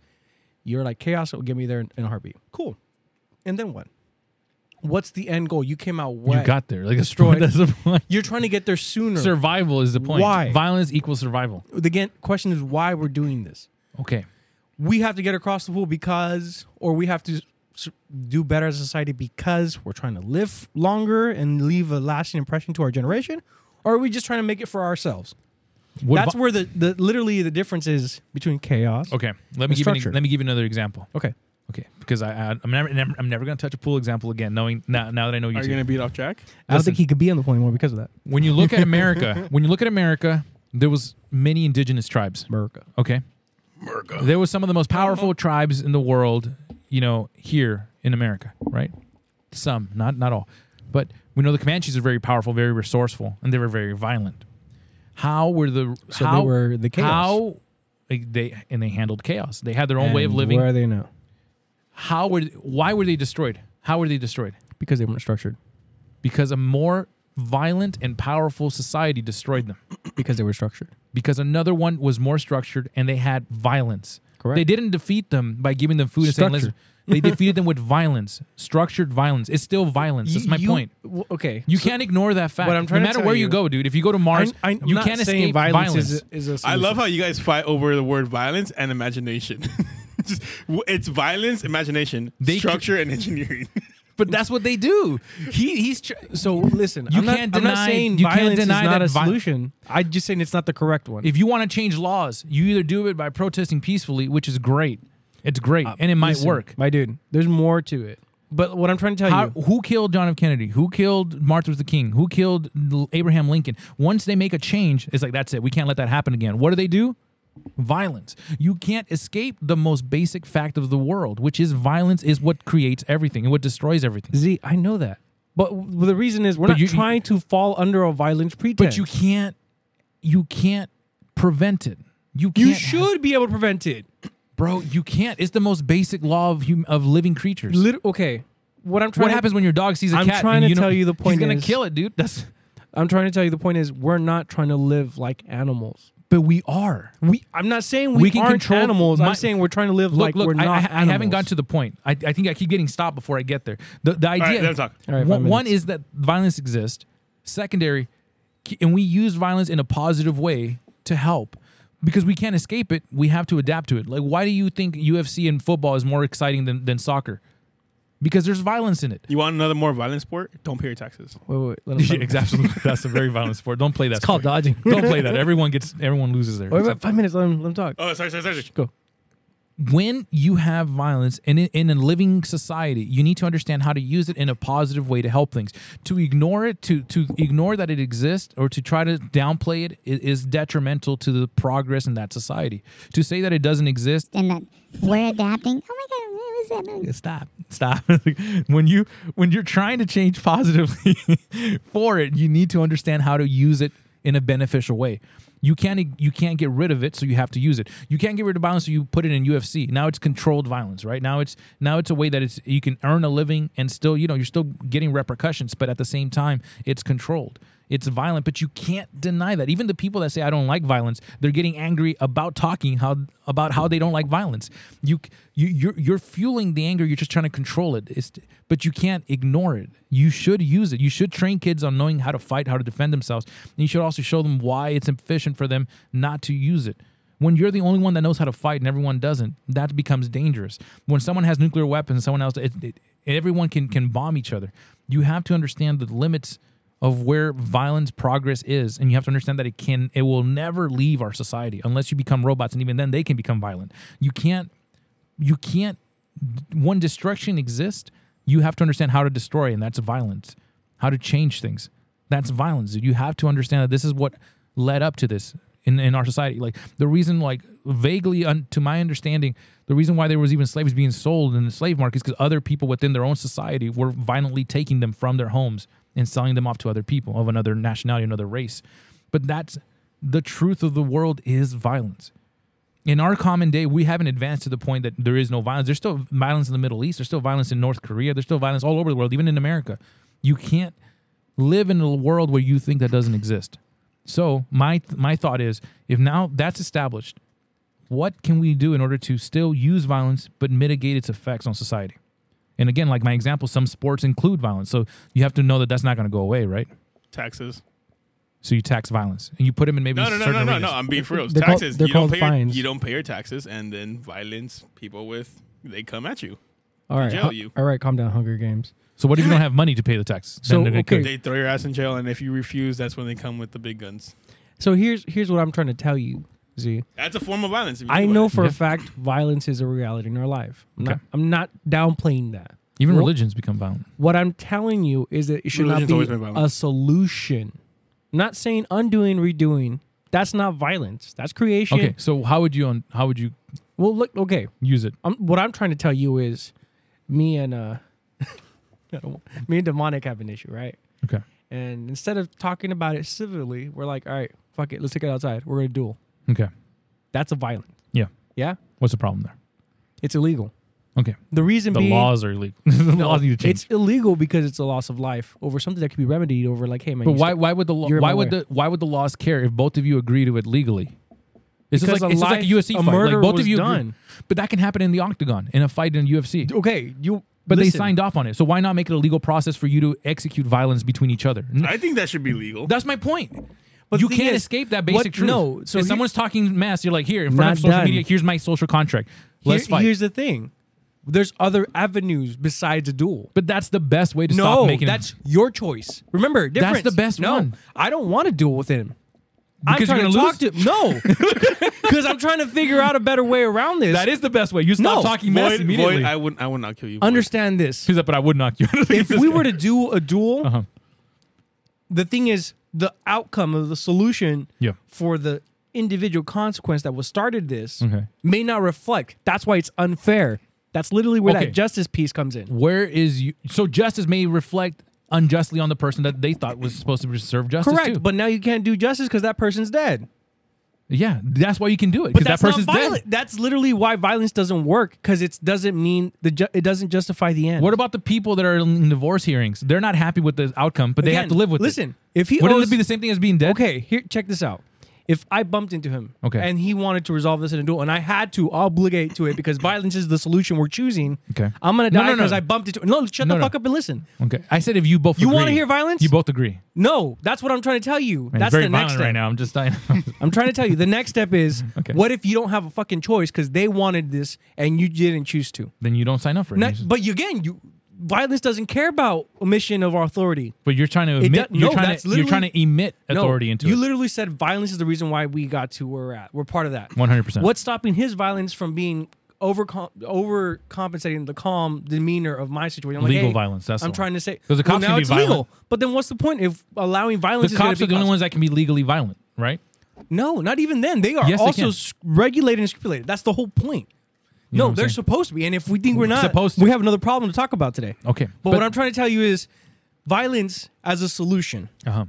You're like, chaos will get me there in, in a heartbeat. Cool. And then what? What's the end goal? You came out wet.
You got there. Like destroyed. That's the point. [LAUGHS]
You're trying to get there sooner.
Survival is the point.
Why?
Violence equals survival.
The gan- question is why we're doing this.
Okay.
We have to get across the pool because, or we have to s- do better as a society because we're trying to live longer and leave a lasting impression to our generation, or are we just trying to make it for ourselves?
What
That's
vi-
where the, the literally the difference is between chaos.
Okay, let me
The
give you an,
structure.
let me give you another example.
Okay.
Okay, because I, I I'm never, never I'm never gonna touch a pool example again. Knowing now, now that I know you,
Are
two.
you gonna beat off Jack?
I don't
Listen.
think he could be on the pool anymore because of that.
when you
[LAUGHS]
look at America, when you look at America, there was many indigenous tribes.
America.
Okay, there was some of the most
Uh-huh.
powerful tribes in the world. You know, here in America, right? Some, not not all, but we know the Comanches are very powerful, very resourceful, and they were very violent. How were the
So they
how
were the chaos.
How they, they and they handled chaos. They had their own way of
And
living.
Where are they now?
how were why were they destroyed? How were they destroyed?
Because they weren't structured.
Because a more violent and powerful society destroyed them.
Because they were structured.
Because another one was more structured and they had violence.
Correct.
They didn't defeat them by giving them food and saying, "Let's-"
Structure.
they
[LAUGHS]
defeated them with violence, structured violence. It's still violence. That's my point.
w- okay.
You
So
can't ignore that fact.
what I'm trying to
no matter
tell
where you,
you-
go, dude. If you go to Mars,
I, I'm
you
not
can't
saying
escape
violence.
violence.
Is, is a
I love
solution.
how you guys fight over the word violence and imagination. [LAUGHS] Just, w- it's violence, imagination,
They
structure, and engineering. [LAUGHS]
but that's what they do. He he's tr- so
Listen,
You
I'm not,
can't
I'm not
deny-
saying
you can't
violence
deny
is not
that
a
vi-
solution. I'm just saying it's not the correct one.
If you want to change laws, you either do it by protesting peacefully, which is great. It's great, and it might
Uh, Listen,
work.
my dude. There's more to it. But what I'm trying to tell
How,
you,
who killed John F. Kennedy? Who killed Martin Luther King? Who killed L- Abraham Lincoln? Once they make a change, it's like that's it. We can't let that happen again. What do they do? Violence. You can't escape the most basic fact of the world, which is violence is what creates everything and what destroys everything.
Z, I know that. But w- the reason is we're
But
not
you-
trying to fall under a violent pretense.
But you can't, you can't prevent it. You can't,
you should be able to prevent it.
bro. You can't. It's the most basic law of hum, of living creatures.
Lit- okay. What I'm trying
what
to-
happens when your dog sees a
I'm
cat?
trying
and
to
you don't-
tell you the
He's
point
gonna
is-
kill it, dude. That's
I'm trying to tell you the point is we're not trying to live like animals.
but we are.
We I'm not saying we,
We can
aren't
control-
animals.
my-
I'm saying we're trying to live
Look,
like
look.
we're
I,
not.
I, I haven't
animals.
gotten to the point. I, I think I keep getting stopped before I get there. The the idea.
All right, let him talk.
All right, five
one, one
minutes.
is that violence exists. Secondary, c- and we use violence in a positive way to help because we can't escape it. We have to adapt to it. Like, why do you think UFC and football is more exciting than, than soccer? Because there's violence in [LAUGHS] it.
You want another more violent sport? Don't pay your taxes.
Wait, wait, wait, [LAUGHS] let him talk.
exactly. That's a very violent sport. Don't play that.
It's called
sport.
[LAUGHS] dodging.
Don't play that. Everyone gets. Everyone loses there.
Wait, wait, five minutes. Let him, let him talk.
Oh, sorry, sorry, sorry.
Go.
when you have violence in, in a living society, you need to understand how to use it in a positive way to help things. To ignore it, to to ignore that it exists, or to try to downplay it, i- is detrimental to the progress in that society. To say that it doesn't exist,
And that we're adapting. Oh my god, what was that?
stop, stop. [LAUGHS] when you when you're trying to change positively [LAUGHS] for it, you need to understand how to use it in a beneficial way. You can't you can't get rid of it, so you have to use it. You can't get rid of violence, so you put it in UFC. Now it's controlled violence, right? Now it's now it's a way that it's you can earn a living and still you know you're still getting repercussions, but at the same time it's controlled. It's violent, but you can't deny that. Even the people that say I don't like violence, they're getting angry about talking how about how they don't like violence. You you you're, you're fueling the anger. You're just trying to control it. It's, but you can't ignore it. You should use it. You should train kids on knowing how to fight, how to defend themselves. And you should also show them why it's efficient for them not to use it. When you're the only one that knows how to fight and everyone doesn't, that becomes dangerous. When someone has nuclear weapons, someone else, it, it, everyone can can bomb each other. You have to understand the limits of where violence progress is and you have to understand that it can it will never leave our society unless you become robots and even then they can become violent you can't you can't when destruction exists you have to understand how to destroy and that's violence how to change things that's violence dude. you have to understand that this is what led up to this in, in our society like the reason like vaguely un, to my understanding the reason why there was even slaves being sold in the slave market is because other people within their own society were violently taking them from their homes and selling them off to other people of another nationality another race but that's the truth of the world is violence in our common day, we haven't advanced to the point that there is no violence. There's still violence in the Middle East. There's still violence in North Korea. There's still violence all over the world, even in America. You can't live in a world where you think that doesn't exist. So my my thought is, if now that's established, what can we do in order to still use violence but mitigate its effects on society? And again, like my example, some sports include violence, so you have to know that that's not going to go away, right?
Taxes.
So you tax violence and you put them in maybe
No, no, no,
certain
no, no,
arenas.
no. I'm being for real.
They're called-
Taxes.
they're
you don't
called
pay your,
fines.
you don't pay your taxes, and then violence. People with they come at you.
All right,
jail
hu-
you.
all right, calm down, Hunger Games.
So what if you don't have money to pay the tax?
So,
they're gonna
okay.
kill you.
They throw your ass in jail, and if you refuse, that's when they come with the big guns.
So here's here's what I'm trying to tell you, Z.
That's a form of violence. if you
I
think
know
about
for
Yeah.
a fact violence is a reality in our life. I'm,
Okay.
not, I'm not downplaying that.
even
Well,
religions become violent.
What I'm telling you is that it should
Religion's always been
not be
violent.
a solution. I'm not saying undoing, redoing. That's not violence. That's creation.
Okay, so how would you un- how would you
Well, look. Okay.
use it?
I'm, Um, what I'm trying to tell you is, me and uh, [LAUGHS] I don't want- me and demonic have an issue, right?
Okay,
And instead of talking about it civilly, we're like, all right, fuck it, let's take it outside. We're gonna duel.
okay,
That's a violence.
yeah.
Yeah,
What's the problem there?
it's illegal.
Okay,
The reason
the
being,
laws are illegal. [LAUGHS] the
No,
laws need to
it's
change.
illegal because it's a loss of life over something that could be remedied over, like, hey man,
But
you
why
still-
why would the law
you're
why
my
would
way.
the why would the laws care if both of you agree to it legally? It's just
Because
like
a
it's just like
life-
a UFC
a
fight.
murder
like both
was
of you agree.
done.
But that can happen in the octagon in a fight in UFC.
okay, you.
But they
listen,
signed off on it. So why not make it a legal process for you to execute violence between each other? N-
it. I think that should be legal.
That's my point.
But
you
the thing
can't
is,
escape that
what-
basic truth.
no, so
if
here-
someone's talking mess, you're like, here in front
Not
of social
done.
media, here's my social contract. Let's
Here-
fight.
Here's the thing: there's other avenues besides a duel.
but that's the best way to
No,
stop making
that's your choice. Remember, difference.
the best
no,
one.
I don't want to duel with him.
Because
I'm
you're
trying to
gonna
talk to him. No,
[LAUGHS]
because I'm trying to figure out a better way around this.
that is the best way. You stop
No.
talking mess
Void,
immediately.
Void, I would. I would not kill you. Void.
understand
[LAUGHS]
this.
He's like, but I would knock you. out of the
If
game."
we were to do a duel,
Uh-huh.
the thing is, the outcome of the solution
Yeah.
for the individual consequence that was started this
Okay.
may not reflect. That's why it's unfair. That's literally where
Okay.
that justice piece comes in.
where is you? So justice may reflect unjustly on the person that they thought was supposed to serve justice.
Correct,
too.
but now you can't do justice because that person's dead.
yeah, that's why you can do it
But
because that
that's
person's
not violent.
dead.
That's literally why violence doesn't work because it doesn't mean the ju- it doesn't justify the end.
What about the people that are in divorce hearings? They're not happy with the outcome, but they have
Again,
to live with it.
listen, if he
wouldn't
owes-
it be the same thing as being dead?
Okay, here, check this out. If I bumped into him,
Okay.
and he wanted to resolve this in a duel, and I had to obligate to it
[COUGHS]
because violence is the solution we're choosing.
Okay.
I'm gonna
No,
die
no, no.
because I bumped into. No, shut
No,
the
no.
fuck up and listen.
Okay. I said if you both
You
agree.
wanna hear violence?
You both agree.
No, that's what I'm trying to tell you.
Man,
that's
it's very
the
violent
next step.
right now. I'm just [LAUGHS] dying.
I'm trying to tell you. The next step is
[LAUGHS] Okay.
what if you don't have a fucking choice because they wanted this and you didn't choose to.
then you don't sign up for it.
Not-
You just-
but you- again, you violence doesn't care about omission of authority.
but you're trying to
It
emit.
do-
you're,
no,
trying
that's
to, you're trying
literally-
to emit authority
no,
into
you
it.
literally said violence is the reason why we got to where we're at. We're part of that.
100%.
What's stopping his violence from being over overcompensating the calm demeanor of my situation? I'm like,
Legal
hey,
violence, that's
I'm
the one.
trying to say
'Cause the cops
well,
can
now
be
it's
violent.
legal. But then what's the point if allowing violence?
the
is gonna
cops
be
are the only
constant?
ones that can be legally violent, right?
No, not even then. They are
Yes, they
also
can.
s- regulated and stipulated. That's the whole point.
know what
no,
I'm
they're
saying?
supposed to be. And if we think we're not,
Supposed to.
we have another problem to talk about today.
Okay,
But,
but-
what I'm trying to tell you is violence as a solution,
Uh huh.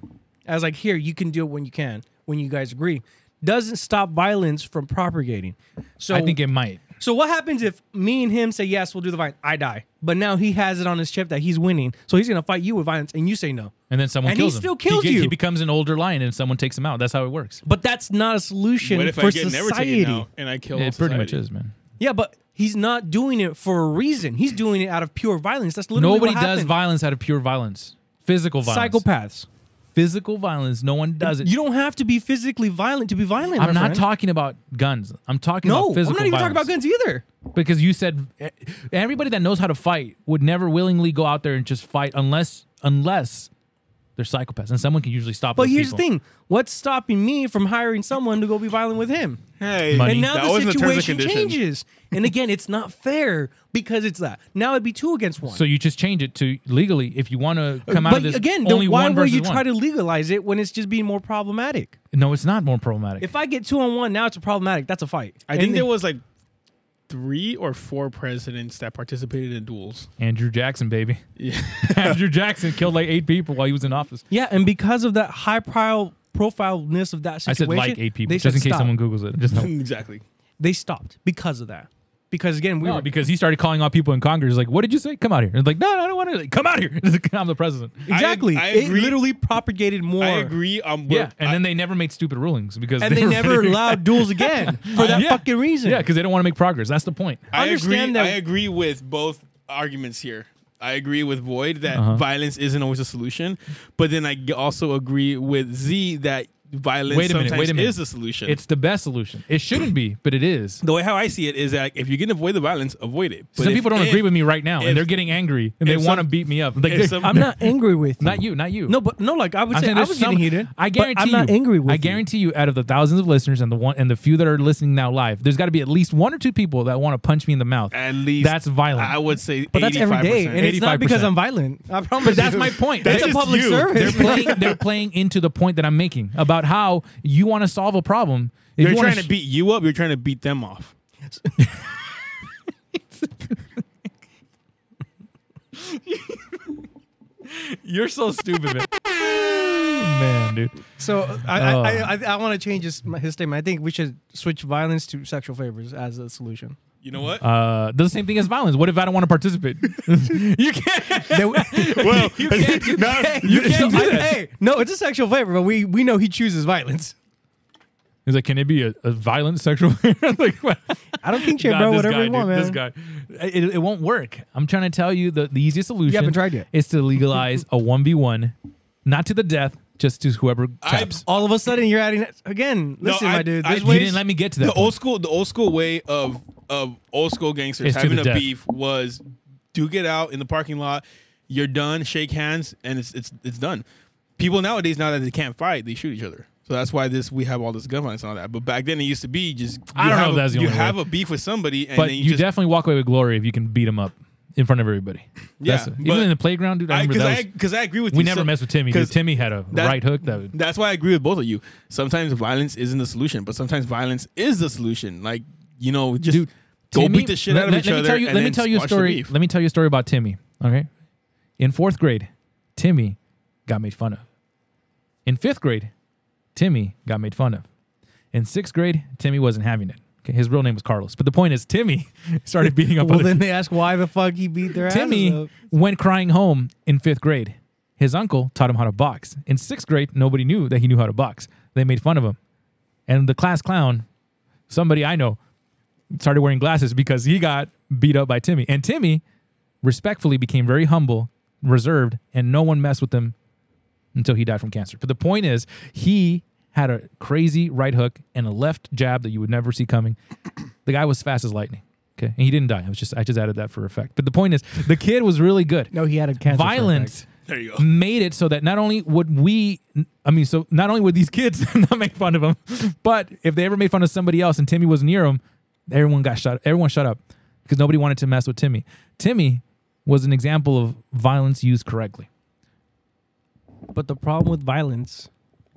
as like here, you can do it when you can, when you guys agree, doesn't stop violence from propagating. So
I think it might.
so what happens if me and him say yes, we'll do the violence? I die, but now he has it on his chip that he's winning, so he's gonna fight you with violence, and you say no.
And then someone
And he
kills him.
still kills
he, get-
you.
He becomes an older lion, and someone takes him out. That's how it works.
But that's not a solution
What if
for
I get never
society.
taken out and I kill? all
it pretty much
society?
is, man.
Yeah, but he's not doing it for a reason. He's doing it out of pure violence. That's literally
Nobody
what
does
happened.
violence out of pure violence. Physical violence.
Psychopaths.
Physical violence. No one does it.
You don't have to be physically violent to be violent. my
I'm not
friend.
talking about guns. I'm talking about
No, I'm not even
physical
talking about
violence.
guns either.
because you said eh, everybody that knows how to fight would never willingly go out there and just fight unless unless they're psychopaths and someone can usually stop.
But
those
here's
people.
the thing: what's stopping me from hiring someone to go be violent with him?
Hey,
Money.
And now
that
the
wasn't the terms and
situation
conditions.
changes. And again, it's not fair because it's that. Now it'd be two against one.
So you just change it to legally if you want to come out
but
of this.
again, then
only
why
one
would
versus
you
one.
try to legalize it when it's just being more problematic?
No, it's not more problematic.
If I get two on one, now it's a problematic. That's a fight.
I think
And-
there was like three or four presidents that participated in duels.
Andrew Jackson, baby. [LAUGHS] Andrew Jackson killed like eight people while he was in office.
Yeah, and because of that high profile profileness of that
I said
situation,
like eight people,
they
just
said
in case
stop.
someone Google's it.
[LAUGHS]
Just
[LAUGHS]
know.
exactly.
they stopped because of that. Because again, we
No,
were
because he started calling out people in Congress, like, "What did you say? Come out here!" And like, "No, I don't want to. Like, Come out here! [LAUGHS] I'm the president."
exactly.
I
it
agree.
literally propagated more,
I agree on
Yeah, and
I-
then they never made stupid rulings because
and they,
were [LAUGHS]
never
ready-
allowed duels
[LAUGHS]
again for that
Yeah.
fucking reason.
Yeah, because they don't want to make progress. That's the point.
I
understand
agree,
that-
I agree with both arguments here. I agree with
Uh-huh.
Void that violence isn't always a solution, but then I g- also agree with Z that violence
Wait a minute,
sometimes
wait a minute.
is the solution.
It's the best solution. It shouldn't be, but it is.
the way how I see it is that if you can avoid the violence, avoid it. But
some
if-
people don't
if-
agree with me right now,
if-
and they're getting angry and they
if
want to
some-
beat me up. Like,
if
they're-
some-
I'm not angry with you.
not you, not you.
No, but no, like I would
I'm
say
saying
I
there's
was
some-
getting heated.
I
but
guarantee
I'm not
you-
angry with
I
you.
guarantee you, out of the thousands of listeners and the one and the few that are listening now live, there's got to be at least one or two people that want to punch me in the mouth.
At least
that's violent.
I would say,
But that's every day,
85%.
and it's not because
85%.
I'm violent. I promise.
but that's
you.
my point.
That's
They're
just
public
you.
service.
they're playing they're playing into the point that I'm making about how you want to solve a problem. If
They're
you wanna
trying to
sh-
beat you up. You're trying to beat them off.
You're so stupid, man. man, dude.
So I, I
Oh.
I, I, I want to change his, his statement. I think we should switch violence to sexual favors as a solution.
You know [LAUGHS] what?
Uh, the same thing as violence. What if I don't want to participate? [LAUGHS] you can't.
[LAUGHS]
well,
you can't do
now-
that. [LAUGHS] You can't do that.
Hey, no, it's a sexual favor, but we we know he chooses violence.
He's like, can it be a, a violent sexual? [LAUGHS] I'm like, what?
I don't think shit,
God,
bro.
this
Whatever
guy,
you want, man.
dude, This guy, it, it won't work. I'm trying to tell you the, the easiest solution.
haven't tried yet.
Is to legalize a one v one, not to the death, just to whoever
I-
taps.
All of a sudden, you're adding again.
No,
Listen,
I-
my dude.
I-
There's
you
ways.
didn't let me get to that.
the
point.
old school, the old school way of of old school gangsters
It's to
having
the
a
death.
beef was do get out in the parking lot. You're done. Shake hands, and it's it's it's done. People nowadays, now that they can't fight, they shoot each other. So that's why this we have all this gun violence and all that. But back then it used to be just you
I don't know
have
if
a,
that's the
you
only way.
have a beef with somebody, and
but
then
you,
you, just
definitely walk away with glory if you can beat them up in front of everybody.
Yeah,
That's-
but
even in the playground, dude. I remember
because
that
I,
was-
'cause I agree with you.
we never
So-
messed with Timmy. dude.
'cause
Timmy had a
that-
right hook that would.
That's why I agree with both of you. Sometimes violence isn't the solution, but sometimes violence is the solution. Like you know, just
Dude,
go
Timmy-
beat the shit
let-
out of
let-
each
let me
other.
Tell you,
and
let me
then
tell you a
squash the
story.
beef.
Let me tell you a story about Timmy. Okay, in fourth grade, Timmy got made fun of. In fifth grade, Timmy got made fun of. In sixth grade, Timmy wasn't having it. Okay, his real name was Carlos, but the point is, Timmy [LAUGHS] started beating up
Well,
other
then they ask why the fuck he beat their asses
Timmy
up.
went crying home in fifth grade. His uncle taught him how to box. In sixth grade, nobody knew that he knew how to box. They made fun of him. And the class clown, somebody I know, started wearing glasses because he got beat up by Timmy. And Timmy respectfully became very humble, reserved, and no one messed with him until he died from cancer. But the point is, he had a crazy right hook and a left jab that you would never see coming. The guy was fast as lightning. Okay, and he didn't die. I was just I just added that for effect. But the point is, the kid was really good.
No, he had a cancer. for a fact.
Violence
There you go.
[LAUGHS] made it so that not only would we, I mean, so not only would these kids [LAUGHS] not make fun of him, but if they ever made fun of somebody else and Timmy was near him, everyone got shut. Everyone shut up because nobody wanted to mess with Timmy. Timmy was an example of violence used correctly.
But the problem with violence,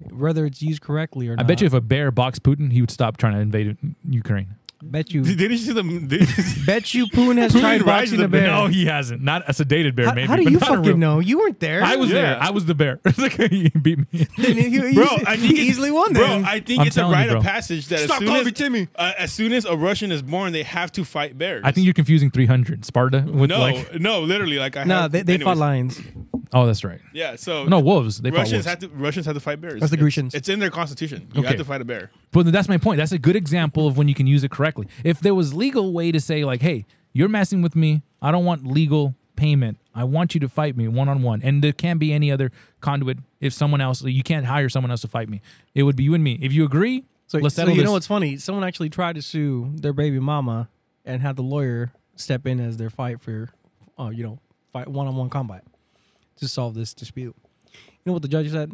whether it's used correctly or
I
not,
bet you if a bear boxed Putin, he would stop trying to invade Ukraine.
bet
[LAUGHS]
you,
Did, did you see the? Did you see-
bet you, Poon has
Putin
tried
rides
boxing
the
a bear.
No, he hasn't. Not a sedated bear,
how,
Oh, maybe.
how do
but
you
not a real-
fucking know? You weren't there.
I was there.
Yeah.
I was the bear. [LAUGHS] It's like, he beat
[LAUGHS]
me.
[LAUGHS] bro, I think
he
it's-
easily won.
Bro,
Then.
I think
I'm
it's a
telling you,
rite
bro.
of passage that
Stop
as soon
calling
as
me Timmy.
uh, as soon as a Russian is born, they have to fight bears.
I think you're confusing 300 Sparta with
no,
like.
no, literally, like I
no,
have-
they, they fought
anyways.
lions.
Oh, that's right.
Yeah, so
No wolves. They fought
Russians
wolves.
have to Russians have to fight bears.
That's the
It's-
Grecians.
It's in their constitution. You
Okay.
have to fight a bear.
But that's my point. That's a good example of when you can use it correctly. If there was legal way to say like, "Hey, you're messing with me. I don't want legal payment. I want you to fight me one on one." And there can't be any other conduit. If someone else, you can't hire someone else to fight me. It would be you and me. If you agree,
So,
let's
so
settle
you
this.
know what's funny? Someone actually tried to sue their baby mama and had the lawyer step in as their fight for, uh, you know, fight one-on-one combat to solve this dispute. You know what the judge said?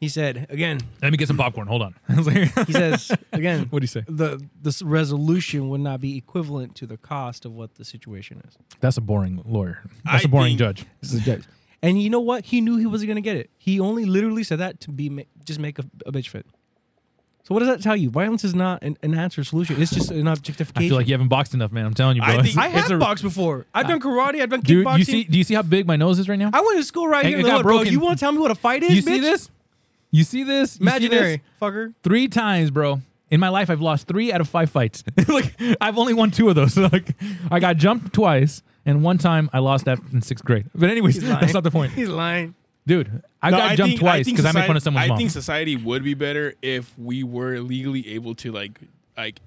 He said again.
Let me get some popcorn. Hold
[LAUGHS]
on. I was like,
He says again.
what do you say?
the this resolution would not be equivalent to the cost of what the situation is.
[LAUGHS] That's a boring lawyer. That's a
I
boring
think-
judge.
This is judge. And you know what? He knew he wasn't gonna get it. He only literally said that to be ma- just make a, a bitch fit. So what does that tell you? Violence is not an, an answer solution. It's just an objectification.
I feel like you haven't boxed enough, man. I'm telling you, bro.
I think-
It's-
I
it's
have
a-
boxed before. I've done karate. I've done
Dude,
kickboxing.
you see? Do you see how big my nose is right now?
I went to school right
It-
here.
it
in the
got
hood, bro.
broken.
You want to tell me what a fight is?
you see
bitch?
this? You see this? You see
Imaginary
this?
fucker.
three times, bro. In my life, I've lost three out of five fights. [LAUGHS] like I've only won two of those. [LAUGHS] like I got jumped twice, and one time I lost that in sixth grade. But anyways, [LAUGHS] that's not the
[LAUGHS]
point,
[LAUGHS] He's lying.
dude. I
No,
got jumped
think-
twice
think
because I, made
society-
fun of someone's
I
mom.
think society would be better if we were legally able to like like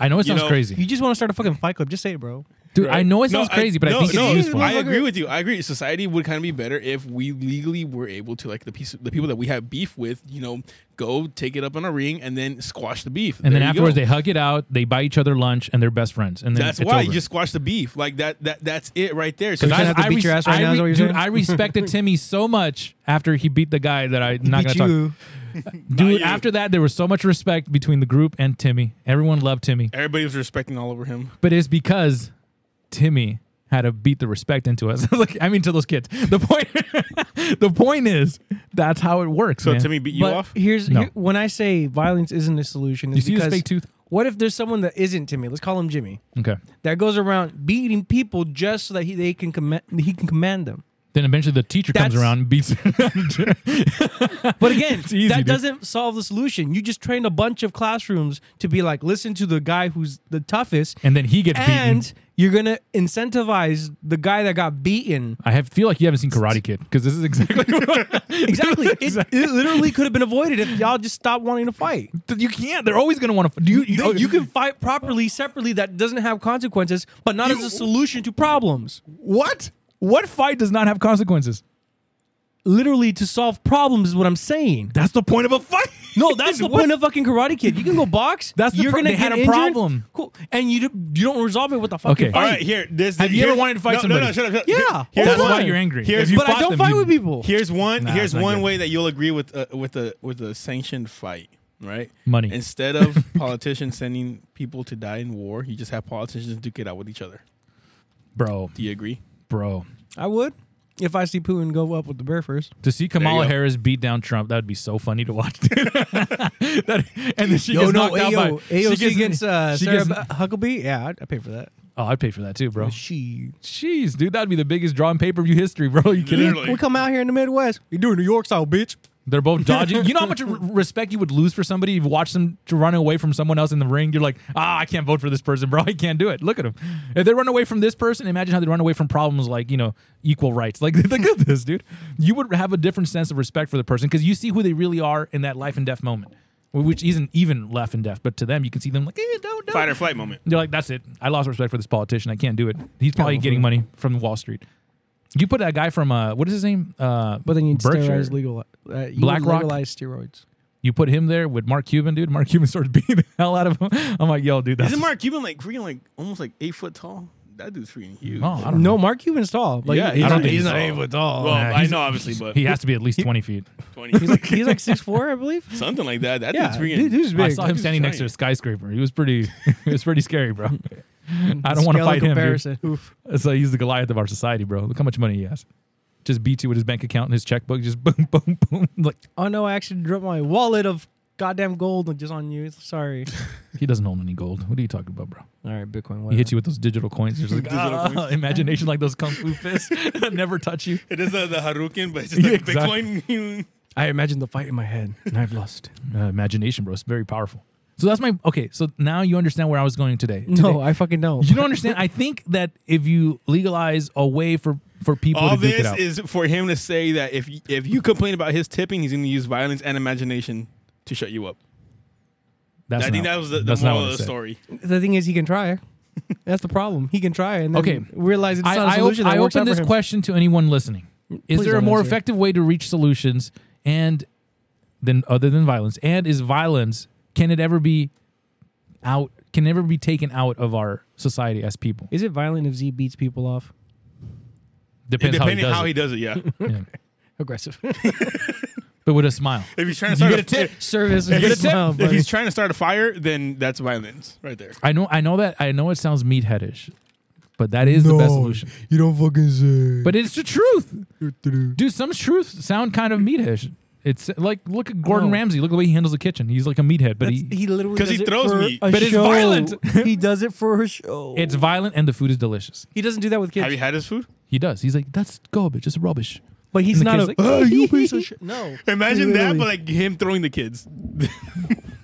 I know it
you
sounds
know,
crazy.
You just want to start a fucking fight club. Just say it, bro.
Dude, I know it
No,
sounds crazy, but I think it's
no,
useful.
I agree with you. I agree. Society would kind of be better if we legally were able to like the piece, the people that we have beef with, you know, go take it up in a ring and then squash the beef.
and then
There you
afterwards
go.
they hug it out, they buy each other lunch, and they're best friends. And then
that's
it's
why
over.
you just squash the beef. Like that. That that's it right there. So
Because
you're
I,
gonna have to
I
beat
res-
your ass right
I
now, is what you're
dude,
saying?
I
[LAUGHS]
respected Timmy so much after he beat the guy that I'm not gonna
Beat
talk.
you.
Dude,
you.
after that there was so much respect between the group and Timmy. Everyone loved Timmy,
everybody was respecting all over him.
but it's because Timmy had to beat the respect into us. [LAUGHS] like, I mean, to those kids. The point, the point [LAUGHS] is that's how it works.
So
man.
Timmy beat you
But
off.
here's
No.
here- when I say violence isn't a solution. is
You see this
because
fake tooth?
What if there's someone that isn't Timmy? Let's call him Jimmy.
Okay.
That goes around beating people just so that he they can command he can command them.
Then eventually the teacher comes
That's-
around and beats. [LAUGHS]
But again,
easy,
that
dude.
doesn't solve the solution. You just train a bunch of classrooms to be like, listen to the guy who's the toughest,
[LAUGHS] and then he gets
and
beaten.
you're gonna incentivize the guy that
[LAUGHS]
got beaten.
I have feel like you haven't seen Karate Kid because this is exactly [LAUGHS] what
[LAUGHS]
[LAUGHS]
Exactly. It, it literally could have been avoided if y'all just stopped wanting to fight.
you can't. They're always gonna want to. Do you?
You,
You,
you can fight properly, separately. That doesn't have consequences, but not as a solution to problems.
[LAUGHS] what? What fight does not have consequences?
Literally, to solve problems is what
[LAUGHS]
I'm saying.
That's the point of a fight.
No, that's the point of fucking Karate Kid. You can go box.
[LAUGHS] That's the
you're
pro-
gonna
they
get
had a
injured,
problem.
Cool, and you don't- you don't resolve it with a fucking
Okay.
fight.
All right, here. This.
Have you
here-
ever wanted to fight
no, No,
somebody?
no, shut up. shut up.
Yeah,
Here-
all
here's
the
That's
time.
why you're angry.
Here's
If
you
but I
fought
don't
them,
fight
you-
with people.
Here's one.
Nah, it's
here's
not
one
good.
way that you'll agree with uh, with a with a sanctioned fight, right?
Money.
Instead of
[LAUGHS]
politicians sending people to die in war, you just have politicians duke it out with each other.
bro,
Do you agree?
bro.
I would if I see Putin go up with the bear first.
To see
you
Kamala
go.
Harris beat down Trump, that would be so funny to watch. [LAUGHS] That- and then she gets knocked out by she gets, uh,
uh,
she gets-
Huckabee. Yeah, I'd, I'd pay for that.
Oh, I'd pay for that too, bro.
She.
Jeez, dude, that'd be the biggest draw in pay per view history, bro. [LAUGHS] You kidding?
Literally.
We come out here in the Midwest. You doing New York style, bitch?
They're
[LAUGHS]
both dodging. you know how much r- respect you would lose for somebody if you watch them to run away from someone else in the ring. You're like, ah, I can't vote for this person, bro. [LAUGHS] I can't do it. Look at them. If they run away from this person, imagine how they run away from problems like you know equal rights. Like [LAUGHS] look at this, dude. You would have a different sense of respect for the person because you see who they really are in that life and death moment, wh- which isn't even left and death, but to them you can see them like, eh, don't, don't.
Fight or flight moment.
They're like, that's it. I lost respect for this politician. I can't do it. He's probably getting money from Wall Street. You put that guy from uh, what is his name? Uh,
But then you
Berkshire.
steroids legal. Uh, you
Black
would
Rock?
legalize steroids.
You put him there with Mark Cuban, dude. Mark Cuban [LAUGHS] starts beating the hell out of him. I'm like, yo, dude, that's
Isn't Mark Cuban like freaking like almost like eight foot tall? That dude's freaking huge.
Oh, I don't know.
No, Mark Cuban's tall. Like,
yeah,
he's,
I don't
like,
think
he's,
he's
not eight foot tall. Well,
Yeah,
I
he's-
know obviously, but
He has to be at least 20 feet.
twenty. He's like
[LAUGHS]
[LAUGHS]
he's like six four, I believe.
something like that. That
Yeah,
dude's freaking.
dude, dude's big.
I saw him
[LAUGHS]
He's
standing next to a
giant.
skyscraper. He was pretty. [LAUGHS] It was pretty scary, bro. [LAUGHS] I don't want to
Scale of
fight him. Dude.
comparison. Oof.
So he's the Goliath of our society, bro. Look how much money he has. Just beats you with his bank account and his checkbook. Just [LAUGHS] boom, boom, boom. Like
Oh no, I actually dropped my wallet of goddamn gold just on
[LAUGHS]
you. Sorry.
he doesn't own any gold. What are you talking about, bro?
All right, Bitcoin.
He
Whatever.
hits you with those digital coins. There's like ah, imagination, like those kung fu fists [LAUGHS] that never touch you.
It is uh, the Harukin, but it's
[LAUGHS]
just
Yeah,
like
exactly.
Bitcoin.
I imagined the fight in my head, and I've lost.
Uh, imagination, bro. It's very powerful. So that's my okay. So now you understand where I was going today. Today- [LAUGHS]
[LAUGHS] No, I fucking don't.
you don't understand. I think that if you legalize a way for for people
All
to duke it
this
out,
is for him to say that if if you complain about his tipping, he's going to use violence and imagination to shut you up.
that's
I think
not-
that was the, the
that's not
moral
what it
of the
said.
story.
The thing is, he can
[LAUGHS]
try. That's the problem. He can try and then
Okay.
realize it's
I,
not a
I, op-
solution.
I
that works
open
out for
this
him.
question to anyone listening: Is
Please
there a
don't
more
answer.
effective way to reach solutions and than other than violence? And is violence can it ever be out? Can ever be taken out of our society as people?
Is it violent if Z beats people off?
Depends
Depending
how
how
he
he does
does
it, yeah.
it. Yeah.
Aggressive.
But with a smile.
if he's trying to start a,
[LAUGHS] Service.
if,
with a
he's-
smile,
if
buddy.
he's trying to start a fire, then that's violence right there.
I know. I know that. I know it sounds meatheadish, but that is the best solution.
You don't fucking say.
But it's the truth.
But
Dude, some truths sound kind of meathead. It's like look at Gordon
No.
Ramsay. Look at the way he handles the kitchen. He's like a meathead, but
he,
he,
literally
'Cause he
does it
throws
for
me.
a
But it's
show.
violent.
[LAUGHS] he does it for a show.
it's violent and the food is delicious.
he doesn't do that with
Have
kids.
you had his food?
He does. He's like that's garbage. It's rubbish.
but he's
And the
not a.
kid's like,
[LAUGHS] oh, you piece of shit. No.
Imagine that,
Literally.
but like him throwing the kids.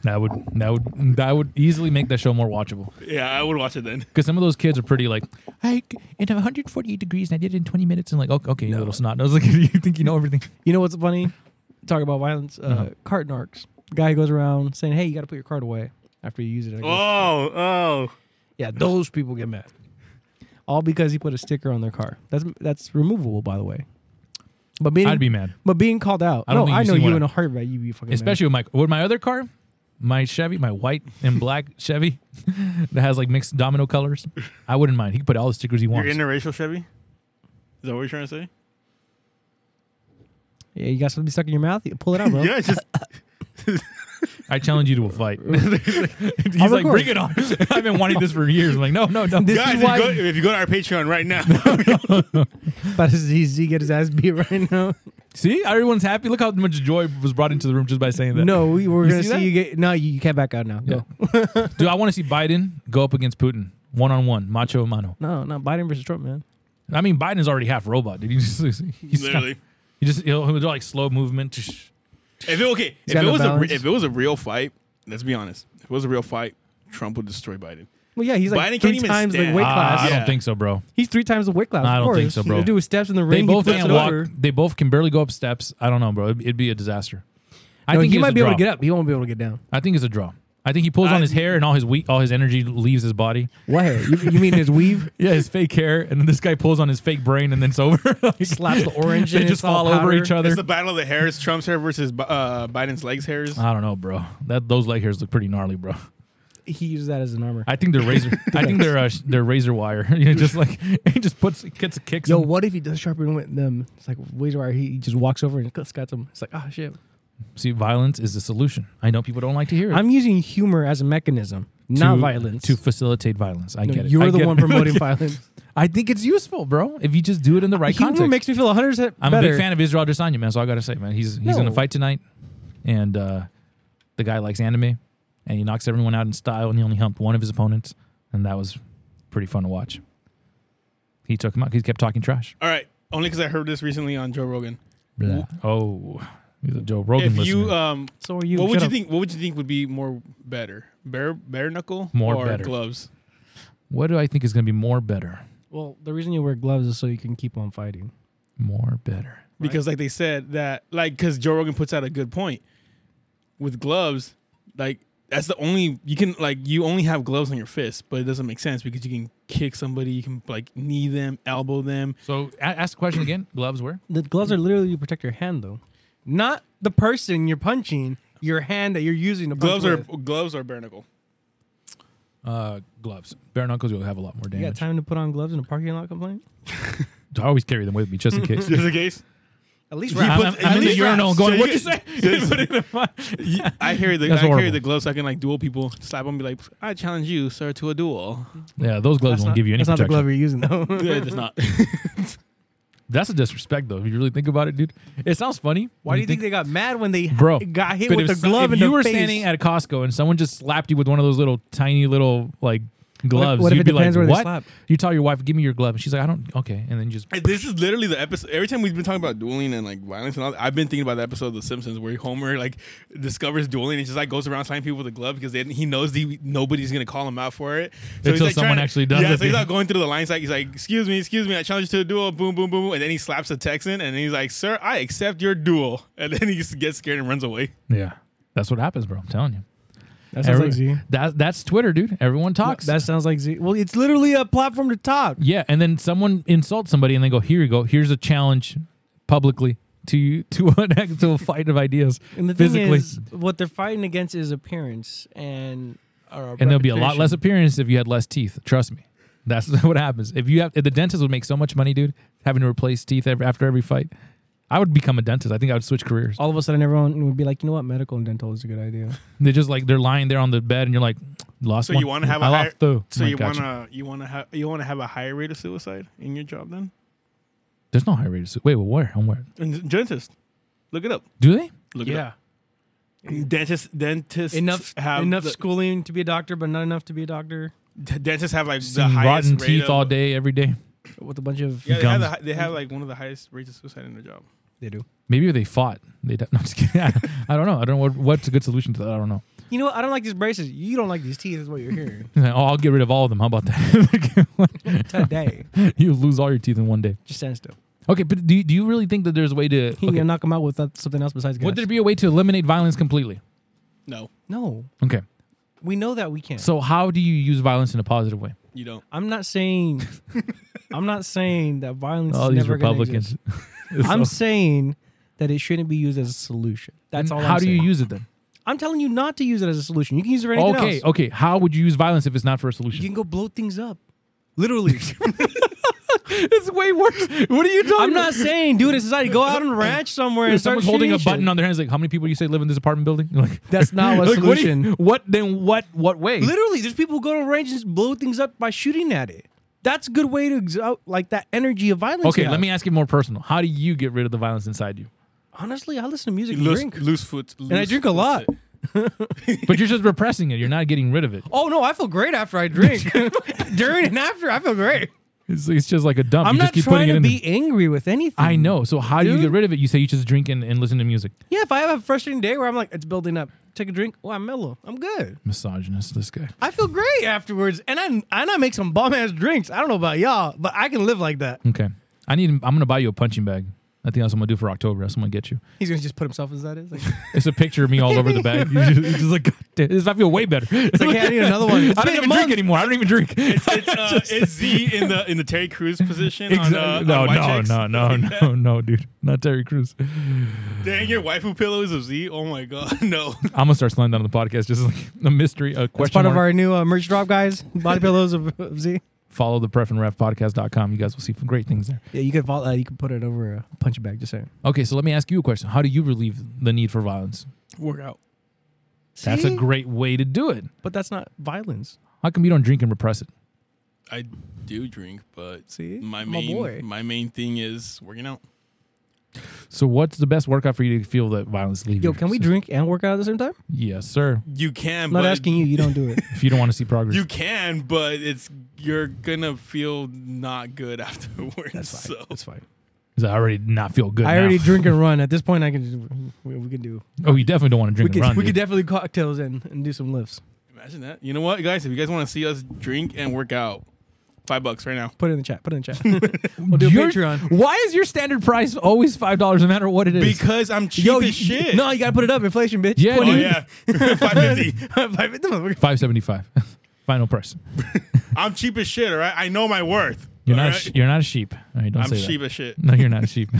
That would that would that would easily make that show more watchable
Yeah, I would watch it then.
because some of those kids are pretty like I in 148 degrees and I did it in 20 minutes and like okay, okay you little snot nose [LAUGHS] like you think you know everything.
You know what's funny? Talk about violence. Uh, Cart narcs. Guy who goes around saying, "Hey, you got to put your card away after you use it." I guess.
Oh, oh.
Yeah, those people get mad. all because he put a sticker on their car. That's that's removable, by the way. But being
I'd be mad.
But being called out,
I don't
no,
think
I
you've
know
seen
you
one
in a
of-
heartbeat, you'd be fucking mad.
especially with my with my other car, my Chevy, my white and black Chevy [LAUGHS] that has like mixed domino colors. I wouldn't mind. He could put all the stickers he
You're
wants.
interracial Chevy. Is that what you're trying to say?
Yeah, you got something stuck in your mouth? You pull it out,
[LAUGHS]
bro.
Yeah, it's just
I challenge you to a fight. [LAUGHS] He's like,
record.
bring it on. [LAUGHS] I've been wanting this for years. I'm like, no, no, no. This
guys. If
is
you,
why
go, if you go to our Patreon right [LAUGHS] now,
But [LAUGHS] as easy get his ass beat right now.
See, everyone's happy. Look how much joy was brought into the room just by saying that.
[LAUGHS] no, we were
You
gonna
see
see,
that?
you get. No, you, you can't back out now.
Yeah.
Go.
[LAUGHS] Dude, I want to see Biden go up against Putin one on one, macho a mano.
No, no, Biden versus Trump, man.
I mean, Biden's already half robot. Did you just [LAUGHS] he's
literally,
he just he'll, he'll do like slow movement.
if it okay, if
got
it
no
was a re-
balance.
if it was a real fight, let's be honest. If it was a real fight, Trump would destroy Biden.
Well, yeah, he's like
Biden can't
three
even
times the
stand.
weight
Ah,
Ah, I
class.
yeah.
don't think so, bro.
He's three times the weight class.
I
of
don't think
course.
so, bro.
The dude steps in the
They
ring.
both
he flips
can't
it
walk.
over.
They both can barely go up steps. I don't know, bro. It'd, it'd be a disaster. I
No,
think
he might be
draw.
able to get up. He won't be able to get down.
I think it's a draw. I think he pulls
I-
on his hair and all his we- all his energy leaves his body.
What hair? You, you mean his [LAUGHS] weave?
Yeah, his fake hair, and then this guy pulls on his fake brain, and then it's [LAUGHS] over. Like,
Slaps the orange.
[LAUGHS] they
in,
just
it's all
fall over
powder.
each other.
It's the battle of the hairs. Trump's hair versus Bi- uh, Biden's legs hairs.
I don't know, bro. That those leg hairs look pretty gnarly, bro.
He uses that as an armor.
I think they're
[LAUGHS]
razor. I think they're uh, sh- they're razor wire. [LAUGHS] you know, just like he just puts gets kicks.
Yo,
him.
what if he does sharpen with them? It's like razor wire. He he just walks over and cuts cuts him. It's like, oh shit.
see, violence is the solution. I know people don't like to hear it.
I'm using humor as a mechanism,
To-
not violence.
to facilitate violence. I
No,
get it.
you're
[LAUGHS] I
the
get
one
it.
promoting violence.
I think it's useful, bro. If you just do it in the right
humor
context.
makes me feel 100 percent
I'm
better.
a big fan of Israel Adesanya, man. So I gotta say, man, he's he's in a
No.
fight tonight, and uh, the guy likes anime, and he knocks everyone out in style, and he only humped one of his opponents, and that was pretty fun to watch. He took him out. He kept talking trash.
All right, only because I heard this recently on Joe Rogan.
Oh, he's a Joe Rogan.
If you
listener.
um,
So are you?
what would
Shut
you
up.
think? What would you think would be more better, bare bare knuckle
More
or
better.
gloves?
what do I think is gonna be more better?
Well, the reason you wear gloves is so you can keep on fighting.
More better.
because like they said that like because joe rogan puts out a good point with gloves like that's the only you can like you only have gloves on your fist but it doesn't make sense because you can kick somebody you can like knee them elbow them
So a- ask the question again. Gloves where?
The gloves are literally to protect your hand, though, not the person you're punching. Your hand that you're using to punch
gloves are
with.
gloves are bare knuckle
Uh, gloves. Bare knuckles. You'll have a lot more
You got
damage.
time to put on gloves in a parking lot complaint?
I always carry them with me just in
[LAUGHS]
case.
just in case
At least
I'm,
wrap.
I'm- I'm in the
least
urinal
wraps.
going.
So
What you
you
[LAUGHS] say?
so-
Put it in my-
i carry the
That's
i carry
horrible.
the gloves so i can like duel people slap them be like i challenge you sir to a duel
Yeah, those gloves won't give you any
That's not the
protection.
glove you're using though.
yeah, that's not
That's a disrespect, though. If you really think about it, dude, it sounds funny.
[LAUGHS] Why do you think they got mad when they
bro
got hit
but
with
if
the
so-
glove
If
in
you
the
were
face?
standing at a Costco and someone just slapped you with one of those little tiny little like gloves,
what if
you'd
it
be
depends
like,
where they
"What?"
slap?
You tell your wife, "Give me your glove," and she's like, "I don't." Okay, and then you just
[LAUGHS] this is literally the episode. Every time we've been talking about dueling and like violence and all, that, I've been thinking about the episode of The Simpsons where Homer like discovers dueling and just like goes around slapping people with a glove because they, he knows the, nobody's gonna call him out for it. So he's,
Until
like,
someone
trying to-
actually does
Yeah,
it,
so he's
dude.
not going through the lines like he's like, "Excuse me, excuse me, I challenge you to a duel." Boom, boom, boom, and then he slaps a Texan and then he's like, "Sir, I accept your duel," [LAUGHS] and then he just gets scared and runs away.
yeah. That's what happens, bro. I'm telling you.
That sounds
Every-
like Z.
that that's Twitter, dude. Everyone talks.
That sounds like Z. Well, it's literally a platform to talk.
yeah, and then someone insults somebody, and they go, "Here you go. Here's a challenge, publicly." To you, [LAUGHS] to an actual fight of ideas
And the thing
physically,
is, what they're fighting agast is appearance and. uh, or
and there'll be a lot
reputation.
less appearance if you had less teeth. Trust me, that's [LAUGHS] what happens. If you have if the dentist would make so much money, dude, having to replace teeth every, after every fight. I would become a dentist. I think I would switch careers.
Oh.
All of a sudden, everyone would be like, you know what, medical and dental is a good idea.
They just like they're lying there on the bed, and you're like, lost.
So
one.
you want to have
I
a
lost
higher,
two.
so
I'm
you
like,
want
gotcha.
to you want to have you want to have a higher rate of suicide in your job then?
There's no high rate of su- Wait, well, where? I'm where?
And dentist, look it up.
Do they?
Look it up. Dentist, dentists
enough
have
enough
the-
schooling to be a doctor, but not enough to be a doctor
D- dentists have like the
Seeing
highest
rotten
rate
teeth
of-
all day, every day.
with a bunch of.
Yeah, they have,
gums.
the, hi- they have like one of the highest rates of suicide in their job.
They do.
Maybe they fought. They don't, [LAUGHS] no, I'm just kidding. I, I don't know. I don't know what, what's a good solution to that. I don't know. [LAUGHS]
You know what? I don't like these braces. You don't like these teeth, is what you're hearing
Oh, I'll get rid of all of them. How about that? [LAUGHS]
[LAUGHS] today.
you lose all your teeth in one day.
Just stand still.
Okay, but do you, do you really think that there's a way to?
You
okay.
gonna knock them out with that- something else besides.
Would
gas.
there be a way to eliminate violence completely?
No,
No,
Okay.
we know that we can't.
So how do you use violence in a positive way?
You don't.
I'm not [LAUGHS] saying I'm not saying that violence
All
is
these
never gonna
Republicans. [LAUGHS]
exist. I'm saying that it shouldn't be used as a solution. That's all
How
I'm
do
saying.
you use it then?
I'm telling you not to use it as a solution. You can use it for anything
Okay,
else.
okay. How would you use violence if it's not for a
You
solution?
can go blow things up. Literally.
[LAUGHS]
[LAUGHS]
it's way worse. What are you talking?
I'm not saying do it in society. Go out on
[LAUGHS]
a ranch somewhere and
If
start
someone's holding a
shooting
button
shit.
on their hands, like how many people you say live in this apartment building? [LAUGHS] Like
That's not a
like, what do you- [LAUGHS]
solution.
What, then? What? What way?
Literally, there's people who go to a range and just blow things up by shooting at it. That's a good way to exalt like that energy of violence.
Okay,
you
let
have.
me ask you more personal. How do you get rid of the violence inside you?
Honestly, I listen to music and
Loose,
drink,
loose foot.
and I
loose
drink a lot.
foot.
[LAUGHS]
But you're just repressing it. You're not getting rid of it.
Oh no, I feel great after
[LAUGHS]
I drink. [LAUGHS] During and after, I feel great.
It's, it's just like a dump.
I'm
you
not
just keep
trying
putting it
to
in.
be
there.
angry with anything.
I know. So how do you get
Dude.
rid of it? You say you just drink and, and listen to music.
Yeah, if I have a frustrating day where I'm like, it's building up. Take a drink. Oh, I'm mellow. I'm good.
Misogynist, this guy.
I feel great afterwards, and I and I make some bomb ass drinks. I don't know about y'all, but I can live like that.
Okay. I need. I'm gonna buy you a punching bag. I think that's what I'm gonna do for October. That's what I'm gonna get you.
He's gonna just put himself inside it. It's like,
It's a picture of me all over the
[LAUGHS]
bag. You just, it's just like, [LAUGHS] God damn, this I feel way better. It's
like, "Hey, I need another one."
[LAUGHS]
It's
I
been
don't
a
even
month.
drink anymore. I don't even
[LAUGHS]
drink.
It's, uh, it's Z in the in the Terry Crews position.
Exactly.
on, uh,
no,
on White
no,
Chicks. [LAUGHS]
no, no,
[LAUGHS]
no, no, dude. Not Terry Crews.
Dang, your waifu pillow is a Z. Oh my god, [LAUGHS] no.
I'm gonna start slowing down the podcast. Just like [LAUGHS] a mystery, a
That's
question.
part of
mark.
our new uh, merch drop, guys. Body pillows of, of Z.
Follow the pref and ref podcast.com. You guys will see some great things there.
Yeah, you could follow, uh, you could put it over a punch bag. Just saying.
Okay, so let me ask you a question. How do you relieve the need for violence?
Work out.
That's a
See?
great way to do it.
But that's not violence.
How come you don't drink and repress it?
I do drink, but
See?
my
My
main
boy.
my main thing is working out.
So what's the best workout for you to feel that violence leave?
Yo,
you?
can
[LAUGHS]
we
So-
drink and work out at the same time?
Yes, sir.
You can,
I'm not
but
asking you. You don't
[LAUGHS]
do it.
If you don't want to see progress,
You can, but it's you're gonna feel not good [LAUGHS] afterwards.
That's fine.
So
That's fine.
'Cause I already not feel good.
I
now.
already drink and run. At this point, I can. just- We, we can do.
Oh, you definitely don't want to drink
we could.
and run.
we
dude.
could definitely cocktails and, and do some lifts.
imagine that. You know what, guys? If you guys want to see us drink and work out, five bucks right now.
Put it in the chat. Put it in the [LAUGHS] chat. we'll do a
Your-
Patreon.
Why is your standard price always five dollars, no matter what it is?
Because I'm cheap
you-
as shit.
No, you gotta put it up. Inflation, bitch.
Yeah,
oh
[LAUGHS]
dude.
yeah, [LAUGHS] five fifty.
Five-
five seventy five, [LAUGHS] final price.
I'm cheap as shit. All right, I know my worth.
You're not.
all
A,
right?
sh- you're not a sheep. All right, don't
I'm
say that.
cheap as shit.
No, you're not a sheep. [LAUGHS] Do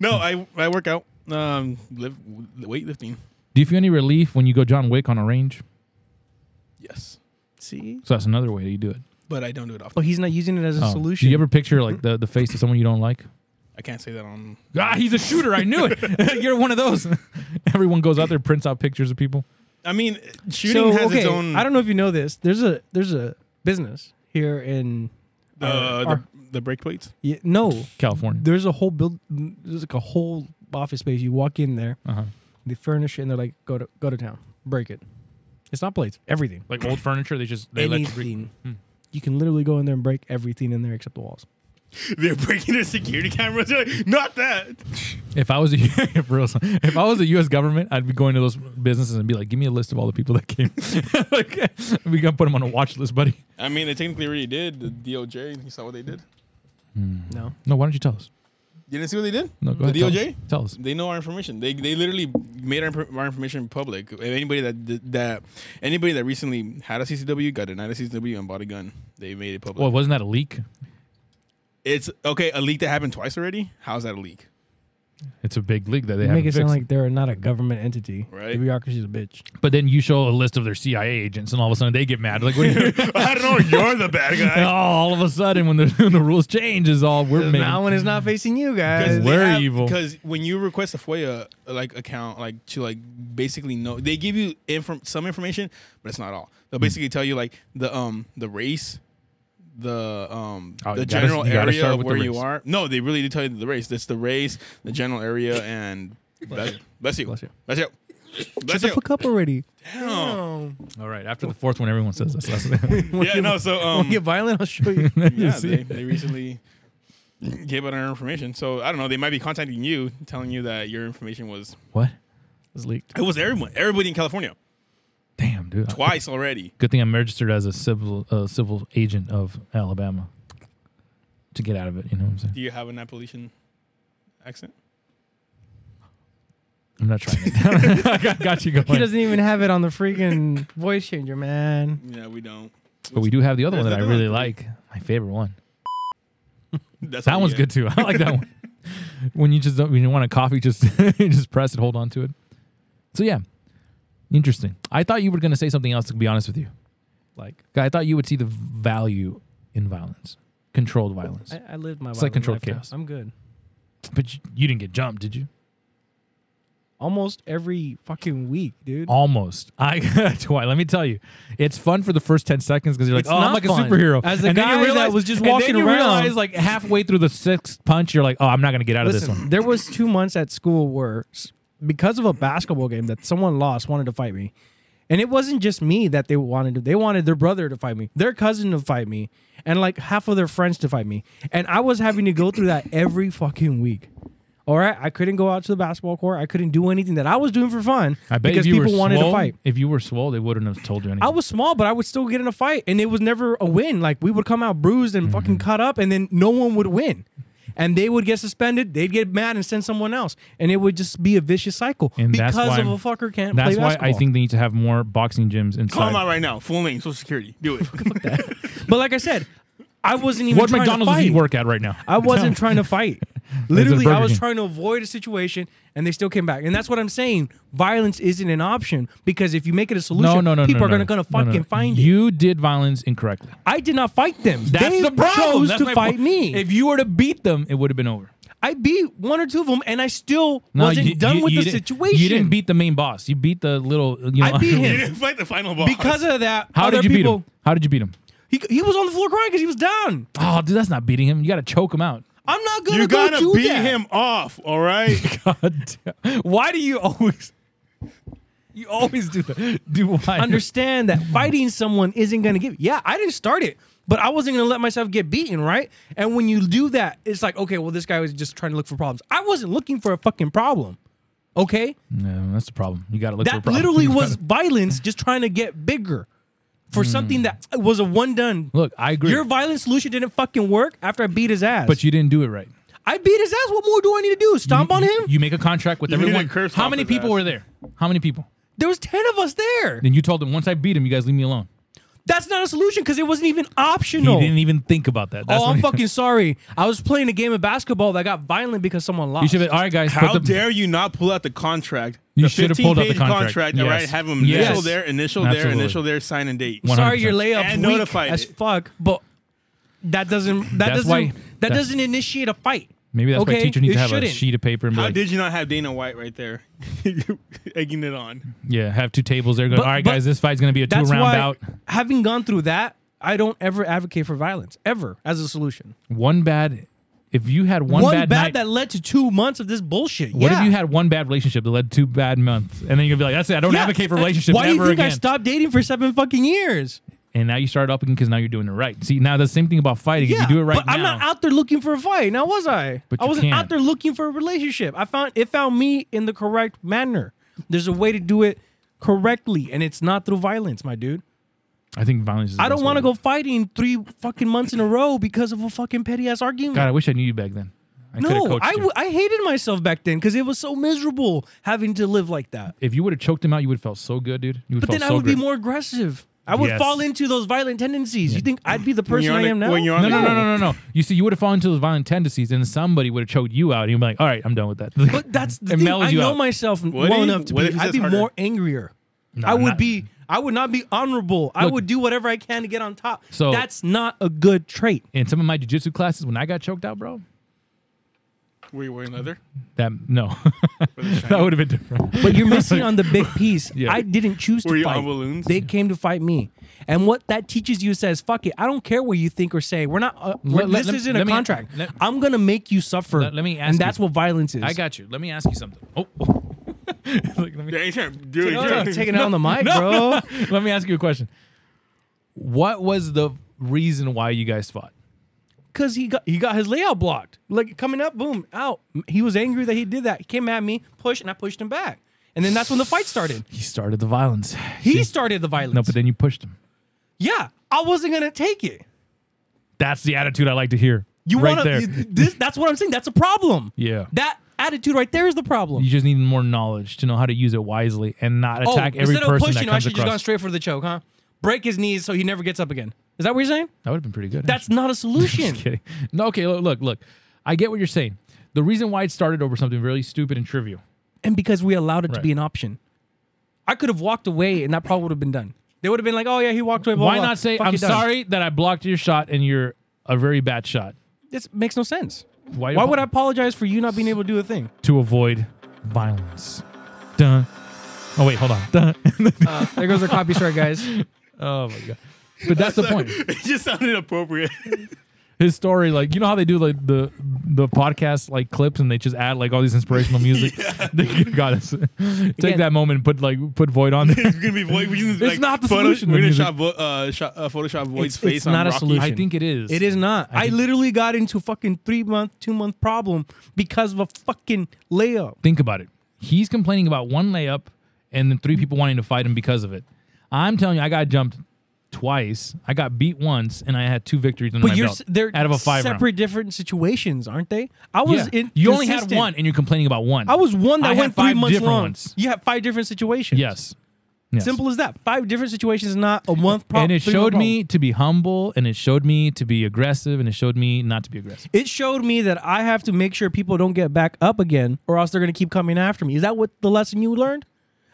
No, I I work out. Um, live weightlifting.
you feel any relief when you go John Wick on a range?
Yes,
See.
So that's another way that you do it.
but I don't do it
Oh,
often.
he's not using it as a
Oh,
solution.
Do you ever picture like the, the face of someone you don't like?
I can't say that on.
Ah, he's a shooter. I knew it. [LAUGHS] you're one of those. Everyone goes out there, prints out pictures of people.
I mean, shooting
So,
has
okay,
its own.
I don't know if you know this. There's a there's a business here in
the
our-
Uh, the,
our-
the brake plates. [LAUGHS]
yeah, no.
California.
There's a whole build. There's like a whole office space. You walk in there,
Uh-huh.
they furnish it, and they're like, go to go to town, break it. It's not plates, everything,
Like old furniture, they just they let you
anything. You can literally go in there and break everything in there except the walls.
They're breaking the security cameras. [LAUGHS] Not that.
If I was a [LAUGHS] if, real- if I was a U.S. government, I'd be going to those businesses and be like, "Give me a list of all the people that came. [LAUGHS] like, we gotta put them on a watch list, buddy."
I mean, they technically already did. The DOJ. You saw what they did.
Hmm.
No,
No, why don't you tell us?
You didn't see what they did?
No, go
the
ahead. tell
DOJ.
us. Tell us.
They know our information. They they literally made our, inf- our information public. If Anybody that did- that anybody that recently had a CCW got denied a CCW and bought a gun. They made it public.
Well, wasn't that a leak?
it's okay. A leak that happened twice already. How's that a leak?
It's a big leak that they
they
haven't
make it
fixed.
sound like they're not a government entity.
Right.
The bureaucracy's a bitch.
but then you show a list of their CIA agents, and all of a sudden they get mad. Like, what do [LAUGHS] you?
[LAUGHS] I don't know. You're the bad
oh, all of a sudden when the, [LAUGHS] when the rules change is all we're making.
Now when it's not facing you guys.
Because- We're evil.
Because when you request a FOIA like account, like to like basically know, they give you inform some information, but it's not all. They'll
Hmm.
basically tell you like the um the race, the um
Oh,
the
you gotta-
general
you gotta
area
start
of
with the
where you
race.
are. No, they really do tell you the race. That's the race, the general area, and bless, bless you, bless you, bless you.
Shut the fuck up already.
[LAUGHS]
Damn.
all right, after the fourth one, everyone says this. That's
[LAUGHS] Yeah, no. So
Wanna
um,
[LAUGHS] get violent? I'll show
[LAUGHS]
you.
yeah, they, they recently gave out our information. So I don't know. They might be contacting you, telling you that your information was
what?
it's leaked.
it was everyone, everybody in California
Damn, dude.
twice already.
Good thing I'm registered as a civil uh, civil agent of Alabama to get out of it. You know what I'm saying?
Do you have an Appalachian accent?
I'm not trying.
[LAUGHS]
It. [LAUGHS] I got, got you going.
He doesn't even have it on the freaking voice changer, man.
Yeah, we don't.
But we do have the other
There's
one that I
another one
really
for me.
like. My favorite one.
That's
That
what
one's
you
good
get.
too. I
[LAUGHS]
like that one. When you just don't, when you want a coffee, just [LAUGHS] you just press it, hold on to it. So yeah, interesting. I thought you were gonna say something else. To be honest with you,
Like
I thought you would see the value in violence, controlled violence.
I, I lived my.
It's like
violent
controlled
life now.
chaos.
I'm good.
But you, you didn't get jumped, did you?
Almost every fucking week, dude.
Almost. [LAUGHS] I Dwight, let me tell you, it's fun for the first ten seconds because you're like,
It's
oh, I'm
not
like
fun.
a superhero.
As the
And then
guy
you
that
realize-
was just
and then
walking
you
around-
realize like halfway through the sixth punch, you're like, oh, I'm not gonna get out of this
Listen,
one.
there was two months at school where, s- because of a basketball game that someone lost, wanted to fight me, and it wasn't just me that they wanted to. They wanted their brother to fight me, their cousin to fight me, and like half of their friends to fight me, and I was having to go through that every fucking week. All right, I couldn't go out to the basketball court. I couldn't do anything that I was doing for fun
I bet
because
if you
people
were
wanted
swole,
to fight.
If you were swole, they wouldn't have told you anything.
I was small, but I would still get in a fight, and it was never a win. Like we would come out bruised and fucking
Mm-hmm.
cut up, and then no one would win, and they would get suspended. They'd get mad and send someone else, and it would just be a vicious cycle
And
because
that's why
of
I'm-
a fucker can't
That's
play
why
basketball.
I think they need to have more boxing gyms
Call
inside.
him out right now. Full name, Social Security. Do
[LAUGHS]
it.
But like I said, I wasn't even
What
trying
McDonald's
to
does he
fight.
work at right now?
I wasn't trying
[LAUGHS]
to fight. Literally, I
Burger
was
King.
trying to avoid a situation, and they still came back. And that's what I'm saying. Violence isn't an option because if you make it a solution,
No, no, no.
people
no,
are
no,
gonna, gonna
no, no,
fucking
no.
find it.
You did violence incorrectly.
I did not fight them.
That's
they
the problem.
chose
That's
to
my
fight
point.
me.
If you were to beat them, it would have been over.
I beat one or two of them, and I still
No,
wasn't
you-
done
you-
with
you
the
didn't-
situation.
You didn't beat the main boss. You beat the little. You know,
I beat
you
him
didn't [LAUGHS] fight the final boss.
because of that.
[LAUGHS] How
other
did you
people,
beat him? How did you beat him?
beat him? He, he was on the floor crying because he was down.
Oh, dude, that's not beating him. You got to choke him
[LAUGHS]
out.
I'm not gonna
you
go
gotta
do
beat
that.
him off, all
[LAUGHS]
right?
God damn. Why do you [LAUGHS] always? You always do that. Do why?
Understand that fighting someone isn't gonna give. Yeah, I didn't start it, but I wasn't gonna let myself get beaten, right? And when you do that, it's like, okay, well, this guy was just trying to look for problems. I wasn't looking for a fucking problem. Okay,
No, that's the problem. You got to look for a
that
problem. [LAUGHS]
literally
You gotta-
was violence, just trying to get bigger
Hmm.
for something that was a one done.
Look, I agree.
Your violent solution didn't fucking work after I beat his ass.
but you didn't do it right.
I beat his ass. What more do I need to do? Stomp on
You-
him?
You make a contract with
You need
everyone.
a curb
How
stop
many
his
people
ass.
were there? How many people?
there was ten of us there.
Then you told them once I beat him, you guys leave me alone.
That's not a solution because it wasn't even
He
optional.
didn't even think about that. That's
oh,
when
I'm
he-
fucking sorry. I was playing a game of basketball that got violent because someone lost.
[LAUGHS] You should have. All right, guys.
How
put the,
dare you not pull out the contract?
You
the
should have pulled out the
15-page
contract.
all right?
Yes.
Have them initial
Yes.
there, initial there,
Absolutely.
initial there, sign and date.
One-
sorry, your
100%.
layup
And
weak
notified
as
it.
fuck, but that doesn't that
That's
doesn't
why-
that
that-
doesn't initiate a fight.
Maybe that's why
Okay?
teacher needs
It
to have a
shouldn't.
sheet of paper and be
How
like,
did you not have Dana White right there? [LAUGHS] egging it on.
yeah, have two tables there. Go,
But-
all right,
but
guys, this fight's gonna be a two
That's
round
why,
bout.
having gone through that, I don't ever advocate for violence ever as a solution.
One bad. If you had one,
One,
bad,
bad,
night,
that led to two months of this bullshit.
what
yeah.
if you had one bad relationship that led to two bad months, and then you're gonna be like, that's it. I don't
Yeah.
advocate for relationships
Why do you
ever
think I
again.
stopped dating for seven fucking years?
and now you start up again because now you're doing it right. See, now the same thing about fighting. if you do it right
but
now,
I'm not out there looking for a fight. Now was I?
But
I
you
wasn't
can't.
out there looking for a relationship. I found it found me in the correct manner. There's a way to do it correctly, and it's not through violence, my dude.
I think violence. Is the
I don't
best
want to
way.
go fighting three fucking months in a row because of a fucking petty ass argument.
God, I wish I knew you back then. I could have
no,
coached
I,
you.
w- I hated myself back then because it was so miserable having to live like that.
if you would have choked him out, you would have felt so good, dude. You would
But
felt
then I
so
would
great.
be more aggressive. I would
Yes.
fall into those violent tendencies. You think I'd be the
When
person
you're on
I
the-
am now?
when you're on
No,
the
no, no, no, no, no. You see, you would have fallen into those violent tendencies, and somebody would have choked you out. And you'd be like, "All right, I'm done with that." [LAUGHS]
But that's the
It
thing.
mellows
I
you
know
out.
myself
What if-
well enough to
what
be.
if he
I'd
says
be
harder?
more angrier. I would
not-
be. I would not be honorable. I
Look-
would do whatever I can to get on top.
So-
that's not a good trait.
in some of my jujitsu classes, when I got choked out, bro,
Were you wearing leather?
that no, [LAUGHS] that would have been different.
But you're missing on the big piece.
[LAUGHS] Yeah.
I didn't choose to
Were you
fight.
on balloons?
They came to fight me, and what that teaches you says, "Fuck it, I don't care what you think or say. We're not. Uh, we're-
Let- let-
this
let-
isn't
let
a
me-
contract.
let-
I'm gonna make you suffer.
Let- let me ask
And
you-
that's what violence is.
I got you. Let me ask you something. Oh, [LAUGHS] Like, let me
[LAUGHS]
Yeah, he's trying- dude,
No,
he's
no,
trying-
[LAUGHS]
taking it out on the mic, bro.
let me ask you a question. What was the reason why you guys fought?
because he got he got his layout blocked. Like coming up, boom, out. He was angry that he did that. He came at me, pushed, and I pushed him back. And then that's when the fight started.
He started the violence.
He
[LAUGHS]
started the violence.
no, but then you pushed him.
yeah, I wasn't gonna take it.
That's the attitude I like to hear.
You
right
wanna
there.
you- this? That's what I'm saying. That's a problem.
Yeah.
that attitude right there is the problem. Oh,
You just need more knowledge to know how to use it wisely and not attack every
instead
person
of pushing,
that
I
comes
should just gone
across.
straight for the choke, huh? break his knees so he never gets up again. Is that what you're saying?
That would have been pretty good.
That's not a
[LAUGHS]
solution.
Just kidding. No, okay, look, look, look. I get what you're saying. The reason why it started over something really stupid and trivial.
and because we allowed it to
Right.
be an option. I could have walked away and that probably would have been done. They would have been like, "Oh yeah, he walked away." blah,
why
blah,
not say,
fuck
I'm
it, done."
sorry that I blocked your shot and you're a very bad shot?
This makes no sense.
Why,
Why would I apologize for you not being able to do a thing?
To avoid violence. Dun. Oh, wait, hold on.
[LAUGHS]
Dun. [LAUGHS]
There goes our copy strike, guys.
oh, my God. But that's the point.
it just sounded appropriate. [LAUGHS]
His story, like you know how they do like the the podcast like clips, and they just add like all these inspirational
[LAUGHS]
music. [LAUGHS] They got us. Take
Again-
that moment, and put like put Void on
[LAUGHS]
there.
it's gonna be Void. It's
not the solution,
We're
the
gonna
music.
shot, Vo- uh, shot, uh, Photoshop Void's
It's-
face
it's
on
not a
Rocky.
solution.
I think it is.
[LAUGHS] It is not. I, literally got into fucking three month, two month problem because of a fucking layup.
Think about it. He's complaining about one layup and then three people wanting to fight him because of it. I'm telling you, I got jumped twice. I got beat once, and I had two victories under
But
my
you're
belt
s- they're
out of a five
separate
round.
different situations, aren't they? I
Yeah.
was in.
you only had
consistent.
one, and you're complaining about one.
I was one that
I had
went three
five
months
different
long.
ones.
You had five different situations.
yes. yes.
Simple as that. Five different situations, not a month problem.
and it showed me to be humble, and it showed me to be aggressive, and it showed me not to be aggressive.
It showed me that I have to make sure people don't get back up again, or else they're gonna keep coming after me. Is that what the lesson you learned?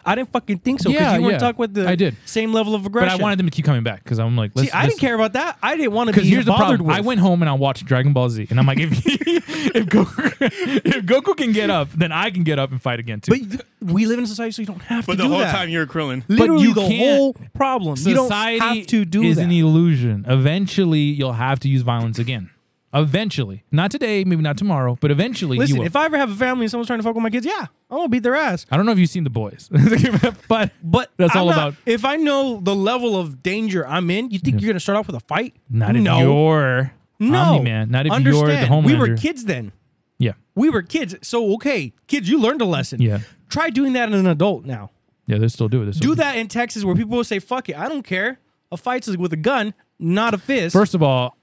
I didn't fucking think so because
Yeah,
you
yeah.
weren't talking with the
I did.
same level of
But I
aggression.
wanted them to keep coming back because I'm like,
See,
let's,
I
let's-
didn't care about that. I didn't want to
Because
be
here's the
bothered
problem.
with.
I went home and I watched Dragon Ball Z, and I'm like, if,
[LAUGHS]
if Goku [LAUGHS] if Goku can get up, then I can get up and fight again too.
but you- we live in a society, so you don't have
But
to
the
do
whole
that.
time you're Krillin.
Literally,
you
the
can't.
whole problem. you don't
Society
have to do
is
that.
an illusion. Eventually, you'll have to use violence again. Eventually, not today, maybe not tomorrow, but eventually you
Listen,
will.
if I ever have a family and someone's trying to fuck with my kids, yeah, I'm gonna beat their ass.
I don't know if you've seen the boys, [LAUGHS] but
But
that's
I'm
all
not-
about
If I know the level of danger I'm in, you think you're gonna start off with a fight?
not if
no.
you're
no
man, not if
Understand.
you're the home
We were kids then.
Yeah,
We were kids. So okay, kids, you learned a lesson.
Yeah.
Try doing that as an adult now.
yeah, they still do it. They still
Do that in Texas where people will say, "Fuck it, I don't care." A fight is with a gun, not a fist.
First of all,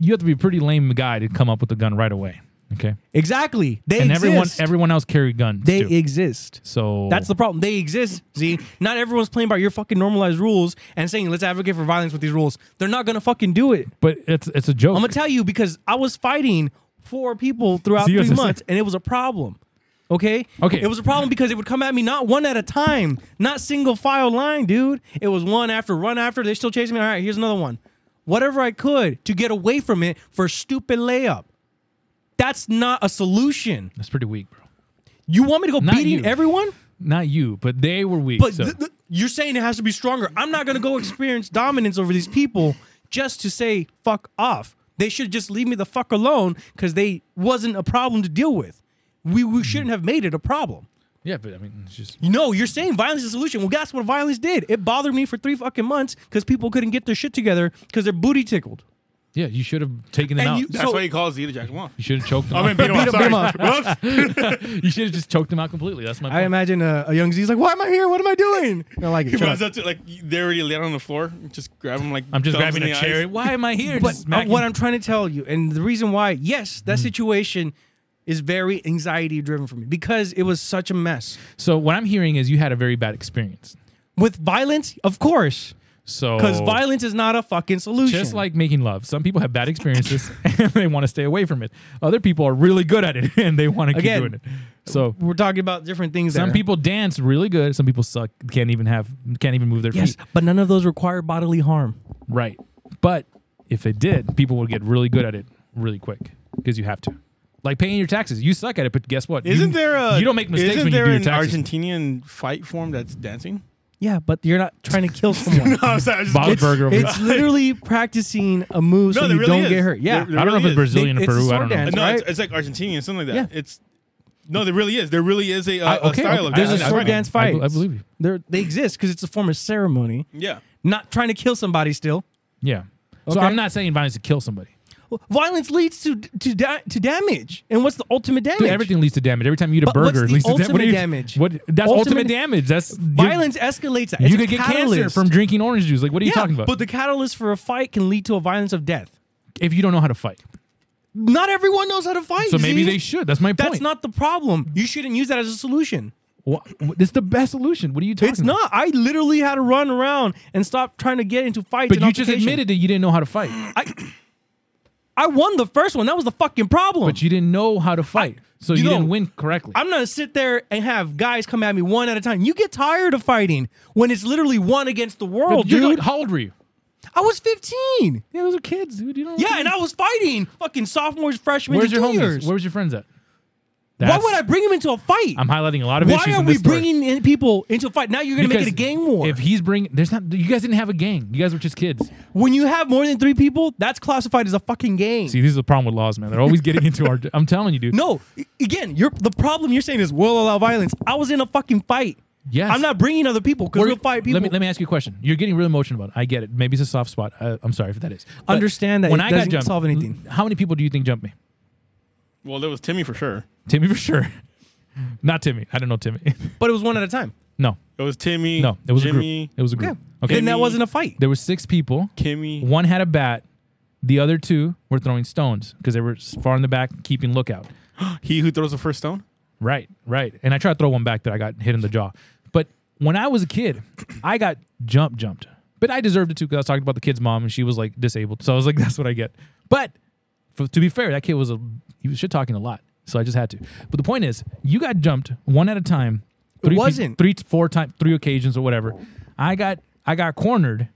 you have to be a pretty lame guy to come up with a gun right away. Okay,
exactly. They
and
exist.
everyone everyone else carried guns.
they
too.
exist.
so
That's the problem. They exist. See, not everyone's playing by your fucking normalized rules and saying let's advocate for violence with these rules. They're not gonna fucking do it.
but it's it's a joke.
I'm gonna tell you because I was fighting four people throughout
See,
three
it's the same-
months, and it was a problem. Okay.
Okay.
It was a problem because it would come at me not one at a time, not single file line, dude. It was one after run after. They still chasing me. All right, here's another one. Whatever I could to get away from it for a stupid layup. That's not a solution.
That's pretty weak, bro.
You want me to go
Not you.
beating everyone?
Not you, but they were weak.
But
so.
th- th- you're saying it has to be stronger. I'm not going to go experience dominance over these people just to say fuck off. They should just leave me the fuck alone because they wasn't a problem to deal with. We, we shouldn't have made it a problem.
yeah, but I mean, it's just
You know, you're saying violence is the solution. Well, guess what violence did? It bothered me for three fucking months because people couldn't get their shit together because they're booty tickled.
yeah. You should have taken them
And
out.
you-
You,
That's
So-
why he calls Zeta Jack. Come
[LAUGHS]
on.
should have choked them.
I'm
out.
gonna beat him up. Sorry. Whoops.
[LAUGHS] you should have just choked them out completely. That's my.
I
point.
imagine a, a young Z's like, why am I here? What am I doing? And I [LAUGHS] like it.
He
Shut
runs
up.
up to like they're already laid on the floor. Just grab him like
I'm just
thumbs
grabbing
in the
a chair.
eyes.
Why am I here?
But
Just
uh,
smacking- Mm-hmm.
what I'm trying to tell you, and the reason why, yes, that situation is very anxiety driven for me because it was such a mess.
so what I'm hearing is you had a very bad experience.
With violence, of course,
So
because violence is not a fucking solution.
Oh. Just like making love, some people have bad experiences [LAUGHS] and they want to stay away from it. Other people are really good at it [LAUGHS] and they want to keep
Again,
doing it. So
we're talking about different things.
some
there.
people dance really good. Some people suck. Can't even have. Can't even move their
yes,
feet.
but none of those require bodily harm.
Right. But if they did, people would get really good at it really quick because you have to. Like paying your taxes, you suck at it. But guess what?
Isn't
you,
there a
you don't make mistakes
isn't
when you
there
do your
an
taxes.
Argentinian fight form that's dancing?
[LAUGHS]
[LAUGHS]
Yeah, but you're not trying to kill someone.
I'm sorry. I was just-
Bob Burger. over
it's
there.
literally practicing a move so
there
you
really
don't
is.
get hurt. Yeah,
There- there
I don't know if
really
it's
is.
Brazilian
They-
or
it's
Peru.
a
I don't
sword
know.
dance.
no,
right?
it's, it's like Argentinian, something like that.
Yeah.
It's no, there really is. There really is a, uh,
I- okay,
a style of
okay.
There's
dance.
a
I- I-
sword
I- I-
dance
I
fight.
believe you.
They're, they exist because it's a form of ceremony.
Yeah.
Not trying to kill somebody still.
Yeah. So
Okay.
I'm not saying violence to kill somebody.
violence leads to to da- to damage. And what's the ultimate damage?
Dude, everything leads to damage. Every time you eat a
But what's
burger, it
the
leads to dam- what
ultimate
do you-
damage?
What? That's ultimate,
Ultimate-
damage. That's
Violence escalates that.
You,
It's
you
a
could get cancer
catalyst.
from drinking orange juice. Like, what are you
Yeah,
talking about?
But the catalyst for a fight can lead to a violence of death.
if you don't know how to fight,
Not everyone knows how to fight.
so maybe
Z.
they should. That's my
That's
point.
not the problem. You shouldn't use that as a solution.
Wha- It's the best solution. What are you talking?
It's
about?
not. I literally had to run around and stop trying to get into fights.
But
and
you just
altercation.
admitted that you didn't know how to fight.
I won the first one. That was the fucking problem.
But you didn't know how to fight, so
you
you,
know,
didn't win correctly.
I'm not gonna sit there and have guys come at me one at a time. You get tired of fighting when it's literally one against the
But
world,
you're
dude.
like- how old were you?
I was 15.
Yeah, those are kids, dude. You know.
Yeah, and I was fighting fucking sophomores, freshmen,
Where's
and
your homies?
juniors.
Where's your friends at?
Why
That's-
would I bring him into a fight?
I'm highlighting a lot of
Why
issues.
are
in
we
this story.
bringing in people into a fight? Now you're gonna
Because
make it a gang war.
If he's bringing, there's not. You guys didn't have a gang. You guys were just kids.
when you have more than three people, that's classified as a fucking gang.
See, this is the problem with laws, man. They're always getting into our. I'm telling you, dude.
No, a- again, you're the problem you're saying is we'll allow violence. I was in a fucking fight.
Yes.
I'm not bringing other people because
We're-
we'll fight people.
Let me let me ask you a question. You're getting real emotional about it. I get it. Maybe it's a soft spot. I, I'm sorry if that is. But
Understand that
when
it
I got
doesn't
jumped,
solve anything.
How many people do you think jumped me?
Well, there was Timmy for sure.
Timmy for sure. [LAUGHS] not Timmy. I don't know Timmy. [LAUGHS]
but it was one at a time.
no,
It was Timmy.
no. It was a
Jimmy,
group. It was a group. Okay.
Then that
Timmy-
wasn't a fight.
there were six people.
Kimmy.
One had a bat. The other two were throwing stones because they were s- far in the back, keeping lookout.
He who throws the first stone.
Right, right. And I tried to throw one back that I got hit in the jaw. But when I was a kid, [CLEARS THROAT] I got jump jumped. But I deserved it too because I was talking about the kid's mom and she was like disabled. So I was like, [LAUGHS] that's what I get. But for, to be fair, that kid was a he was shit talking a lot. So I just had to. But the point is, you got jumped one at a time. Three, pe-
wasn't.
three, four times, three occasions or whatever. I got I got cornered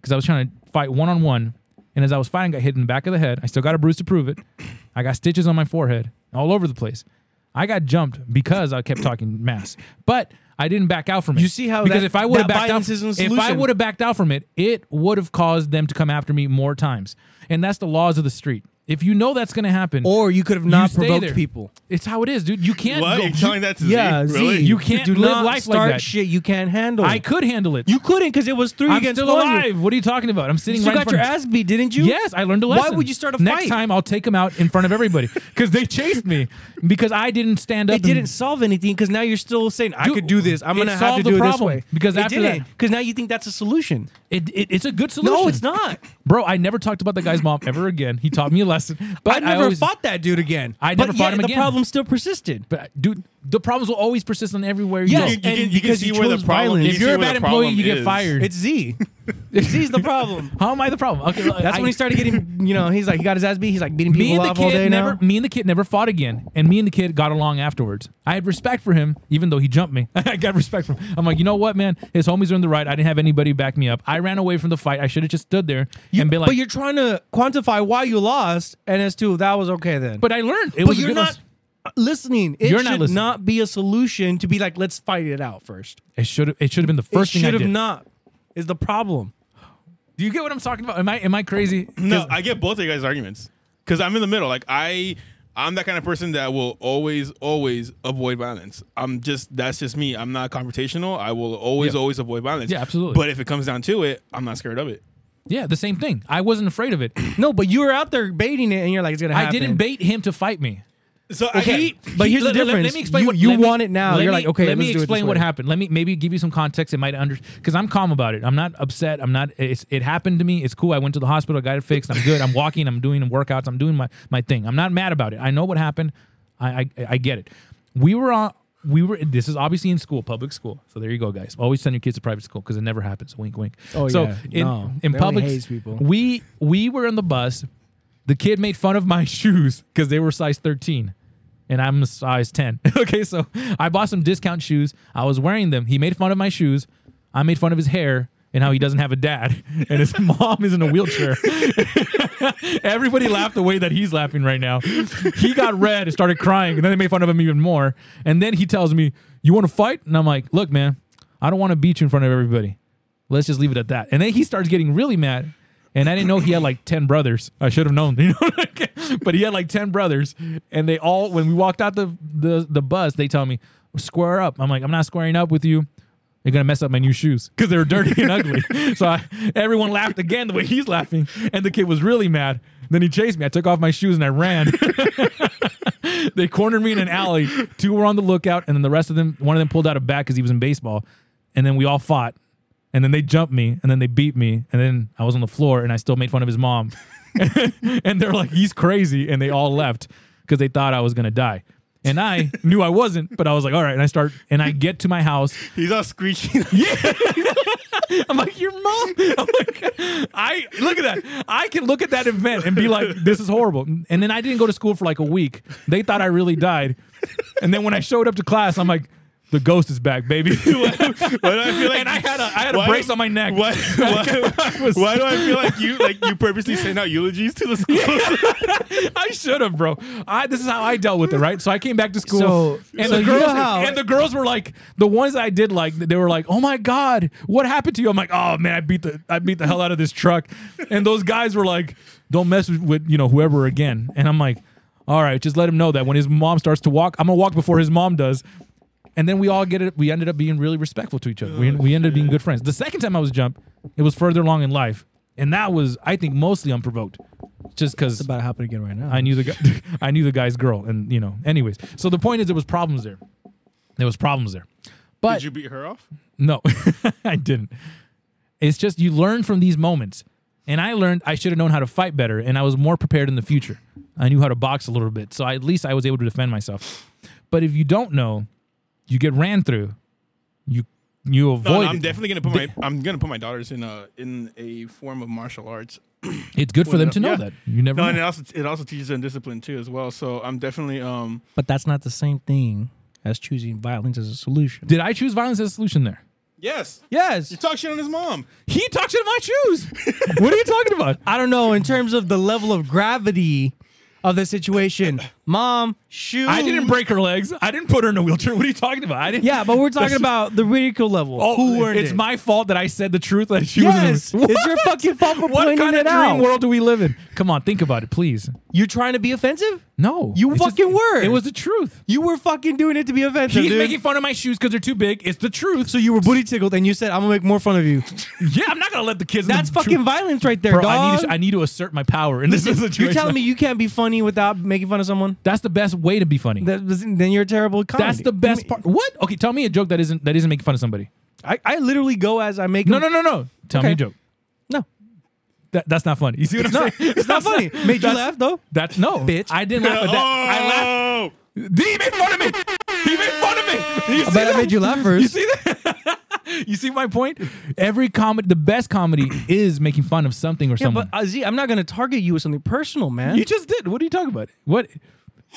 because I was trying to fight one on one. And as I was fighting, got hit in the back of the head. I still got a bruise to prove it. I got stitches on my forehead, all over the place. I got jumped because I kept talking mass, but I didn't back out from it.
You see how
because
that-
if I would have
that
backed out,
violence isn't a
if I
solution.
would have backed out from it, it would have caused them to come after me more times. And that's the laws of the street. If you know that's going to happen,
Or you could have
you
not
stay
provoked
there.
people.
It's how it is, dude. You can't.
What?
Go,
You're
you-
telling that to
Yeah,
Z? Really?
Z,
You can't
do
live
not
life like
start
that.
shit you can't handle.
I could handle it.
you couldn't because it was 3
I'm
against
still
one.
alive. What are you talking about? I'm sitting
You
right in
got
front
your
of-
ass beat, didn't you?
Yes, I learned a
Why
lesson.
would you start a
Next
fight?
time, I'll take them out in front of everybody because they chased me because I didn't stand up.
It
and-
didn't solve anything because now you're still saying I
Dude,
could do this. I'm
it
gonna have to
solved the
do it this
problem,
way
because
it
after that-
because now you think that's a solution.
It, it, it's a good solution.
No, it's not.
bro. I never talked about that guy's mom ever again. He taught me a lesson. [LAUGHS] But
I never
always-
fought that dude again.
I
But
never fought
yet
him
the
again.
problem still persisted.
But dude, the problems will always persist on everywhere you
Yes,
go.
You- you and because you chose violence.
if
see
you're a
where
bad
the
employee,
problem
you get
is.
fired. [LAUGHS]
It's Z. Z's the problem.
How am I the problem? Okay, look,
That's
I-
when he started getting. You know, he's like he got his ass beat. He's like beating
Me
people
and the
off all day
kid never.
now.
Me and the kid never fought again, and me and the kid got along afterwards. I had respect for him, even though he jumped me. [LAUGHS] I got respect from. him. I'm like, you know what, man? His homies are in the right. I didn't have anybody back me up. I ran away from the fight. I should have just stood there and been like,
but you're trying to quantify why you lost, and as to that was okay then.
But I learned. It
but
was a
you're
good
not
lesson.
listening. It
You're
should
not listening.
not be a solution to be like let's fight it out first.
It should. It should have been the first
it
thing I
should
did.
have not is the problem.
Do you get what I'm talking about? Am I am I crazy?
No, I get both of you guys' arguments because I'm in the middle. Like I, I'm that kind of person that will always, always avoid violence. I'm just that's just me. I'm not confrontational. I will always,
Yeah.
always avoid violence.
Yeah, absolutely.
But if it comes down to it, I'm not scared of it.
Yeah, the same thing. I wasn't afraid of it.
No, but you were out there baiting it, and you're like, it's gonna
I
happen.
didn't bait him to fight me.
So
Okay.
I
He- but here's the
let- let-
difference.
Let, me explain.
You-
what,
you
let me-
want it now.
let
You're
me-
like, okay,
Let
let's
me
do it this
explain what
way.
happened. Let me maybe give you some context. It might under because I'm calm about it. I'm not upset. I'm not. It's, it happened to me. It's cool. I went to the hospital. I got it fixed. I'm good. I'm walking. I'm doing workouts. I'm doing my my thing. I'm not mad about it. I know what happened. I I, I get it. We were on. We were. This is obviously in school, public school. So there you go, guys. Always send your kids to private school because it never happens. Wink, wink.
Oh,
so
yeah.
in,
No.
in
They only
public,
haze people.
we we were on the bus. The kid made fun of my [LAUGHS] shoes because they were size 13 and I'm a size 10. [LAUGHS] okay, so I bought some discount shoes. I was wearing them. He made fun of my shoes. I made fun of his hair and how he doesn't have a dad [LAUGHS] and his mom is in a wheelchair. [LAUGHS] Everybody laughed the way that he's laughing right now. He got red and started crying, and then they made fun of him even more. And then he tells me, You want to fight? And I'm like, Look, man, I don't want to beat you in front of everybody. Let's just leave it at that. And then he starts getting really mad. And I didn't know he had like 10 brothers. I should have known, [LAUGHS] you know. like, but he had like 10 brothers. And they all, when we walked out the, the, the bus, they tell me, Square up. I'm like, I'm not squaring up with you they're gonna mess up my new shoes because they were dirty and ugly. [LAUGHS] So I, everyone laughed again the way he's laughing, and the kid was really mad. Then he chased me. I took off my shoes and I ran. [LAUGHS] they cornered me in an alley. Two were on the lookout, and then the rest of them, one of them pulled out a bat because he was in baseball, and then we all fought. And then they jumped me, and then they beat me, and then I was on the floor, and I still made fun of his [LAUGHS] mom. and they're like, "He's crazy," and they all left because they thought I was gonna die. And I [LAUGHS] knew I wasn't, but I was like, all right. And I start, and I get to my house.
He's all screeching.
[LAUGHS]
[LAUGHS]
I'm like, your mom. [LAUGHS] I'm like, I look at that. I can look at that event and be like, this is horrible. And then I didn't go to school for like a week. They thought I really died. And then when I showed up to class, I'm like, the ghost is back, baby. [LAUGHS]
Why do I feel like
and I had a I had
why-
a brace on my neck.
Why, why,
I was-
why do I feel like you like you purposely sent out eulogies to the
[LAUGHS]
school?
I should have, bro. I this is how I dealt with it, right? So I came back to school,
So-
and
so
the
you
girls
know how-
and the girls were like the ones I did like. They were like, "Oh my god, what happened to you?" I'm like, "Oh man, I beat the I beat the hell out of this truck," and those guys were like, "Don't mess with, with you know whoever again," and I'm like. All right, just let him know that when his mom starts to walk, I'm gonna walk before his mom does, and then we all get it. We ended up being really respectful to each other. we, we ended up being good friends. The second time I was jumped, it was further along in life, and that was, I think, mostly unprovoked, just because
It's about to happen again right now.
I knew the guy, [LAUGHS] I knew the guy's girl, and you know. Anyways, so the point is, there was problems there. There was problems there. But
Did you beat her off?
no, [LAUGHS] I didn't. It's just you learn from these moments, and I learned I should have known how to fight better, and I was more prepared in the future. I knew how to box a little bit, so I, at least I was able to defend myself. But if you don't know, you get ran through. You you
No,
avoid.
no, I'm
it.
definitely gonna put my I'm gonna put my daughters in a in a form of martial arts.
it's good for them to know
Yeah.
that you never.
No,
know.
and it also it also teaches them discipline too as well. So I'm definitely um
but that's not the same thing as choosing violence as a solution.
Did I choose violence as a solution there?
yes.
yes.
Talk shit on his mom.
He talked shit in my
[LAUGHS]
shoes. what are you talking about?
I don't know in terms of the level of gravity of the situation.
[COUGHS]
Mom, shoot.
I didn't break her legs. I didn't put her in a wheelchair. What are you talking about? I didn't.
[COUGHS] Yeah, but we're talking
That's-
about the ridicule level.
Oh,
Who earned
it's
it?
my fault that I said the truth that she
Yes,
was. in the-
it's
[LAUGHS]
your
What?
fucking fault for
What
pointing
kind
it
of
out.
dream world do we live in? Come on, think about it, please.
You're trying to be offensive?
No,
You
it's just-
fucking were.
It was the truth.
You were fucking doing it to be offensive.
He's
dude.
making fun of my shoes because they're too big. It's the truth.
so you were booty tickled and you said, I'm gonna make more fun of you.
yeah, I'm not gonna let the kids.
That's
know the
fucking
truth.
violence right there,
Bro,
dog.
I need, to, I need to assert my power in this situation.
You're telling me you can't be funny without making fun of someone?
that's the best way to be funny.
That, then you're a terrible comedy.
that's the best part. What? Okay, tell me a joke that isn't that isn't making fun of somebody.
I, I literally go as I make
No,
them-
no, no, no. Tell me
Okay.
a joke.
No.
That, that's not funny. You see what I'm
not-
saying?
[LAUGHS] it's [LAUGHS]
[LAUGHS]
not funny. Made you
That's-
laugh, [LAUGHS] though?
That's no,
Bitch.
I didn't laugh at that. I laughed
Oh,
He made fun of me. He made fun of me. You see
I bet I
that?
made you laugh first.
You see that? [LAUGHS] you see my point? Every comedy, the best comedy is making fun of something or
Yeah,
someone.
but uh, Z, I'm not gonna target you with something personal, man.
you just did. What are you talking about? What?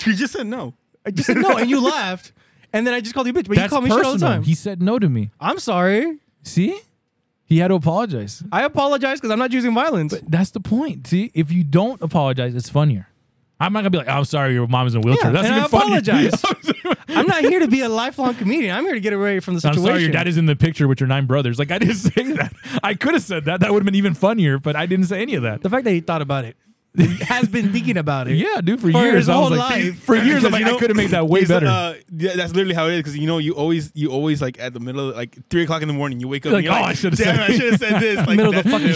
you just said no.
I just said no, and you laughed, and then I just called you a bitch. But you
That's
call me shit all the
personal.
time.
He said no to me.
I'm sorry.
See? He had to apologize.
I apologize because I'm not using violence.
That's the point. See, if you don't apologize, it's funnier. I'm not gonna be like, "Oh, I'm sorry, your mom is in a wheelchair.
Yeah,
That's
and
even
I
funnier. [LAUGHS]
apologize. I'm not here to [LAUGHS] be a lifelong comedian. I'm here to get away from the
I'm
situation.
sorry, your dad is in the picture with your nine brothers. Like I didn't [LAUGHS] say that. I could have said that. That would have been even funnier, but I didn't say any of that.
the fact that he thought about [LAUGHS] it, he has been thinking about it.
Yeah, dude, for,
For
years
his
I was
whole
like,
life.
[LAUGHS] for years
Because,
I'm like,
you know,
I could have made that way
he's,
better.
Uh, yeah, that's literally how it is because you know you always you always like at the middle of like three o'clock in the morning you wake up
Like,
and you're
"Oh,
like,
I should've
"Damn,
said-
I should have said
[LAUGHS]
this like
Middle of the
that's
fucking
him.
[LAUGHS]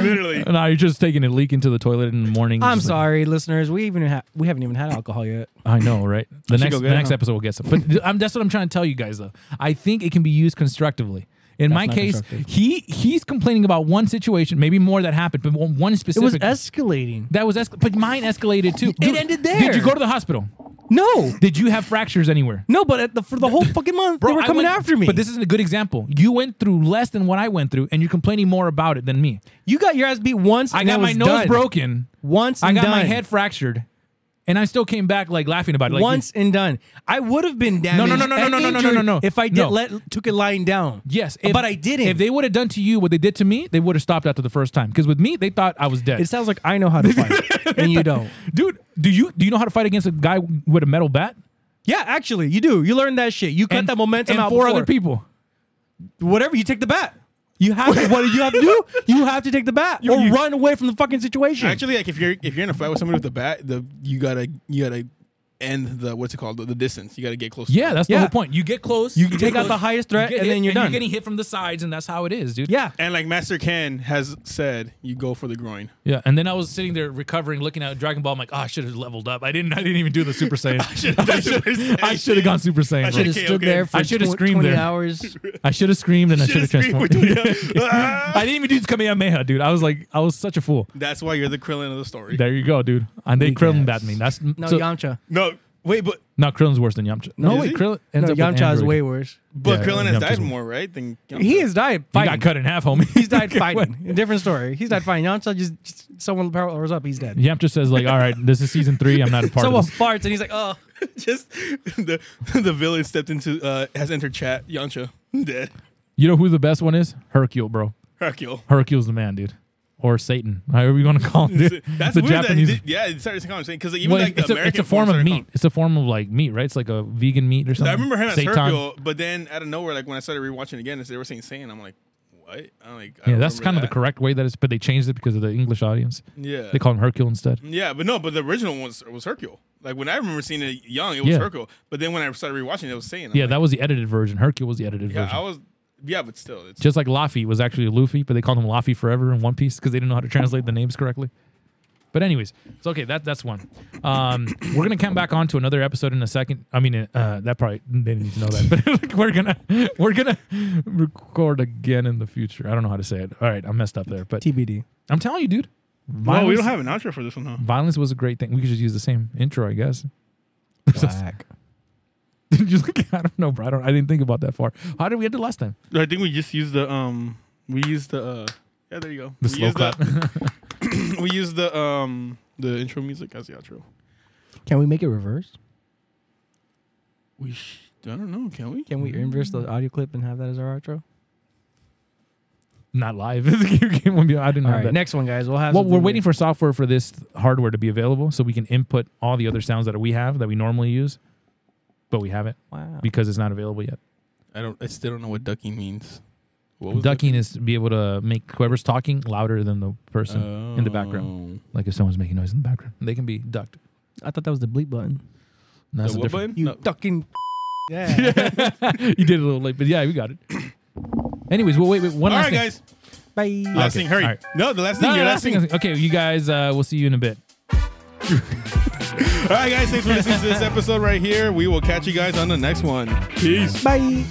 [LAUGHS] literally
no, you're just taking a leak into the toilet in the morning.
I'm
Just like-
sorry, listeners. We even ha- we haven't even had alcohol yet.
I
[LAUGHS]
know, right? The
should
next,
go
the
get it,
next
huh?
episode will get some. But th- I'm, that's what I'm trying to tell you guys, though. I think it can be used constructively. In my
not
case,
constructive.
he he's complaining about one situation, maybe more that happened, but one- one
It was
specific.
escalating.
that was, escal- but mine escalated too. Dude,
ended
Did
there.
you go to the hospital?
No,
Did you have fractures anywhere?
no, but at the, for the whole fucking month, they were
I
coming
went-
after me.
But this isn't a good example. You went through less than what I went through, and you're complaining more about it than me.
you got your ass beat once.
I
and
got
that
my
was
nose
done.
broken.
once.
I
and
got my
done.
head fractured, and I still came back like laughing about it. Like,
once and done. I would have been damaged.
no, no, no,
and
no, no, no, no,
injured
no.
If I did
No.
let took it lying down.
Yes,
but I didn't.
If they would have done to you what they did to me, they would have stopped after the first time. Because with me, they thought I was dead.
it sounds like I know how
[LAUGHS]
to fight, and you don't.
Dude, do you do you know how to fight against a guy with a metal bat?
Yeah, actually, you do. You learn that shit. You cut that momentum
and
out
four
before.
other people.
Whatever, you take the bat. You have to, what do you have
[LAUGHS]
to do? You have to take the bat or
you-
run away from the fucking situation.
actually like if you're if you're in a fight with somebody with a bat the you gotta you gotta end the what's it called the, the distance you gotta get close
Yeah, that's the
Yeah.
whole point. You get close, you
take out the highest threat,
get e-
and
hit,
then you're
and
done.
You're getting hit from the sides, and that's how it is, dude.
yeah.
and like Master Ken has said you go for the groin [LAUGHS]
yeah. And then I was sitting there recovering, looking at Dragon Ball. I'm like, oh, I should have leveled up. I didn't. I didn't even do the Super [LAUGHS] Saiyan. I should have gone [LAUGHS] Super Saiyan.
I
bro.
should've Okay, stood okay. there
for I should've tw- screamed 20 there.
hours.
I should have screamed and I should have
Should've
transformed. [LAUGHS]
screamed with you. [LAUGHS] Ah!
I didn't even do this Kamehameha, dude. I was like, I was such a fool.
that's why you're the Krillin of the story
There you go, dude. And they
Weak
Krillin
ass.
bat me. That's
No,
so-
Yamcha.
no wait but
No, Krillin's worse than Yamcha. No,
Is
wait,
he?
Krillin
No,
ends up with
Yamcha is
Android.
way worse.
But
Yeah,
Krillin has
Yamcha's
died
one.
more, right? Than Yamcha.
He has died
He
fighting.
got cut in half, homie. [LAUGHS]
He's died fighting. Different story. He's died fighting. Yamcha just, just someone powers up. He's dead.
Yamcha says like, "All right, this is season three. I'm not a part
Someone
of this."
farts and he's like, oh.
[LAUGHS] just the [LAUGHS] the villain stepped into uh, has entered chat. Yamcha [LAUGHS] dead.
You know who the best one is? Hercule, bro.
Hercule.
Hercule's the man, dude, or Satan, however you want to call him. Dude.
That's
the
weird.
Japanese.
That, yeah, it started to come because even
well,
like the
it's, a,
American
it's a form of
forms are
meat. It's a form of like meat, right? It's like a vegan meat or
called- I
something.
remember him as
Seitan.
Hercule, but then out of nowhere, like when I started rewatching again, they were saying Saiyan. I'm like, what? I'm like, I
Yeah,
don't
that's
remember
kind of the
that.
correct way that it's, but they changed it because of the English audience.
Yeah,
They call him Hercule instead.
yeah, but no, but the original one was, was Hercule. Like when I remember seeing it young, it was
Yeah.
Hercule. But then when I started rewatching, it, it was Saiyan. I'm
Yeah,
like,
that was the edited version. Hercule was the edited
yeah,
version.
I was, yeah, but still, it's
Just like Luffy was actually Luffy, but they called him Luffy forever in One Piece because they didn't know how to translate the names correctly. But anyways, it's okay. That that's one. Um, [COUGHS] we're gonna come back on to another episode in a second. I mean, uh, that probably they didn't need to know that, but [LAUGHS] we're gonna we're gonna record again in the future. I don't know how to say it. All right, I messed up there, but
TBD.
I'm telling you, dude.
Well, we
violence-
don't have an outro for this one, huh?
Violence was a great thing. We could just use the same intro, I guess. [LAUGHS]
Black.
just [LAUGHS] like, I don't know, bro. I, don't, I didn't think about that far. How did we end it last time?
I think we just used the um, we used the uh, yeah, there you go. we
The slow
used
clap.
The, [COUGHS] we used the um, the intro music as the outro.
Can we make it reverse?
We sh- I don't know. Can we?
Can we inverse the audio clip and have that as our outro?
Not live. [LAUGHS] It wouldn't be- I didn't
All
have
right,
that.
next one, guys. We'll have.
well, we're
something
waiting
to-
for software for this hardware to be available so we can input all the other sounds that we have that we normally use, but we haven't
Wow.
because it's not available yet.
I don't. I still don't know what ducking means. What was
Ducking is to be able to make whoever's talking louder than the
that?
person, in the background.
Oh.
like if someone's making noise in the background. They can be ducked.
I thought that was the bleep button.
And
Oh.
That's
The
the
what
difference.
button?
You
No. [LAUGHS]
fucking. Yeah.
[LAUGHS] you did it a little late, but yeah, we got it. Anyways, well, wait, wait. One
All
last
right, guys.
thing.
Bye.
Last
Okay,
thing. Hurry.
all right.
No, the last
No,
thing.
no,
your
no,
last thing.
last thing. Okay, you guys, uh, we'll see you in a bit.
All right, guys. Thanks for listening to this episode right here. We will catch you guys on the next one. Peace.
Bye.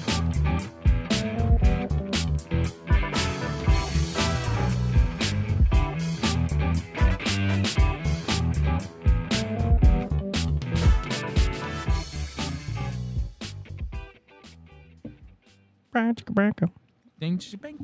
Branch, branch.
Thanks.